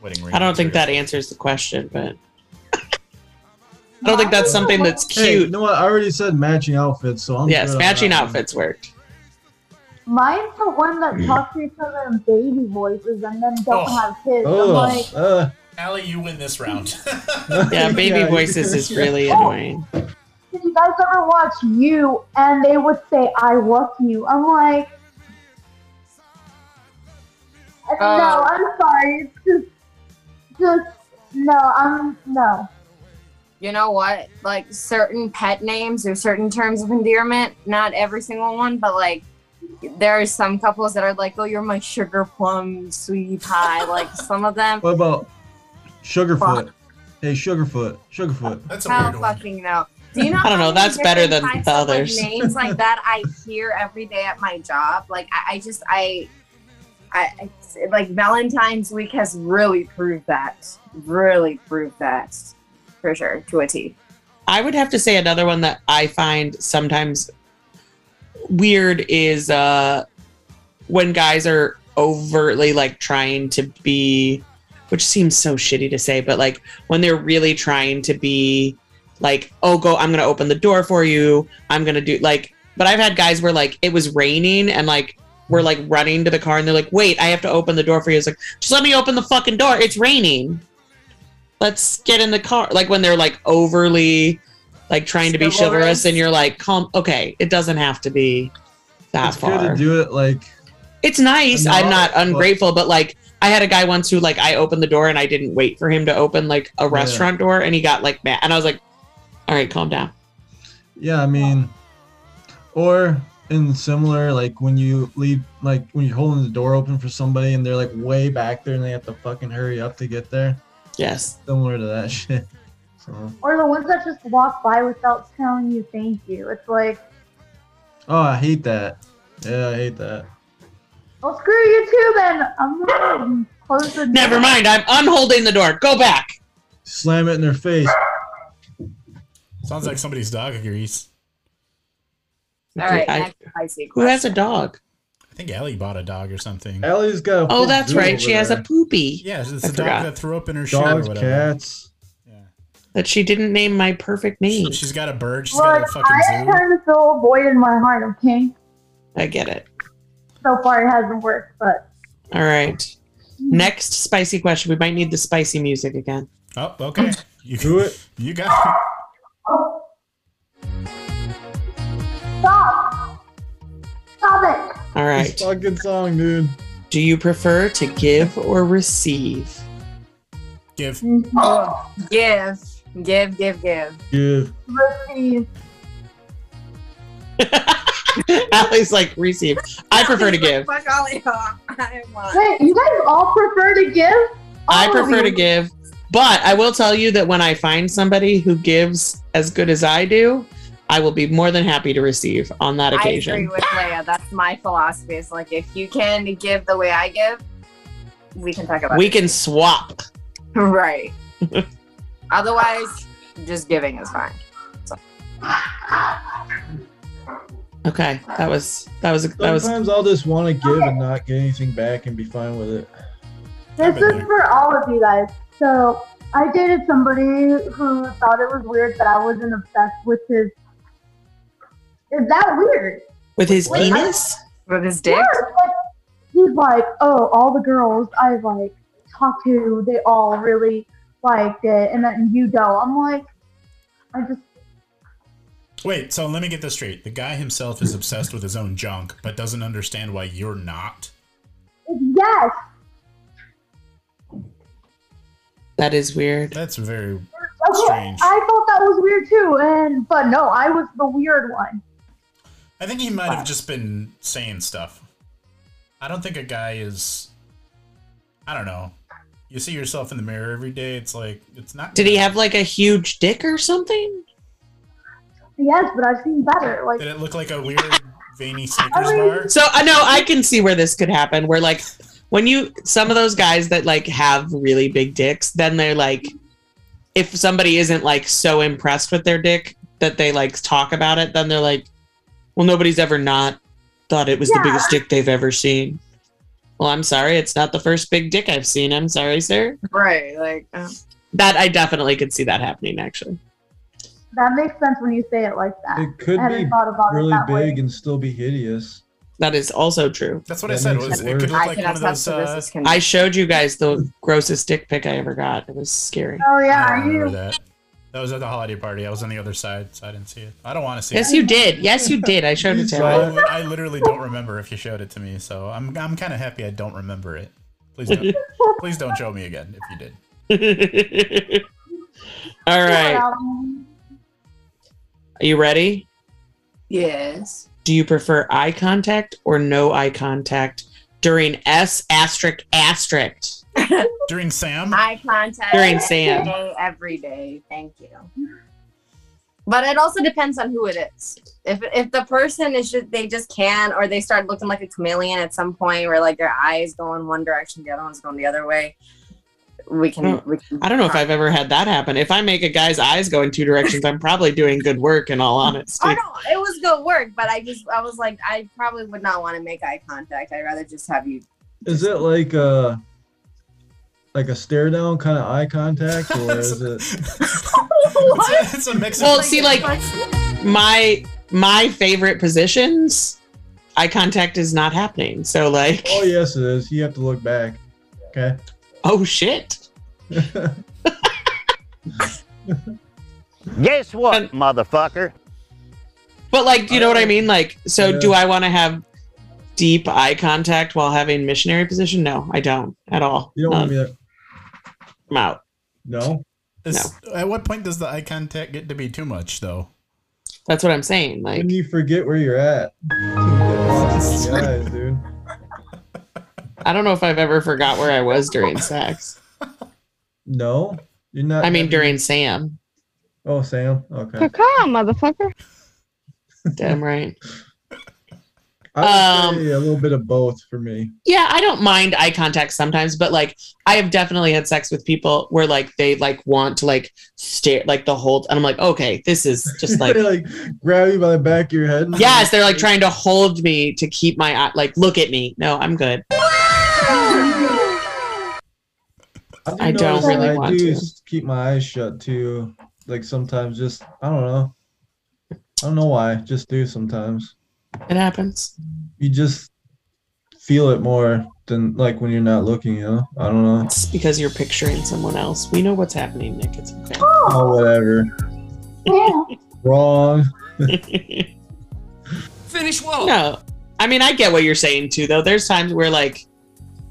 [SPEAKER 3] wedding ring.
[SPEAKER 7] I don't think that
[SPEAKER 3] material.
[SPEAKER 7] answers the question, but I don't think that's something that's
[SPEAKER 6] hey, you
[SPEAKER 7] cute.
[SPEAKER 6] know what? I already said matching outfits, so I'm
[SPEAKER 7] Yes,
[SPEAKER 6] good on
[SPEAKER 7] matching
[SPEAKER 6] that one.
[SPEAKER 7] outfits
[SPEAKER 6] [laughs]
[SPEAKER 7] worked.
[SPEAKER 5] Mine's the one that talks to each other in baby voices and then don't
[SPEAKER 3] Oh.
[SPEAKER 5] have kids.
[SPEAKER 6] Oh,
[SPEAKER 5] I'm like,
[SPEAKER 6] uh,
[SPEAKER 3] Allie, you win this round.
[SPEAKER 7] [laughs] Yeah, baby
[SPEAKER 6] Yeah, you-
[SPEAKER 7] voices is really
[SPEAKER 5] Oh.
[SPEAKER 7] annoying.
[SPEAKER 5] did you guys ever watch you? And they would say, I love you. I'm like, no,
[SPEAKER 7] Uh,
[SPEAKER 8] Oh.
[SPEAKER 5] I'm sorry. It's just, just, no, I'm, no.
[SPEAKER 8] you know what like certain pet names or certain terms of endearment not every single one but like there are some couples that are like oh you're my sugar plum sweet pie like some of them
[SPEAKER 6] What about Sugarfoot? Hey, Sugarfoot, Sugarfoot.
[SPEAKER 3] That's a
[SPEAKER 8] how
[SPEAKER 3] weird one.
[SPEAKER 8] fucking no
[SPEAKER 7] [laughs]
[SPEAKER 8] do you know
[SPEAKER 7] I don't
[SPEAKER 8] how
[SPEAKER 7] know,
[SPEAKER 8] many
[SPEAKER 7] that's better than
[SPEAKER 8] different types
[SPEAKER 7] the
[SPEAKER 8] of, like,
[SPEAKER 7] others.
[SPEAKER 8] names like that
[SPEAKER 7] [laughs]
[SPEAKER 8] i hear every day at my job like i, I just i I, I like valentine's week has really proved that really proved that for sure to a t
[SPEAKER 7] I would have to say another one that I find sometimes weird is uh when guys are overtly like trying to be which seems so shitty to say, but like when they're really trying to be like, oh go, I'm gonna open the door for you. I'm gonna do like but I've had guys where like it was raining and like we're like running to the car and they're like, wait, I have to open the door for you. It's like, just let me open the fucking door. It's raining. Let's get in the car. Like when they're like overly like trying to be
[SPEAKER 8] Chivalrous.
[SPEAKER 7] chivalrous and you're like, calm okay, it doesn't have to be that
[SPEAKER 6] It's
[SPEAKER 7] far.
[SPEAKER 6] good to do it like
[SPEAKER 7] It's nice.
[SPEAKER 9] No,
[SPEAKER 7] I'm not
[SPEAKER 9] but-
[SPEAKER 7] ungrateful, but like I had a guy once who like I opened the door and I didn't wait for him to open like a restaurant door and he got like mad and I was like, All right, calm down.
[SPEAKER 6] Yeah, I mean, or in similar, like when you leave, like when you're holding the door open for somebody and they're like way back there and they have to fucking hurry up to get there.
[SPEAKER 7] Yes.
[SPEAKER 6] Similar to that [laughs] shit. So,
[SPEAKER 5] Or the ones that just walk by without telling you thank you. It's like,
[SPEAKER 6] oh, I hate that. Yeah, I hate that.
[SPEAKER 5] well, screw you too, then. I'm gonna close the
[SPEAKER 7] Never mind, I'm unholding the door. Go back.
[SPEAKER 6] Slam it in their face.
[SPEAKER 3] Sounds like somebody's dog agrees.
[SPEAKER 8] All right,
[SPEAKER 7] I-
[SPEAKER 8] next spicy
[SPEAKER 7] Who has a dog?
[SPEAKER 3] I think Allie bought a dog or something.
[SPEAKER 6] Allie's got.
[SPEAKER 7] Oh, that's right. She has a poopy.
[SPEAKER 3] Yeah, it's
[SPEAKER 7] I
[SPEAKER 3] a dog
[SPEAKER 7] forgot.
[SPEAKER 3] that threw up in her shit or
[SPEAKER 6] Dogs,
[SPEAKER 3] whatever.
[SPEAKER 6] cats.
[SPEAKER 7] that she didn't name my perfect name.
[SPEAKER 3] She's got a bird. She's got
[SPEAKER 5] Look,
[SPEAKER 3] a
[SPEAKER 5] I'm
[SPEAKER 3] fucking zoo.
[SPEAKER 5] trying to fill a void in my heart, okay?
[SPEAKER 7] I get it.
[SPEAKER 5] So far, it hasn't worked, but
[SPEAKER 7] All right. Next spicy question. We might need the spicy music again.
[SPEAKER 3] Oh, okay. You
[SPEAKER 6] do it.
[SPEAKER 3] [laughs] You got
[SPEAKER 5] stop! Stop it!
[SPEAKER 7] All right.
[SPEAKER 6] Fucking song, dude.
[SPEAKER 7] Do you prefer to give or receive?
[SPEAKER 3] Give.
[SPEAKER 7] Mm-hmm.
[SPEAKER 8] Oh, give, give, give, give.
[SPEAKER 6] Give.
[SPEAKER 5] Receive.
[SPEAKER 7] [laughs] Allie's like receive. I prefer to give.
[SPEAKER 10] Fuck all of
[SPEAKER 8] [laughs]
[SPEAKER 10] y'all. I want.
[SPEAKER 5] Wait, you guys all prefer to give?
[SPEAKER 7] I
[SPEAKER 5] All of
[SPEAKER 7] prefer to
[SPEAKER 5] you?
[SPEAKER 7] give. But I will tell you that when I find somebody who gives as good as I do, I will be more than happy to receive on that
[SPEAKER 8] I
[SPEAKER 7] occasion.
[SPEAKER 8] agree with Leia. That's my philosophy. It's like if you can give the way I give, we can talk about
[SPEAKER 7] we
[SPEAKER 8] it.
[SPEAKER 7] can swap.
[SPEAKER 3] [laughs]
[SPEAKER 8] Right. Otherwise, just giving is fine.
[SPEAKER 7] Okay, that was that was that was
[SPEAKER 6] Sometimes I'll just want to give and not get anything back and be fine with it.
[SPEAKER 5] This
[SPEAKER 6] been
[SPEAKER 5] is for all of you guys. So I dated somebody who thought it was weird that I wasn't obsessed with his. Is that weird?
[SPEAKER 7] with his
[SPEAKER 5] What?
[SPEAKER 7] penis.
[SPEAKER 8] With his dick?
[SPEAKER 5] Yeah, it's like- he's like, oh, all the girls I like talked to, they all really liked it, and then you don't. I'm like, I just
[SPEAKER 3] Wait, so let me get this straight. The guy himself is obsessed with his own junk, but doesn't understand why you're not.
[SPEAKER 5] yes,
[SPEAKER 7] That is weird.
[SPEAKER 3] That's very.
[SPEAKER 5] okay.
[SPEAKER 3] Strange.
[SPEAKER 5] I thought that was weird too, and but no, I was the weird one.
[SPEAKER 3] I think he might have just been saying stuff. I don't think a guy is. I don't know. You see yourself in the mirror every day. It's like it's not.
[SPEAKER 7] Did he have like a huge dick or something?
[SPEAKER 5] Yes, but I've seen better. Like
[SPEAKER 3] Did it look like a weird veiny Snickers
[SPEAKER 5] I mean-
[SPEAKER 3] bar?
[SPEAKER 7] So I know I can see where this could happen. Where like when you some of those guys that like have really big dicks, then they're like, if somebody isn't like so impressed with their dick that they like talk about it, then they're like, well, nobody's ever not thought it was the
[SPEAKER 5] Yeah.
[SPEAKER 7] biggest dick they've ever seen. Well, I'm sorry, it's not the first big dick I've seen. I'm sorry, sir.
[SPEAKER 8] Right. Like, uh,
[SPEAKER 7] That I definitely could see that happening. Actually,
[SPEAKER 5] that makes sense when you say it like that.
[SPEAKER 6] It could
[SPEAKER 5] I hadn't
[SPEAKER 6] be
[SPEAKER 5] thought about it
[SPEAKER 6] really
[SPEAKER 5] that
[SPEAKER 6] big
[SPEAKER 5] way.
[SPEAKER 6] and still be hideous.
[SPEAKER 7] that is also true.
[SPEAKER 3] That's what I
[SPEAKER 6] That
[SPEAKER 3] said.
[SPEAKER 6] makes
[SPEAKER 3] Was,
[SPEAKER 6] it
[SPEAKER 3] it could
[SPEAKER 6] worse.
[SPEAKER 3] look
[SPEAKER 8] I
[SPEAKER 3] like
[SPEAKER 8] can
[SPEAKER 3] one of
[SPEAKER 8] accept
[SPEAKER 3] those.
[SPEAKER 8] that
[SPEAKER 3] Uh,
[SPEAKER 8] this is con-
[SPEAKER 7] I showed you guys the grossest dick pic I ever got. It was scary.
[SPEAKER 5] Oh
[SPEAKER 3] I
[SPEAKER 5] yeah,
[SPEAKER 3] don't remember
[SPEAKER 5] you.
[SPEAKER 3] that. That was at the holiday party. I was on the other side, so I didn't see it. I don't want to see
[SPEAKER 7] Yes,
[SPEAKER 3] it.
[SPEAKER 7] you did. Yes, you did. I showed it to
[SPEAKER 3] I,
[SPEAKER 7] him.
[SPEAKER 3] li- I literally don't remember if you showed it to me, so I'm I'm kind of happy I don't remember it. Please don't, please don't show me again if you did.
[SPEAKER 7] [laughs] All right. Are you ready?
[SPEAKER 8] yes.
[SPEAKER 7] Do you prefer eye contact or no eye contact during S asterisk asterisk?
[SPEAKER 3] During Sam,
[SPEAKER 8] Eye contact.
[SPEAKER 7] During
[SPEAKER 8] every
[SPEAKER 7] Sam.
[SPEAKER 8] day, every day. Thank you. But it also depends on who it is. If, if the person is just, they just can, or they start looking like a chameleon at some point, where like their eyes going one direction, the other one's going the other way, we can.
[SPEAKER 7] Oh,
[SPEAKER 8] we can
[SPEAKER 7] I don't know if I've ever had that happen. If I make a guy's eyes go in two directions, I'm probably doing good work in all
[SPEAKER 8] I
[SPEAKER 7] honesty.
[SPEAKER 8] know it was good work, but I just I was like I probably would not want to make eye contact. I'd rather just have you.
[SPEAKER 6] Is it like a like a stare down kind of eye
[SPEAKER 3] [laughs]
[SPEAKER 6] contact,
[SPEAKER 7] [laughs]
[SPEAKER 6] or is it?
[SPEAKER 3] it's, a, it's a mix. of-
[SPEAKER 7] Well, see, like my my favorite positions, eye contact is not happening. So like, [laughs]
[SPEAKER 6] Oh yes, it is. You have to look back. Okay. [laughs]
[SPEAKER 7] oh shit.
[SPEAKER 11] Guess what, motherfucker?
[SPEAKER 7] But like, do you know what I mean? Like, so
[SPEAKER 6] Yeah.
[SPEAKER 7] do I want to have deep eye contact while having missionary position? No, I don't at all.
[SPEAKER 6] You don't want
[SPEAKER 7] None.
[SPEAKER 6] me to.
[SPEAKER 7] I'm out.
[SPEAKER 6] No.
[SPEAKER 3] Is- At what point does the eye contact get to be too much, though?
[SPEAKER 7] That's what I'm saying. Like,
[SPEAKER 6] When you forget where you're at. Lost in the eyes, dude.
[SPEAKER 7] I don't know if I've ever forgot where I was during sex.
[SPEAKER 6] No, you're not.
[SPEAKER 7] I mean, during Sam.
[SPEAKER 6] Oh, Sam. Okay.
[SPEAKER 12] Caca, motherfucker.
[SPEAKER 7] Damn right. Um,
[SPEAKER 6] I would say a little bit of both for me. [laughs]
[SPEAKER 7] Yeah, I don't mind eye contact sometimes, but like I have definitely had sex with people where like they like want to like stare like the whole and I'm like, okay, this is just like
[SPEAKER 6] They, like grab you by the back of your head. and-
[SPEAKER 7] Yes, they're like trying to hold me to keep my eye like look at me. No, I'm good.
[SPEAKER 6] I, do
[SPEAKER 7] I don't
[SPEAKER 6] notice
[SPEAKER 7] really
[SPEAKER 6] I
[SPEAKER 7] want
[SPEAKER 6] do
[SPEAKER 7] to.
[SPEAKER 6] s- keep my eyes shut too. Like sometimes, just I don't know. I don't know why. Just do sometimes.
[SPEAKER 7] It happens.
[SPEAKER 6] You just feel it more than like when you're not looking. You know. I don't know.
[SPEAKER 7] It's because you're picturing someone else. We know what's happening, Nick. It's okay.
[SPEAKER 6] Oh, whatever. Wrong.
[SPEAKER 7] Finish
[SPEAKER 3] Oh!
[SPEAKER 7] what? No. I mean, I get what you're saying too though. There's times where like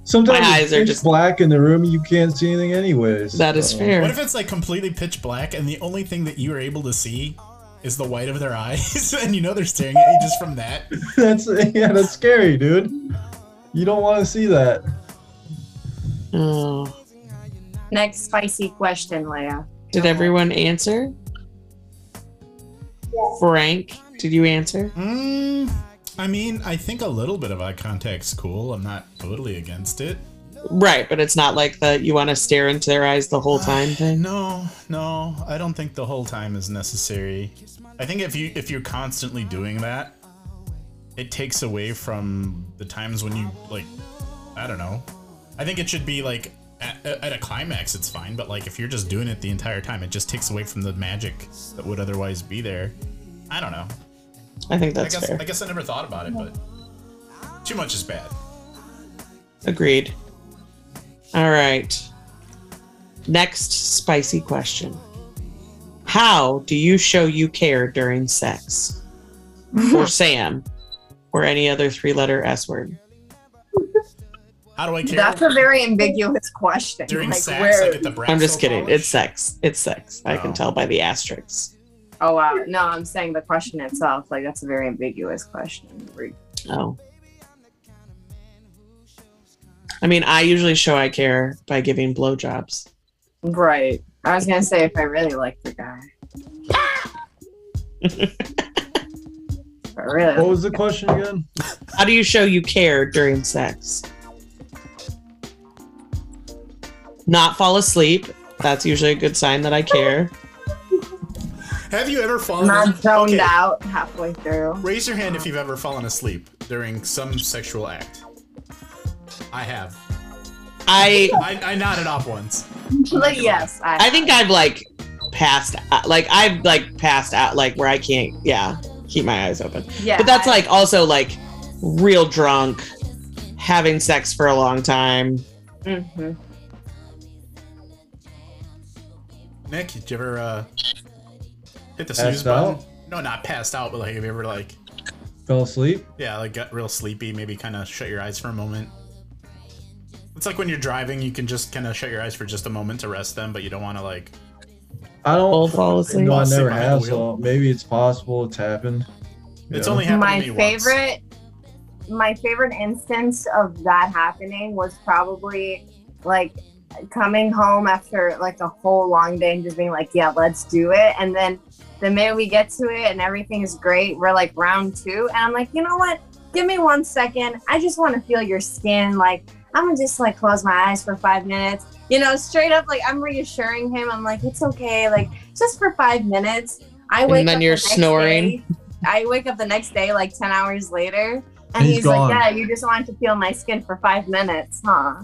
[SPEAKER 6] Sometimes
[SPEAKER 7] my eyes are
[SPEAKER 6] it's
[SPEAKER 7] just
[SPEAKER 6] black in the room. You can't see anything, anyways.
[SPEAKER 7] That is
[SPEAKER 6] so-
[SPEAKER 3] What if it's like completely pitch black and the only thing that you are able to see is the white of their [laughs] eyes and you know they're staring at you just from that?
[SPEAKER 6] [laughs] that's yeah, that's scary, dude. You don't want to see that.
[SPEAKER 7] Oh.
[SPEAKER 8] Next spicy question, [laughs] Leia.
[SPEAKER 7] Did everyone answer? Frank, did you answer?
[SPEAKER 3] Mm, I mean, I think a little bit of eye contact's cool. I'm not totally against it.
[SPEAKER 7] Right, but it's not like the you want to stare into their eyes the whole time thing.
[SPEAKER 3] No, no, I don't think the whole time is necessary. I think if you if you're constantly doing that, it takes away from the times when you like, I don't know. I think it should be like at, at a climax, it's fine. But like if you're just doing it the entire time, it just takes away from the magic that would otherwise be there. I don't know.
[SPEAKER 7] I think that's
[SPEAKER 3] I guess,
[SPEAKER 7] fair.
[SPEAKER 3] I guess I never thought about it, but too much is bad.
[SPEAKER 7] Agreed. All right. Next spicy question. How do you show you care during sex? For Sam or any other three letter S word?
[SPEAKER 3] How do I care?
[SPEAKER 10] That's a very ambiguous question.
[SPEAKER 3] During
[SPEAKER 10] like,
[SPEAKER 3] sex,
[SPEAKER 10] where?
[SPEAKER 3] I get the brass.
[SPEAKER 7] I'm just
[SPEAKER 3] so
[SPEAKER 7] kidding.
[SPEAKER 3] polished?
[SPEAKER 7] It's sex. It's sex. I can tell by the asterisks.
[SPEAKER 8] Oh wow. No, I'm saying the question itself. Like that's a very ambiguous question.
[SPEAKER 7] Oh. I mean, I usually show I care by giving blowjobs.
[SPEAKER 8] Right. I was gonna say if I really like the guy. If I really
[SPEAKER 6] What was the question again?
[SPEAKER 7] How do you show you care during sex? Not fall asleep. That's usually a good sign that I care.
[SPEAKER 3] Have you ever fallen?
[SPEAKER 8] not zoned
[SPEAKER 3] Oh, Okay.
[SPEAKER 8] out halfway through.
[SPEAKER 3] Raise your hand if you've ever fallen asleep during some sexual act. I have.
[SPEAKER 7] I
[SPEAKER 3] I, I nodded off once.
[SPEAKER 8] Like, yes, I,
[SPEAKER 7] I think I've like passed out- like I've like passed out like where I can't yeah, keep my eyes open.
[SPEAKER 8] Yeah,
[SPEAKER 7] But that's
[SPEAKER 8] I-
[SPEAKER 7] like also like real drunk, having sex for a long time.
[SPEAKER 8] Mhm.
[SPEAKER 3] Nick, did you ever uh, hit the
[SPEAKER 6] Passed
[SPEAKER 3] snooze button? No, not passed out, but like have you ever like
[SPEAKER 6] Fell asleep.
[SPEAKER 3] yeah, like got real sleepy, maybe kind of shut your eyes for a moment. It's like when you're driving, you can just kind of shut your eyes for just a moment to rest them, but you don't want to like.
[SPEAKER 6] I don't
[SPEAKER 7] Both fall asleep.
[SPEAKER 6] No, I
[SPEAKER 3] Fall asleep
[SPEAKER 6] never
[SPEAKER 3] behind the
[SPEAKER 6] have.
[SPEAKER 3] wheel.
[SPEAKER 6] So maybe it's possible it's happened.
[SPEAKER 3] It's
[SPEAKER 6] Yeah.
[SPEAKER 3] only happened to
[SPEAKER 8] my
[SPEAKER 3] me once.
[SPEAKER 8] favorite my favorite instance of that happening was probably like coming home after like a whole long day and just being like yeah let's do it and then the minute we get to it and everything is great we're like round two and i'm like you know what give me one second i just want to feel your skin like i'm gonna just like close my eyes for five minutes you know straight up like i'm reassuring him i'm like it's okay like just for five minutes i
[SPEAKER 7] And
[SPEAKER 8] wake
[SPEAKER 7] then
[SPEAKER 8] up
[SPEAKER 7] you're
[SPEAKER 8] the next
[SPEAKER 7] snoring.
[SPEAKER 8] day- I wake up the next day, like 10 hours later, and
[SPEAKER 6] He's
[SPEAKER 8] he's,
[SPEAKER 6] gone.
[SPEAKER 8] like, Yeah, you just wanted to feel my skin for five minutes, huh?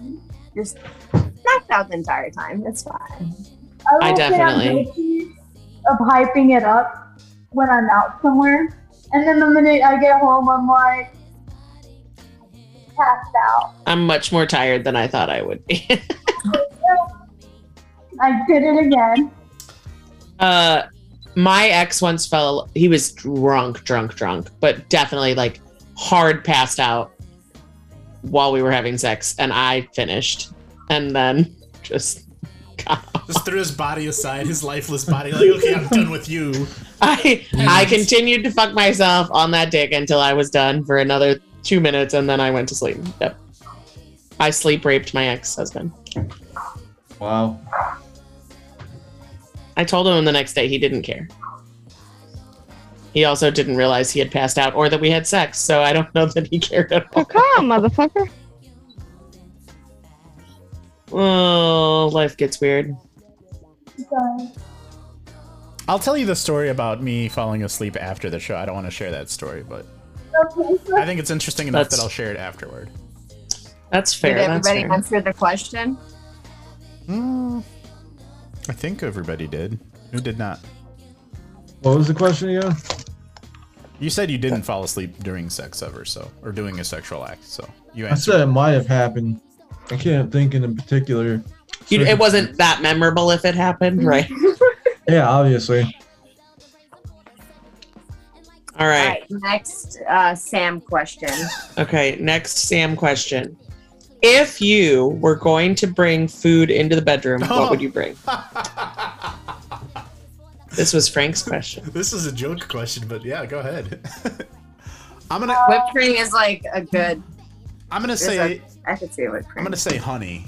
[SPEAKER 8] Just knocked out the entire time. It's fine.
[SPEAKER 5] will
[SPEAKER 7] I
[SPEAKER 5] say I'm
[SPEAKER 7] definitely-
[SPEAKER 5] guilty of hyping it up when I'm out somewhere, and then the minute I get home, I'm like passed out.
[SPEAKER 7] I'm much more tired than I thought I would be. [laughs]
[SPEAKER 5] I did it again.
[SPEAKER 7] Uh, my ex once fell. He was drunk, drunk, drunk, but definitely like hard passed out. while we were having sex, and I finished, and then [laughs] just
[SPEAKER 3] Just threw his body aside, his lifeless body. Like, okay, I'm done with you.
[SPEAKER 7] I I continued to fuck myself on that dick until I was done for another two minutes, and then I went to sleep. Yep, I sleep raped my ex husband.
[SPEAKER 6] Wow.
[SPEAKER 7] I told him the next day he didn't care. He also didn't realize he had passed out or that we had sex, so I don't know [laughs] that he cared at all.
[SPEAKER 12] Oh, Come, motherfucker.
[SPEAKER 7] Oh, life gets weird.
[SPEAKER 3] I'll tell you the story about me falling asleep after the show. I don't want to share that story, but I think it's interesting enough
[SPEAKER 7] That's-
[SPEAKER 3] that I'll share it afterward.
[SPEAKER 7] That's fair.
[SPEAKER 8] Did
[SPEAKER 7] That's
[SPEAKER 8] everybody
[SPEAKER 7] fair.
[SPEAKER 8] answer the question?
[SPEAKER 3] Hmm. I think everybody did. Who did not?
[SPEAKER 6] What was the question again?
[SPEAKER 3] You said you didn't fall asleep during sex ever, so or doing a sexual act, so you
[SPEAKER 6] I
[SPEAKER 3] answered.
[SPEAKER 6] said it might have happened. I can't think in a particular.
[SPEAKER 7] You-
[SPEAKER 3] Mhm.
[SPEAKER 7] it wasn't that memorable if it happened,
[SPEAKER 12] Mhm.
[SPEAKER 7] right?
[SPEAKER 6] Yeah, obviously.
[SPEAKER 7] All
[SPEAKER 8] All
[SPEAKER 7] right.
[SPEAKER 8] right, next uh, Sam question.
[SPEAKER 7] Okay. Next Sam question. If you were going to bring food into the bedroom,
[SPEAKER 3] Oh.
[SPEAKER 7] what would you bring? this was Frank's question.
[SPEAKER 3] [laughs] This is a joke question, but yeah, go ahead. [laughs] I'm gonna
[SPEAKER 8] Whipped cream is like a good.
[SPEAKER 3] I'm gonna
[SPEAKER 8] is
[SPEAKER 3] say-
[SPEAKER 8] a- I could see whipped
[SPEAKER 3] I'm
[SPEAKER 8] cream.
[SPEAKER 3] gonna say honey.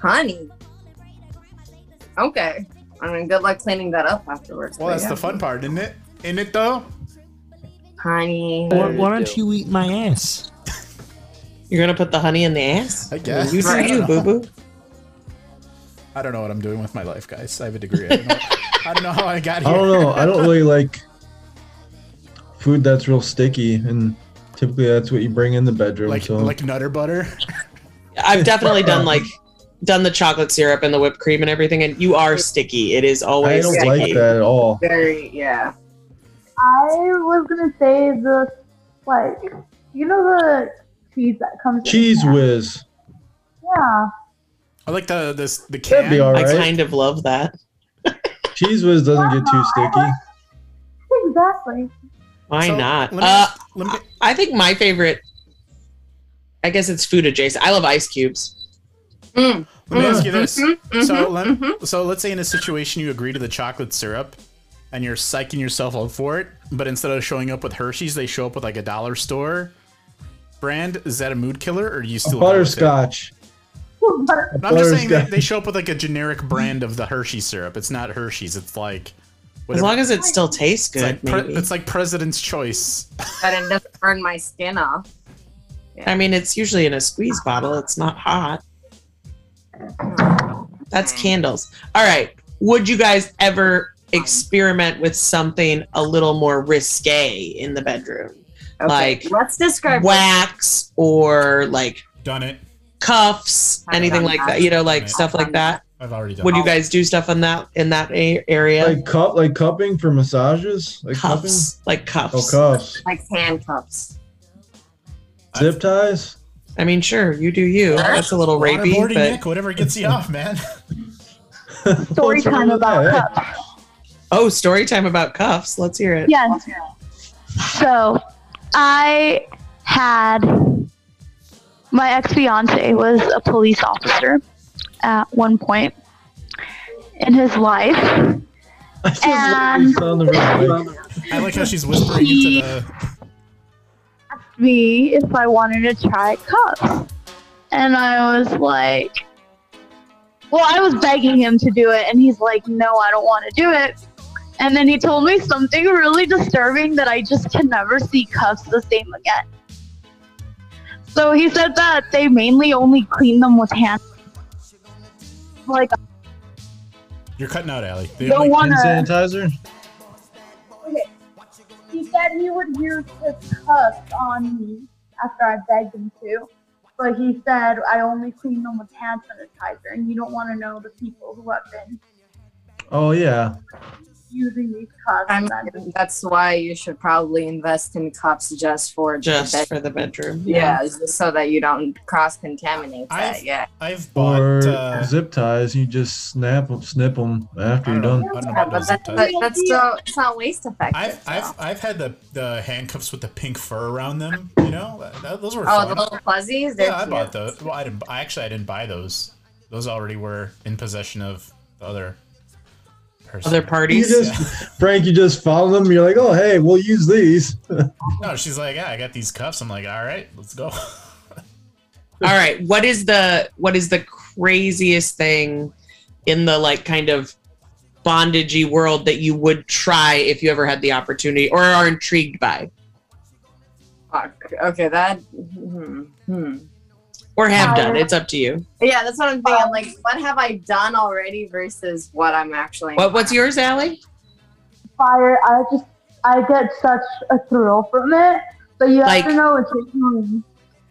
[SPEAKER 8] honey. Okay. I mean, good luck cleaning that up afterwards.
[SPEAKER 3] Well,
[SPEAKER 8] but
[SPEAKER 3] that's
[SPEAKER 8] yeah.
[SPEAKER 3] the fun part, isn't it? In it though.
[SPEAKER 8] Honey.
[SPEAKER 9] Why, why don't you eat my ass?
[SPEAKER 7] You're gonna put the honey in the ass?
[SPEAKER 3] I guess.
[SPEAKER 7] You do
[SPEAKER 3] Right.
[SPEAKER 7] you, boo boo.
[SPEAKER 3] I don't know what I'm doing with my life, guys. I have a degree. I don't know, I don't know how I got
[SPEAKER 6] [laughs] I
[SPEAKER 3] here.
[SPEAKER 6] don't know. I don't really like food that's real sticky, and typically that's what you bring in the
[SPEAKER 3] [laughs]
[SPEAKER 6] bedroom.
[SPEAKER 3] like
[SPEAKER 6] so
[SPEAKER 3] like nutter butter.
[SPEAKER 7] I've definitely
[SPEAKER 6] [laughs]
[SPEAKER 7] done like done the chocolate syrup and the whipped cream and everything, and you are sticky. It is
[SPEAKER 6] I
[SPEAKER 7] always
[SPEAKER 6] don't
[SPEAKER 7] sticky.
[SPEAKER 6] like that at all.
[SPEAKER 8] Very, yeah.
[SPEAKER 5] I was gonna say the like you know the cheese that comes in
[SPEAKER 6] Cheese whiz.
[SPEAKER 5] that? Yeah.
[SPEAKER 3] I like the this the can.
[SPEAKER 6] That'd be all
[SPEAKER 7] I
[SPEAKER 6] right.
[SPEAKER 7] kind of love that.
[SPEAKER 6] Cheese whiz doesn't get too sticky.
[SPEAKER 5] Exactly. [laughs]
[SPEAKER 7] Why
[SPEAKER 3] So,
[SPEAKER 7] not?
[SPEAKER 3] let me-
[SPEAKER 7] uh,
[SPEAKER 3] let me-
[SPEAKER 7] I think my favorite. I guess it's food adjacent. I love ice cubes.
[SPEAKER 3] Let me ask you this.
[SPEAKER 7] Mhm, mhm,
[SPEAKER 3] so, let, so let's say in a situation you agree to the chocolate syrup and you're psyching yourself up for it, but instead of showing up with Hershey's, they show up with like a dollar store brand. Is that a mood killer or do you still go with it?
[SPEAKER 6] Butterscotch.
[SPEAKER 3] No, I'm just saying they,
[SPEAKER 6] Butterscotch.
[SPEAKER 3] they show up with like a generic brand of the Hershey syrup. It's not Hershey's. It's like
[SPEAKER 7] As long as it still tastes
[SPEAKER 3] it's like,
[SPEAKER 7] good,
[SPEAKER 3] pre-
[SPEAKER 7] maybe.
[SPEAKER 3] it's like President's Choice.
[SPEAKER 8] But it doesn't burn my skin off.
[SPEAKER 7] I mean, it's usually in a squeeze bottle. It's not hot. That's candles. All right. Would you guys ever experiment with something a little more risque in the bedroom?
[SPEAKER 8] Okay,
[SPEAKER 7] Like
[SPEAKER 8] let's describe
[SPEAKER 7] wax or like
[SPEAKER 3] Done it.
[SPEAKER 7] cuffs,
[SPEAKER 8] I've
[SPEAKER 7] anything
[SPEAKER 8] done
[SPEAKER 7] like
[SPEAKER 8] that.
[SPEAKER 7] that, you know, like
[SPEAKER 3] I've
[SPEAKER 7] stuff like
[SPEAKER 8] done
[SPEAKER 7] that.
[SPEAKER 3] I've already done
[SPEAKER 7] Would you
[SPEAKER 3] it.
[SPEAKER 7] guys do stuff on that in that a- area?
[SPEAKER 6] Like cup, like cupping for massages. Like
[SPEAKER 7] cuffs, like
[SPEAKER 6] cupping.
[SPEAKER 7] cuffs.
[SPEAKER 6] Oh, cuffs.
[SPEAKER 8] like handcuffs.
[SPEAKER 6] Zip ties.
[SPEAKER 7] I mean, sure, you do you. That's a little rapey,
[SPEAKER 3] Waterboarding
[SPEAKER 7] but
[SPEAKER 3] Nick, whatever gets you off,
[SPEAKER 7] [laughs]
[SPEAKER 3] man.
[SPEAKER 5] Story time about cups.
[SPEAKER 6] [laughs]
[SPEAKER 7] oh, story time about cuffs. Let's hear it.
[SPEAKER 12] Yes. So I had my ex fiance was a police officer at one point in his life. And
[SPEAKER 5] [laughs]
[SPEAKER 3] I like how she's whispering into the.
[SPEAKER 12] me if I wanted to try cups. And I was like, well, I was begging him to do it, and he's like, no, I don't want to do it. And then he told me something really disturbing that I just can never see cups the same again. So he said that they mainly only clean them with hand. Like,
[SPEAKER 3] You're cutting out, Allie. They
[SPEAKER 12] Don't
[SPEAKER 3] only-
[SPEAKER 12] wanna-
[SPEAKER 6] Hand sanitizer.
[SPEAKER 5] Okay. He said he would use his cuffs on me after I begged him to, but he said I only clean them with hand sanitizer, and you don't want to know the people who have been
[SPEAKER 6] Oh yeah.
[SPEAKER 5] using these cups.
[SPEAKER 8] I'm, that's why you should probably invest in cups just for
[SPEAKER 7] Just
[SPEAKER 8] bed-
[SPEAKER 7] for the bedroom.
[SPEAKER 8] Yeah, so that you don't cross contaminate that.
[SPEAKER 3] I've-
[SPEAKER 8] yeah,
[SPEAKER 3] I've
[SPEAKER 6] or
[SPEAKER 3] uh,
[SPEAKER 6] zip ties. You just snap them, snip them after you're done.
[SPEAKER 8] Yeah, but that, but that's so it's not waste effective.
[SPEAKER 3] I've, I've, I've had the, the handcuffs with the pink fur around them. You know, That- that- those were
[SPEAKER 8] oh, the
[SPEAKER 3] fun.
[SPEAKER 8] little fuzzies. They're
[SPEAKER 3] Yeah, I
[SPEAKER 8] cute.
[SPEAKER 3] bought those. Well, I didn't. I actually I didn't buy those. Those already were in possession of the other person.
[SPEAKER 6] You just, Frank, you just follow them. You're like, oh hey, we'll use these.
[SPEAKER 3] No, she's like, yeah, I got these cuffs. I'm like, all right, let's go. [laughs]
[SPEAKER 7] All right. What is the what is the craziest thing in the like kind of bondagey world that you would try if you ever had the opportunity or are intrigued by
[SPEAKER 8] Fuck. Okay, that. Hmm. hmm.
[SPEAKER 7] or have
[SPEAKER 8] Uh,
[SPEAKER 7] done? It's up to you.
[SPEAKER 8] Yeah, that's what I'm thinking. Like, what have I done already versus what I'm actually.
[SPEAKER 7] What what's yours, Allie?
[SPEAKER 5] Fire. I just I get such a thrill from it. But you have
[SPEAKER 7] Like-
[SPEAKER 5] to know it's doing.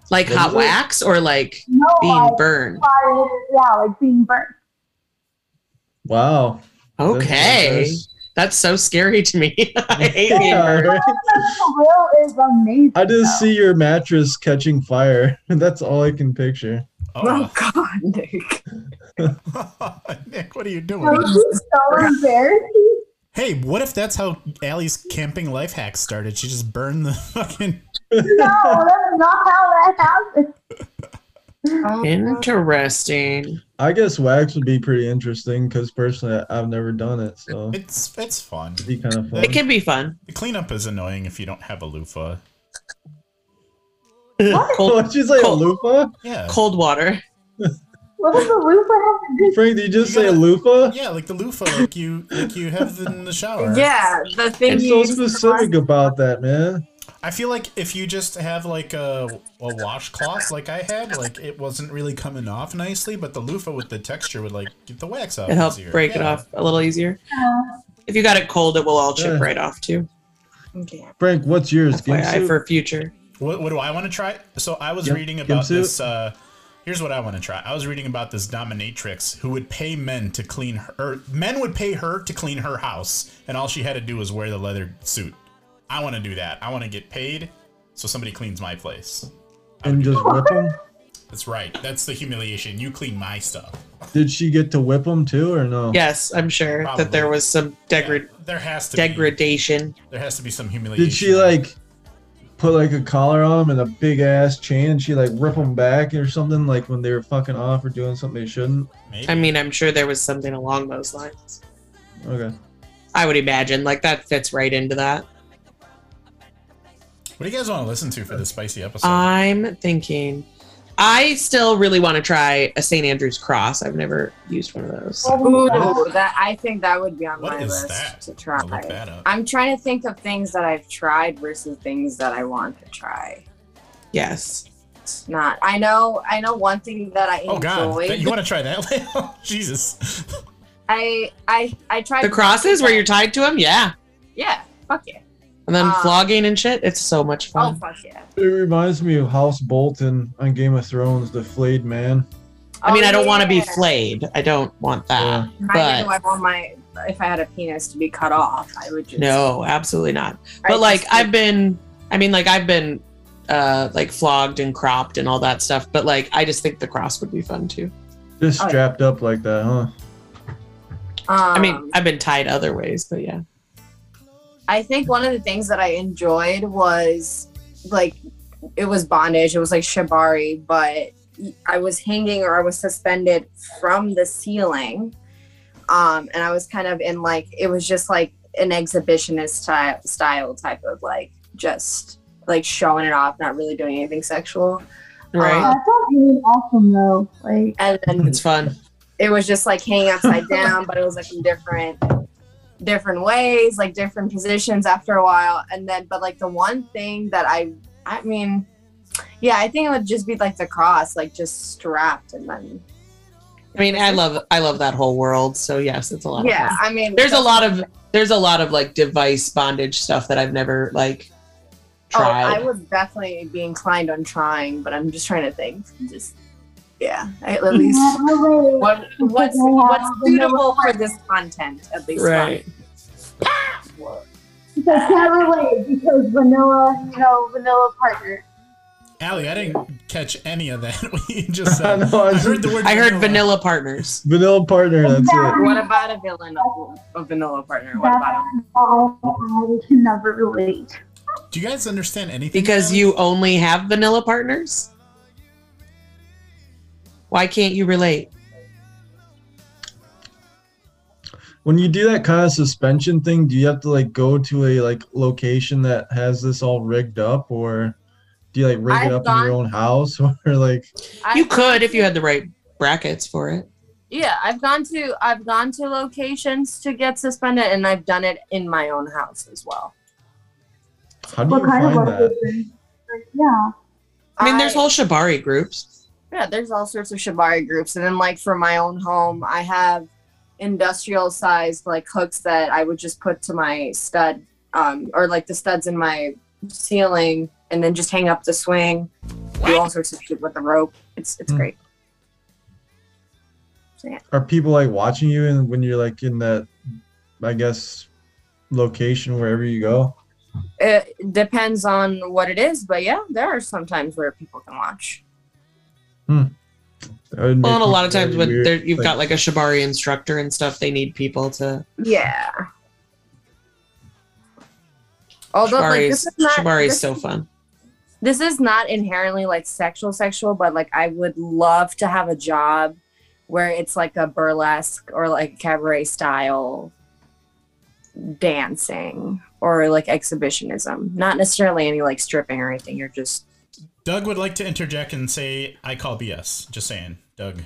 [SPEAKER 7] Like
[SPEAKER 5] What
[SPEAKER 7] hot
[SPEAKER 5] is it?
[SPEAKER 7] wax or like
[SPEAKER 5] No,
[SPEAKER 7] being
[SPEAKER 5] like
[SPEAKER 7] burned?
[SPEAKER 5] Fire. Yeah, like being burnt.
[SPEAKER 6] Wow.
[SPEAKER 7] Okay.
[SPEAKER 6] That's-
[SPEAKER 7] That's so scary to me. [laughs] I hate being
[SPEAKER 6] [laughs] Yeah.
[SPEAKER 7] burned.
[SPEAKER 5] The thrill is amazing.
[SPEAKER 6] I just see your mattress catching fire. [laughs] That's all I can picture.
[SPEAKER 3] Oh,
[SPEAKER 8] God, Nick.
[SPEAKER 3] [laughs] Nick, what are you
[SPEAKER 5] That
[SPEAKER 3] doing?
[SPEAKER 5] would be so
[SPEAKER 8] [laughs]
[SPEAKER 5] embarrassing.
[SPEAKER 3] Hey, what if that's how Allie's camping life hack started? She just burned the [laughs] fucking.
[SPEAKER 5] No, that's not how that happened.
[SPEAKER 7] Interesting.
[SPEAKER 6] I guess wax would be pretty interesting because personally, I- I've never done it, so it'd
[SPEAKER 3] It's it's fun.
[SPEAKER 6] be kind of fun.
[SPEAKER 7] It
[SPEAKER 6] [laughs]
[SPEAKER 7] can be fun.
[SPEAKER 3] The cleanup is annoying if you don't have a loofah.
[SPEAKER 6] What? She's like a loofah.
[SPEAKER 3] Yeah.
[SPEAKER 7] Cold water.
[SPEAKER 5] What does the loofah have to do?
[SPEAKER 6] Frank, did you just say loofah?
[SPEAKER 3] Yeah, like the loofah, like you like you have in the shower.
[SPEAKER 8] Yeah, the thing
[SPEAKER 6] I'm
[SPEAKER 8] you
[SPEAKER 6] so
[SPEAKER 8] use to
[SPEAKER 6] specific about that, man.
[SPEAKER 3] I feel like if you just have like a, a washcloth, like I had, like it wasn't really coming off nicely, but the loofah with the texture would like get the wax out.
[SPEAKER 7] It helps
[SPEAKER 3] easier.
[SPEAKER 7] break it
[SPEAKER 3] Yeah.
[SPEAKER 7] off a little easier. If you got it cold, it will all chip right off too.
[SPEAKER 6] Frank, what's yours?
[SPEAKER 7] FYI
[SPEAKER 6] Gimsuit?
[SPEAKER 7] for future.
[SPEAKER 3] What, what do I want to try? So I was
[SPEAKER 6] Yep,
[SPEAKER 3] reading about
[SPEAKER 6] jumpsuit.
[SPEAKER 3] this. Uh, here's what I want to try. I was reading about this dominatrix who would pay men to clean her. Or men would pay her to clean her house, and all she had to do was wear the leather suit. I want to do that. I want to get paid, so somebody cleans my place.
[SPEAKER 6] and just whip them.
[SPEAKER 3] That's right. That's the humiliation. You clean my stuff.
[SPEAKER 6] Did she get to whip them too, or no?
[SPEAKER 7] Yes, I'm sure that there was some degra-
[SPEAKER 3] There has to
[SPEAKER 7] degradation.
[SPEAKER 3] be. There has to be some humiliation.
[SPEAKER 6] Did she like put like a collar on them and a big ass chain, and she like rip them back or something? Like when they were fucking off or doing something they shouldn't.
[SPEAKER 7] I mean, I'm sure there was something along those lines.
[SPEAKER 6] Okay.
[SPEAKER 7] I would imagine like that fits right into that.
[SPEAKER 3] What do you guys want to listen to for this spicy episode?
[SPEAKER 7] I'm thinking. I still really want to try a St. Andrew's cross. I've never used one of those.
[SPEAKER 8] Ooh, that I think that would be on
[SPEAKER 3] What
[SPEAKER 8] my
[SPEAKER 3] is
[SPEAKER 8] list
[SPEAKER 3] that?
[SPEAKER 8] to try.
[SPEAKER 3] I'll look that up.
[SPEAKER 8] I'm trying to think of things that I've tried versus things that I want to try.
[SPEAKER 7] Yes.
[SPEAKER 8] It's not. I know. I know one thing that I
[SPEAKER 3] oh God,
[SPEAKER 8] enjoyed.
[SPEAKER 3] that- you want to try that? [laughs] Leo? Jesus.
[SPEAKER 8] I I I tried
[SPEAKER 7] The crosses where you're tied to them? Yeah.
[SPEAKER 8] Yeah. Fuck yeah.
[SPEAKER 7] And then
[SPEAKER 8] Um,
[SPEAKER 7] flogging and shit. It's so much
[SPEAKER 8] Oh
[SPEAKER 7] fun.
[SPEAKER 8] fuck yeah.
[SPEAKER 6] It reminds me of House Bolton on Game of Thrones, the flayed man.
[SPEAKER 7] I mean,
[SPEAKER 8] Oh,
[SPEAKER 7] I don't want to be
[SPEAKER 8] yeah.
[SPEAKER 7] flayed. I don't want that.
[SPEAKER 8] I knew
[SPEAKER 7] But
[SPEAKER 8] I want my if I had a penis to be cut off, I would just
[SPEAKER 7] no, absolutely not.
[SPEAKER 8] I
[SPEAKER 7] But like,
[SPEAKER 8] just-
[SPEAKER 7] I've been, I mean, like, I've been uh like flogged and cropped and all that stuff. But like, I just think the cross would be fun too.
[SPEAKER 6] Just
[SPEAKER 8] Oh, yeah.
[SPEAKER 6] strapped up like that, huh?
[SPEAKER 7] I
[SPEAKER 8] Um,
[SPEAKER 7] mean, I've been tied other ways, but yeah.
[SPEAKER 8] I think one of the things that I enjoyed was like it was bondage. It was like shibari, but I was hanging or I was suspended from the ceiling, um, and I was kind of in like it was just like an exhibitionist style, style type of like just like showing it off, not really doing anything sexual.
[SPEAKER 7] Right.
[SPEAKER 8] Um,
[SPEAKER 5] That's really awesome though. Like
[SPEAKER 8] and then
[SPEAKER 7] it's fun.
[SPEAKER 8] it was just like hanging upside down, but it was like in different different ways, like different positions after a while. And then but like the one thing that I I mean yeah, I think it would just be like the cross, like just strapped and then
[SPEAKER 7] I mean, I love, I love that whole world. So yes, it's a lot. Of
[SPEAKER 8] Yeah,
[SPEAKER 7] fun.
[SPEAKER 8] I mean oh,
[SPEAKER 7] There's a lot of, there's a lot of like device bondage stuff that I've never like
[SPEAKER 8] oh,
[SPEAKER 7] tried.
[SPEAKER 8] I would definitely be inclined on trying, but I'm just trying to think. Just yeah, I- at
[SPEAKER 5] [laughs]
[SPEAKER 8] least
[SPEAKER 5] Really,
[SPEAKER 8] what, what's what's suitable for this content at least.
[SPEAKER 7] right.
[SPEAKER 5] Because can't relate because vanilla, you know, vanilla partner.
[SPEAKER 3] Allie, I didn't catch any of that. [laughs] What you just said.
[SPEAKER 6] No, [laughs] I
[SPEAKER 3] I heard the word.
[SPEAKER 7] I heard vanilla partners.
[SPEAKER 6] Vanilla partner, that's it.
[SPEAKER 8] What about a villain of a vanilla partner? What about
[SPEAKER 5] That's all I can never relate.
[SPEAKER 3] Do you guys understand anything?
[SPEAKER 7] Because you only have vanilla partners? Why can't you relate?
[SPEAKER 6] When you do that kind of suspension thing, do you have to like go to a like location that has this all rigged up, or do you like rig
[SPEAKER 8] I've
[SPEAKER 6] it up in your
[SPEAKER 8] gone-
[SPEAKER 6] own house, [laughs] or like?
[SPEAKER 7] you could if you had the right brackets for it.
[SPEAKER 8] Yeah, I've gone to I've gone to locations to get suspended, and I've done it in my own house as well.
[SPEAKER 6] How do
[SPEAKER 5] What
[SPEAKER 6] you
[SPEAKER 5] kind of
[SPEAKER 6] find that?
[SPEAKER 5] location? Yeah.
[SPEAKER 7] I mean, there's whole Shibari groups.
[SPEAKER 8] Yeah, there's all sorts of shibari groups, and then like for my own home, I have industrial sized like hooks that I would just put to my stud, um, or like the studs in my ceiling, and then just hang up the swing, do all sorts of shit with the rope. It's it's
[SPEAKER 6] Hmm.
[SPEAKER 8] great.
[SPEAKER 6] Are people like watching you, and when you're like in that, I guess, location wherever you go?
[SPEAKER 8] It depends on what it is, but yeah, there are some times where people can watch.
[SPEAKER 6] That would
[SPEAKER 7] Well,
[SPEAKER 6] make
[SPEAKER 7] and a
[SPEAKER 6] me
[SPEAKER 7] lot of
[SPEAKER 6] very
[SPEAKER 7] times when
[SPEAKER 6] weird,
[SPEAKER 7] there, you've got like a Shibari instructor and stuff, they need people to.
[SPEAKER 8] Yeah. Although like
[SPEAKER 7] Shibari
[SPEAKER 8] this
[SPEAKER 7] is
[SPEAKER 8] is not
[SPEAKER 7] Shibari is
[SPEAKER 8] this-
[SPEAKER 7] so fun.
[SPEAKER 8] this is not inherently like sexual sexual but like i would love to have a job where it's like a burlesque or like cabaret style dancing or like exhibitionism not necessarily any like stripping or anything you're just
[SPEAKER 3] Doug would like to interject and say, "I call BS." Just saying, Doug.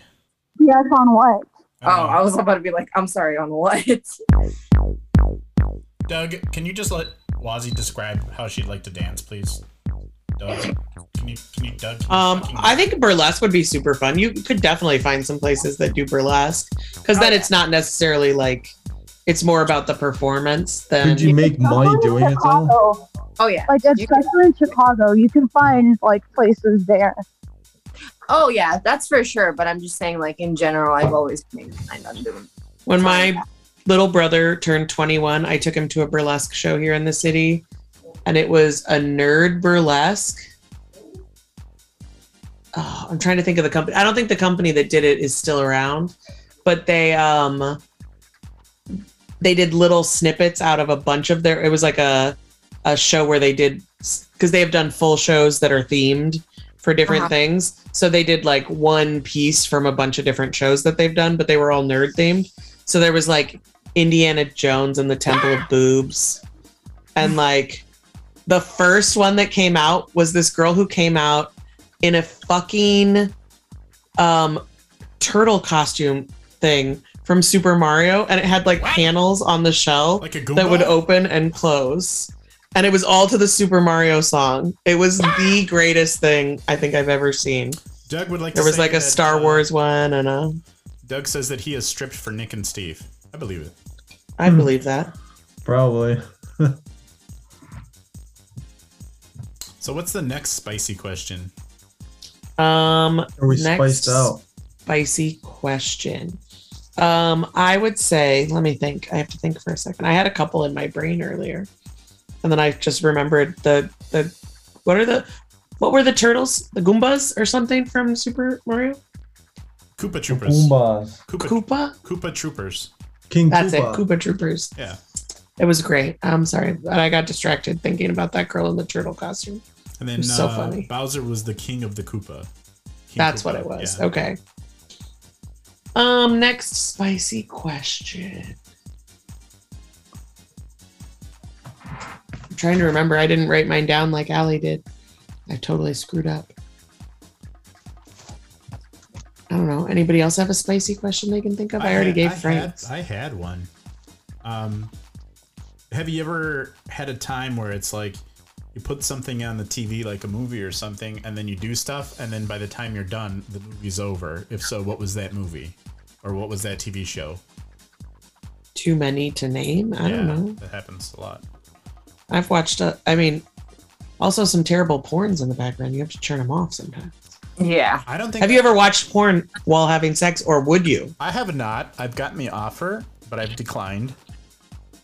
[SPEAKER 5] Yes, on what?
[SPEAKER 8] oh i was about to be like i'm sorry on what [laughs]
[SPEAKER 3] Doug, can you just let Wazzy describe how she'd like to dance, please? Doug, can you, can you Doug? Can you
[SPEAKER 7] Um,
[SPEAKER 3] fucking-
[SPEAKER 7] I think burlesque would be super fun. You could definitely find some places that do burlesque because then it's not necessarily like it's more about the performance than
[SPEAKER 6] Could you make money doing it though?
[SPEAKER 5] Chicago.
[SPEAKER 8] Oh yeah.
[SPEAKER 5] Like especially in Chicago, you can find like places there.
[SPEAKER 8] oh yeah that's for sure but i'm just saying like in general i've always made my mind on doing
[SPEAKER 7] When my little brother turned 21, I took him to a burlesque show here in the city, and it was a nerd burlesque. Oh, I'm trying to think of the company. I don't think the company that did it is still around, but they um they did little snippets out of a bunch of their. It was like a a show where they did because they have done full shows that are themed for different
[SPEAKER 11] Uh-huh.
[SPEAKER 7] things. So they did like one piece from a bunch of different shows that they've done, but they were all nerd themed. So there was like Indiana Jones and the Temple of Boobs. And like the first one that came out was this girl who came out in a fucking um turtle costume thing from Super Mario and it had like panels on the shell that would open and close. And it was all to the Super Mario song. It was the greatest thing I think I've ever seen.
[SPEAKER 3] Doug would like.
[SPEAKER 7] There
[SPEAKER 3] to
[SPEAKER 7] was
[SPEAKER 3] say
[SPEAKER 7] like a
[SPEAKER 3] that,
[SPEAKER 7] Star
[SPEAKER 3] uh,
[SPEAKER 7] Wars one and a
[SPEAKER 3] Doug says that he is stripped for Nick and Steve. I believe it.
[SPEAKER 7] I believe that.
[SPEAKER 6] Probably.
[SPEAKER 3] So what's the next spicy question?
[SPEAKER 7] Um,
[SPEAKER 6] Are we spiced out?
[SPEAKER 7] Spicy question. Um, I would say, let me think. I have to think for a second. I had a couple in my brain earlier, and then I just remembered the the what are the what were the turtles? The Goombas or something from Super Mario?
[SPEAKER 3] Koopa Troopers.
[SPEAKER 6] Goombas.
[SPEAKER 3] Koopa.
[SPEAKER 7] Koopa.
[SPEAKER 3] Koopa Troopers.
[SPEAKER 6] King
[SPEAKER 7] That's it.
[SPEAKER 6] Koopa.
[SPEAKER 7] Koopa Troopers.
[SPEAKER 3] Yeah.
[SPEAKER 7] It was great. I'm sorry, but I got distracted thinking about that girl in the turtle costume.
[SPEAKER 3] And then
[SPEAKER 7] It was so
[SPEAKER 3] uh,
[SPEAKER 7] funny.
[SPEAKER 3] Bowser was the king of the Koopa. King
[SPEAKER 7] That's
[SPEAKER 3] Koopa,
[SPEAKER 7] what it was.
[SPEAKER 3] yeah.
[SPEAKER 7] Okay. Um, next spicy question. I'm trying to remember. I didn't write mine down like Allie did. I totally screwed up. I don't know. Anybody else have a spicy question they can think of? I, already
[SPEAKER 3] had-
[SPEAKER 7] gave
[SPEAKER 3] I
[SPEAKER 7] Frank.
[SPEAKER 3] Had, I had one. Um, have you ever had a time where it's like you put something on the TV, like a movie or something, and then you do stuff, and then by the time you're done, the movie's over? If so, what was that movie, or what was that TV show?
[SPEAKER 7] Too many to name. I
[SPEAKER 3] Yeah,
[SPEAKER 7] don't know.
[SPEAKER 3] That happens a lot.
[SPEAKER 7] I've watched. A, I mean, also some terrible porns in the background. You have to turn them off sometimes.
[SPEAKER 8] yeah
[SPEAKER 3] I don't think.
[SPEAKER 7] Have you ever watched porn while having sex, or would you?
[SPEAKER 3] I have not. I've gotten the offer, but I've declined.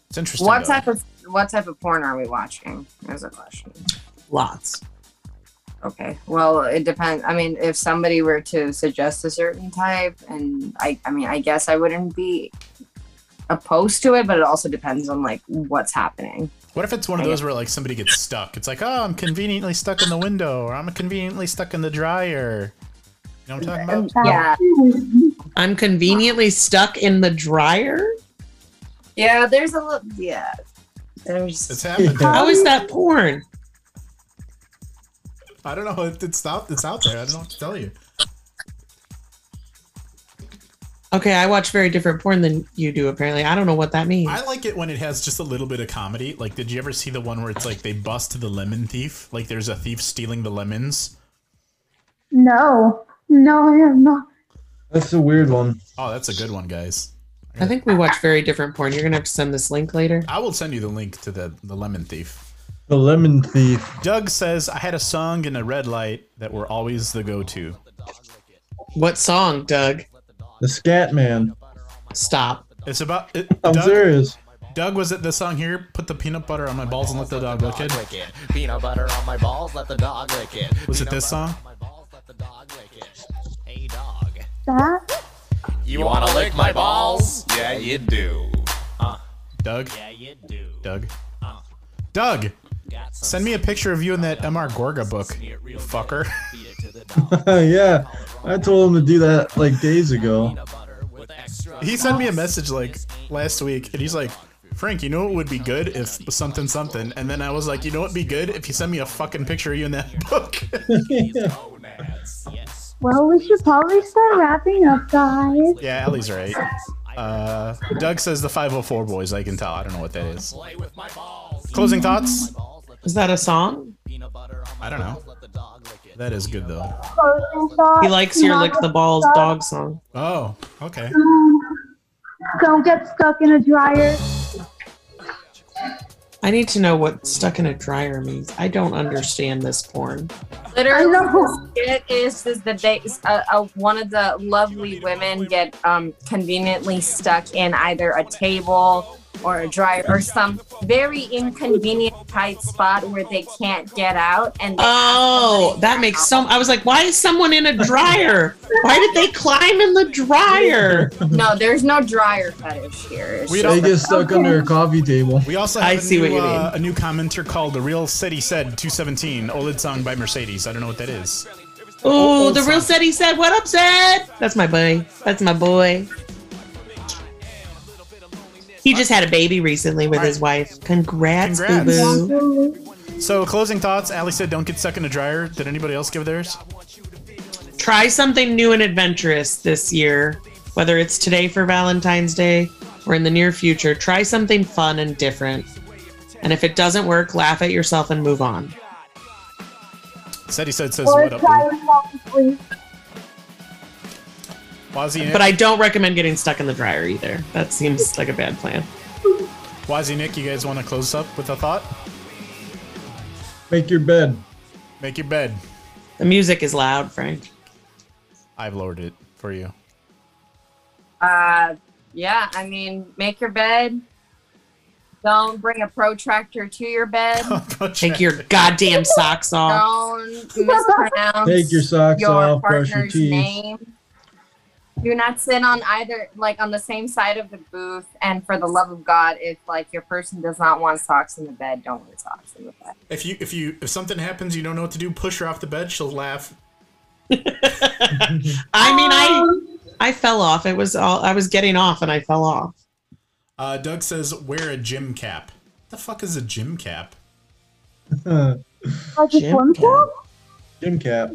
[SPEAKER 3] It's interesting.
[SPEAKER 8] What
[SPEAKER 3] though.
[SPEAKER 8] type of what type of porn are we watching? Is a question.
[SPEAKER 7] Lots.
[SPEAKER 8] Okay. Well, it depends. I mean, if somebody were to suggest a certain type, and I, I mean, I guess I wouldn't be opposed to it, but it also depends on like what's happening.
[SPEAKER 3] What if it's one of those where like somebody gets stuck? It's like, oh, I'm conveniently stuck in the window, or I'm conveniently stuck in the dryer. You know what I'm talking about?
[SPEAKER 8] Yeah.
[SPEAKER 7] I'm conveniently stuck in the dryer.
[SPEAKER 8] Yeah. There's a little. Yeah. There's.
[SPEAKER 3] It's happened.
[SPEAKER 7] How is that porn?
[SPEAKER 3] I don't know. It- It's out. It's out there. I don't know what to tell you.
[SPEAKER 7] Okay, I watch very different porn than you do. Apparently, I don't know what that means.
[SPEAKER 3] I like it when it has just a little bit of comedy. Like, did you ever see the one where it's like they bust the lemon thief? Like, there's a thief stealing the lemons.
[SPEAKER 5] No, no, I am not.
[SPEAKER 6] That's a weird one.
[SPEAKER 3] Oh, that's a good one, guys.
[SPEAKER 7] I think we watch very different porn. You're gonna have to send this link later.
[SPEAKER 3] I will send you the link to the the lemon thief.
[SPEAKER 6] The lemon thief.
[SPEAKER 3] Doug says I had a song and a red light that were always the go-to.
[SPEAKER 7] What song, Doug?
[SPEAKER 6] The scat man.
[SPEAKER 7] Stop.
[SPEAKER 3] It's about. It,
[SPEAKER 6] I'm serious. [laughs]
[SPEAKER 3] Doug, was it the song here? Put the peanut butter on my balls and let the dog lick it.
[SPEAKER 13] Peanut butter on my balls, let the dog lick it.
[SPEAKER 3] Was it this song?
[SPEAKER 13] Hey dog.
[SPEAKER 5] That?
[SPEAKER 13] You wanna lick my balls? Yeah, you do.
[SPEAKER 3] Doug. Yeah, you do. Uh. Doug. Doug. Send me a picture of you in that Mr. Gorga book, you fucker. [laughs]
[SPEAKER 6] yeah, I told him to do that like
[SPEAKER 3] [laughs]
[SPEAKER 6] days ago.
[SPEAKER 3] he sent me a message like last week, and he's like, "Frank, you know what would be good if something something." And then I was like, "You know what would be good if you send me a fucking picture of you in that [laughs] book."
[SPEAKER 5] Well, we should probably start wrapping up, guys.
[SPEAKER 3] yeah, Ellie's right. Uh, Doug says the 504 boys. I can tell. I don't know what that is. Closing thoughts?
[SPEAKER 7] Is that a song?
[SPEAKER 3] I don't know. That is good though.
[SPEAKER 7] He likes your lick the balls dog song.
[SPEAKER 3] Oh, okay.
[SPEAKER 5] Don't get stuck in a dryer.
[SPEAKER 7] I need to know what stuck in a dryer means. I don't understand this porn.
[SPEAKER 8] Literally, it is is the day uh, uh, one of the lovely women get um conveniently stuck in either a table or a dryer or some very inconvenient tight spot where they can't get out and they
[SPEAKER 7] Oh, that makes some. I was like, why is someone in a dryer? Why did they climb in the dryer?
[SPEAKER 8] No, there's no dryer fetish here. It's
[SPEAKER 6] We
[SPEAKER 8] just-
[SPEAKER 6] they get stuck under a coffee table.
[SPEAKER 3] We also have
[SPEAKER 6] I
[SPEAKER 3] a
[SPEAKER 6] see
[SPEAKER 3] new,
[SPEAKER 6] what you
[SPEAKER 3] uh, a new commenter called The Real City Said 217, OLED song by Mercedes. I don't know what that is.
[SPEAKER 7] Oh, the real said he said, what up, said? That's my boy. That's my boy. He just had a baby recently with his wife. Congrats,
[SPEAKER 3] Congrats.
[SPEAKER 7] boo boo.
[SPEAKER 3] So, closing thoughts. Ali said, don't get stuck in a dryer. Did anybody else give theirs?
[SPEAKER 7] Try something new and adventurous this year, whether it's today for Valentine's Day or in the near future. Try something fun and different. And if it doesn't work, laugh at yourself and move on.
[SPEAKER 3] Said he said says,
[SPEAKER 5] Or
[SPEAKER 3] what up,
[SPEAKER 5] try
[SPEAKER 3] boo?
[SPEAKER 5] to fall asleep.
[SPEAKER 3] Wazzy
[SPEAKER 7] But I don't recommend getting stuck in the dryer either. That seems like a bad plan.
[SPEAKER 3] Wazzy Nick, you guys want to close up with a thought?
[SPEAKER 6] Make your bed. [laughs]
[SPEAKER 3] Make your bed.
[SPEAKER 7] The music is loud, Frank.
[SPEAKER 3] I've lowered it for you. [laughs]
[SPEAKER 8] Uh, yeah, I mean, make your bed. Don't bring a protractor to your bed.
[SPEAKER 7] Take your goddamn socks off.
[SPEAKER 8] Don't mispronounce
[SPEAKER 6] Take your socks
[SPEAKER 8] your
[SPEAKER 6] off, brush your
[SPEAKER 8] partner's
[SPEAKER 6] teeth.
[SPEAKER 8] name. Do not sit on either, like on the same side of the booth. And for the love of God, if like your person does not want socks in the bed, don't wear socks in the bed.
[SPEAKER 3] If you if you if something happens you don't know what to do, push her off the bed. She'll laugh.
[SPEAKER 7] I mean, I I fell off. It was all I was getting off, and I fell off.
[SPEAKER 3] Uh, Doug says wear a gym cap. the fuck is a gym cap?
[SPEAKER 5] Like a
[SPEAKER 3] Jim
[SPEAKER 5] swim cap?
[SPEAKER 6] Gym cap.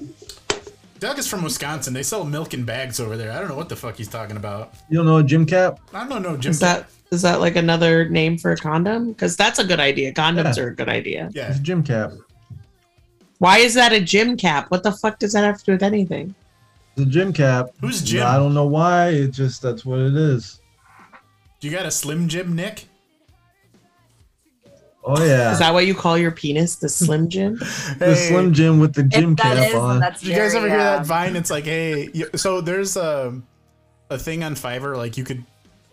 [SPEAKER 3] Doug is from Wisconsin. They sell milk in bags over there. I don't know what the fuck he's talking about.
[SPEAKER 6] You don't know a gym cap?
[SPEAKER 3] I don't know gym
[SPEAKER 7] Is that is that like another name for a condom? Because that's a good idea. Condoms
[SPEAKER 6] Yeah.
[SPEAKER 7] are a good idea.
[SPEAKER 3] Yeah.
[SPEAKER 6] It's a gym cap.
[SPEAKER 7] Why is that a gym cap? What the fuck does that have to do with anything?
[SPEAKER 6] The gym cap.
[SPEAKER 3] Who's
[SPEAKER 6] Jim? I don't know why. It just that's what it is.
[SPEAKER 3] Do you got a slim jim, Nick?
[SPEAKER 6] Oh yeah.
[SPEAKER 7] Is that what you call your penis? The slim jim?
[SPEAKER 6] the slim gym with the gym cap on.
[SPEAKER 3] Did you guys ever hear
[SPEAKER 7] uh,
[SPEAKER 3] that Vine? It's like, hey, you, so there's um, a a thing on Fiverr, like you could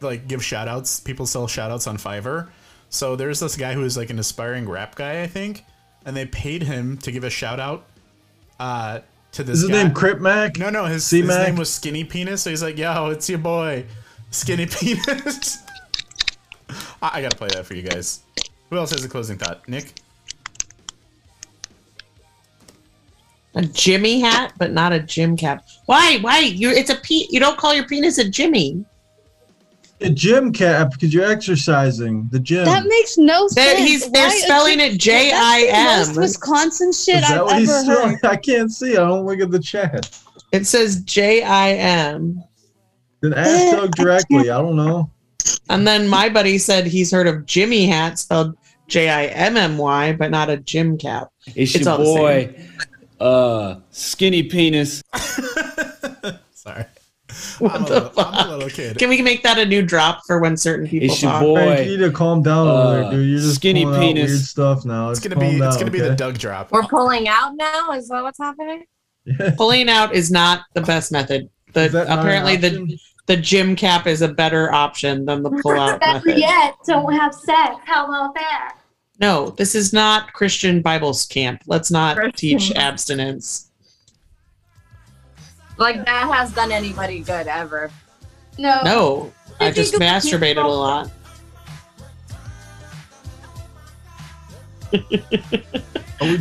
[SPEAKER 3] like give shout outs. People sell shout outs on Fiverr. So there's this guy who is like an aspiring rap guy, I think, and they paid him to give a shout out uh, to this.
[SPEAKER 6] Is his
[SPEAKER 3] guy.
[SPEAKER 6] name Crip Mac?
[SPEAKER 3] No, no, his, his
[SPEAKER 6] C-Mac?
[SPEAKER 3] name was Skinny Penis. So he's like, "Yo, it's your boy, Skinny Penis." [laughs] I, I gotta play that for you guys. Who else has a closing thought? Nick. [laughs]
[SPEAKER 7] A Jimmy hat, but not a Jim cap. Why? Why? You? It's a pe- You don't call your penis a Jimmy.
[SPEAKER 6] A gym cap because you're exercising. The gym.
[SPEAKER 14] That makes no
[SPEAKER 7] They're-
[SPEAKER 14] sense.
[SPEAKER 7] he's- they're
[SPEAKER 14] Why a
[SPEAKER 7] spelling
[SPEAKER 14] chick-
[SPEAKER 7] it J-I-M.
[SPEAKER 14] That's the most Wisconsin shit
[SPEAKER 6] Is that
[SPEAKER 14] I've
[SPEAKER 6] what he's
[SPEAKER 14] ever heard.
[SPEAKER 6] doing? [laughs] I can't see. I don't look at the chat.
[SPEAKER 7] It says J I M.
[SPEAKER 14] [laughs]
[SPEAKER 6] Then ask Doug directly. I don't know.
[SPEAKER 7] And then my buddy said he's heard of Jimmy hat spelled J I M M Y, but not a Jim cap.
[SPEAKER 15] It's,
[SPEAKER 7] all
[SPEAKER 15] your
[SPEAKER 7] the same.
[SPEAKER 15] [laughs] boy, uh, skinny penis.
[SPEAKER 3] Sorry.
[SPEAKER 7] [laughs] What
[SPEAKER 3] I'm, a
[SPEAKER 7] the
[SPEAKER 3] little, I'm
[SPEAKER 7] fuck?
[SPEAKER 3] a little kid.
[SPEAKER 7] Can we make that a new drop for when certain people?
[SPEAKER 15] It's your
[SPEAKER 7] talk?
[SPEAKER 15] boy.
[SPEAKER 6] Frank, you need to calm down over
[SPEAKER 15] Uh,
[SPEAKER 6] there, dude. You're just
[SPEAKER 15] skinny
[SPEAKER 6] pulling out
[SPEAKER 15] penis.
[SPEAKER 6] weird stuff now.
[SPEAKER 3] It's gonna
[SPEAKER 6] calm
[SPEAKER 3] be- it's
[SPEAKER 6] down,
[SPEAKER 3] gonna be the
[SPEAKER 6] okay?
[SPEAKER 3] Doug drop.
[SPEAKER 8] We're pulling out now. Is that what's happening?
[SPEAKER 7] Pulling out is not the best method. The
[SPEAKER 6] not an
[SPEAKER 7] apparently the the Jim cap is a better option than the pull
[SPEAKER 8] [laughs]
[SPEAKER 7] out
[SPEAKER 16] Better
[SPEAKER 7] method.
[SPEAKER 16] yet, don't have sex. How about that?
[SPEAKER 7] No, this is not Christian Bible camp. Let's not
[SPEAKER 8] Christian.
[SPEAKER 7] teach abstinence.
[SPEAKER 8] Like that has done anybody good ever.
[SPEAKER 16] No.
[SPEAKER 8] Oh.
[SPEAKER 7] No, I just masturbated a lot.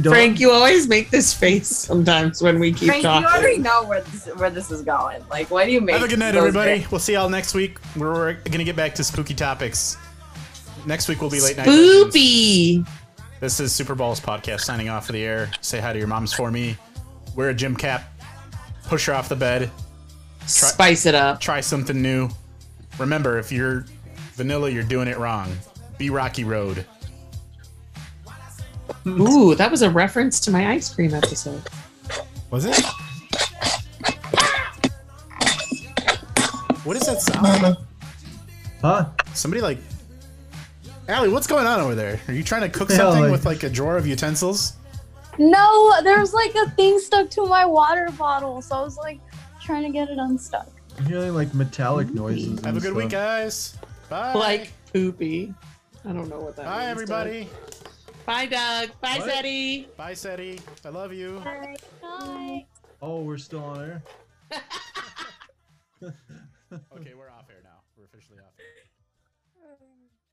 [SPEAKER 7] Frank, you always make this face sometimes when we keep
[SPEAKER 8] Frank, you already
[SPEAKER 7] talking.
[SPEAKER 8] know where this, where this is going. Like, what do you make?
[SPEAKER 3] Have a good night,
[SPEAKER 8] those
[SPEAKER 3] everybody.
[SPEAKER 8] big-
[SPEAKER 3] We'll see y'all next week. We're, we're gonna get back to spooky topics. Next week will be late night.
[SPEAKER 7] Spoopy.
[SPEAKER 3] This is Super Balls podcast signing off of the air. Say hi to your moms for me. Wear a gym cap. Push her off the bed.
[SPEAKER 7] Spice
[SPEAKER 3] [laughs]
[SPEAKER 7] it up.
[SPEAKER 3] Try something new. Remember, if you're vanilla, you're doing it wrong. Be Rocky Road.
[SPEAKER 7] Ooh, that was a reference to my ice cream episode.
[SPEAKER 3] Was it? What is that sound?
[SPEAKER 6] Huh?
[SPEAKER 3] Somebody like. Allie, what's going on over there? Are you trying to cook
[SPEAKER 6] Yeah,
[SPEAKER 3] something
[SPEAKER 6] like-
[SPEAKER 3] with like a drawer of utensils?
[SPEAKER 14] No, there's like a thing stuck to my water bottle, so I was like trying to get it unstuck.
[SPEAKER 6] I'm hearing like metallic noises.
[SPEAKER 3] Have a good week, guys. Bye.
[SPEAKER 7] Like poopy. I don't know what that
[SPEAKER 3] Bye,
[SPEAKER 7] means,
[SPEAKER 3] everybody.
[SPEAKER 7] Bye, Doug. Bye,
[SPEAKER 3] What?
[SPEAKER 7] Seti.
[SPEAKER 3] Bye, Seti. I love you.
[SPEAKER 14] Bye.
[SPEAKER 6] Oh, we're still on air.
[SPEAKER 3] okay, we're off air now. We're officially off air.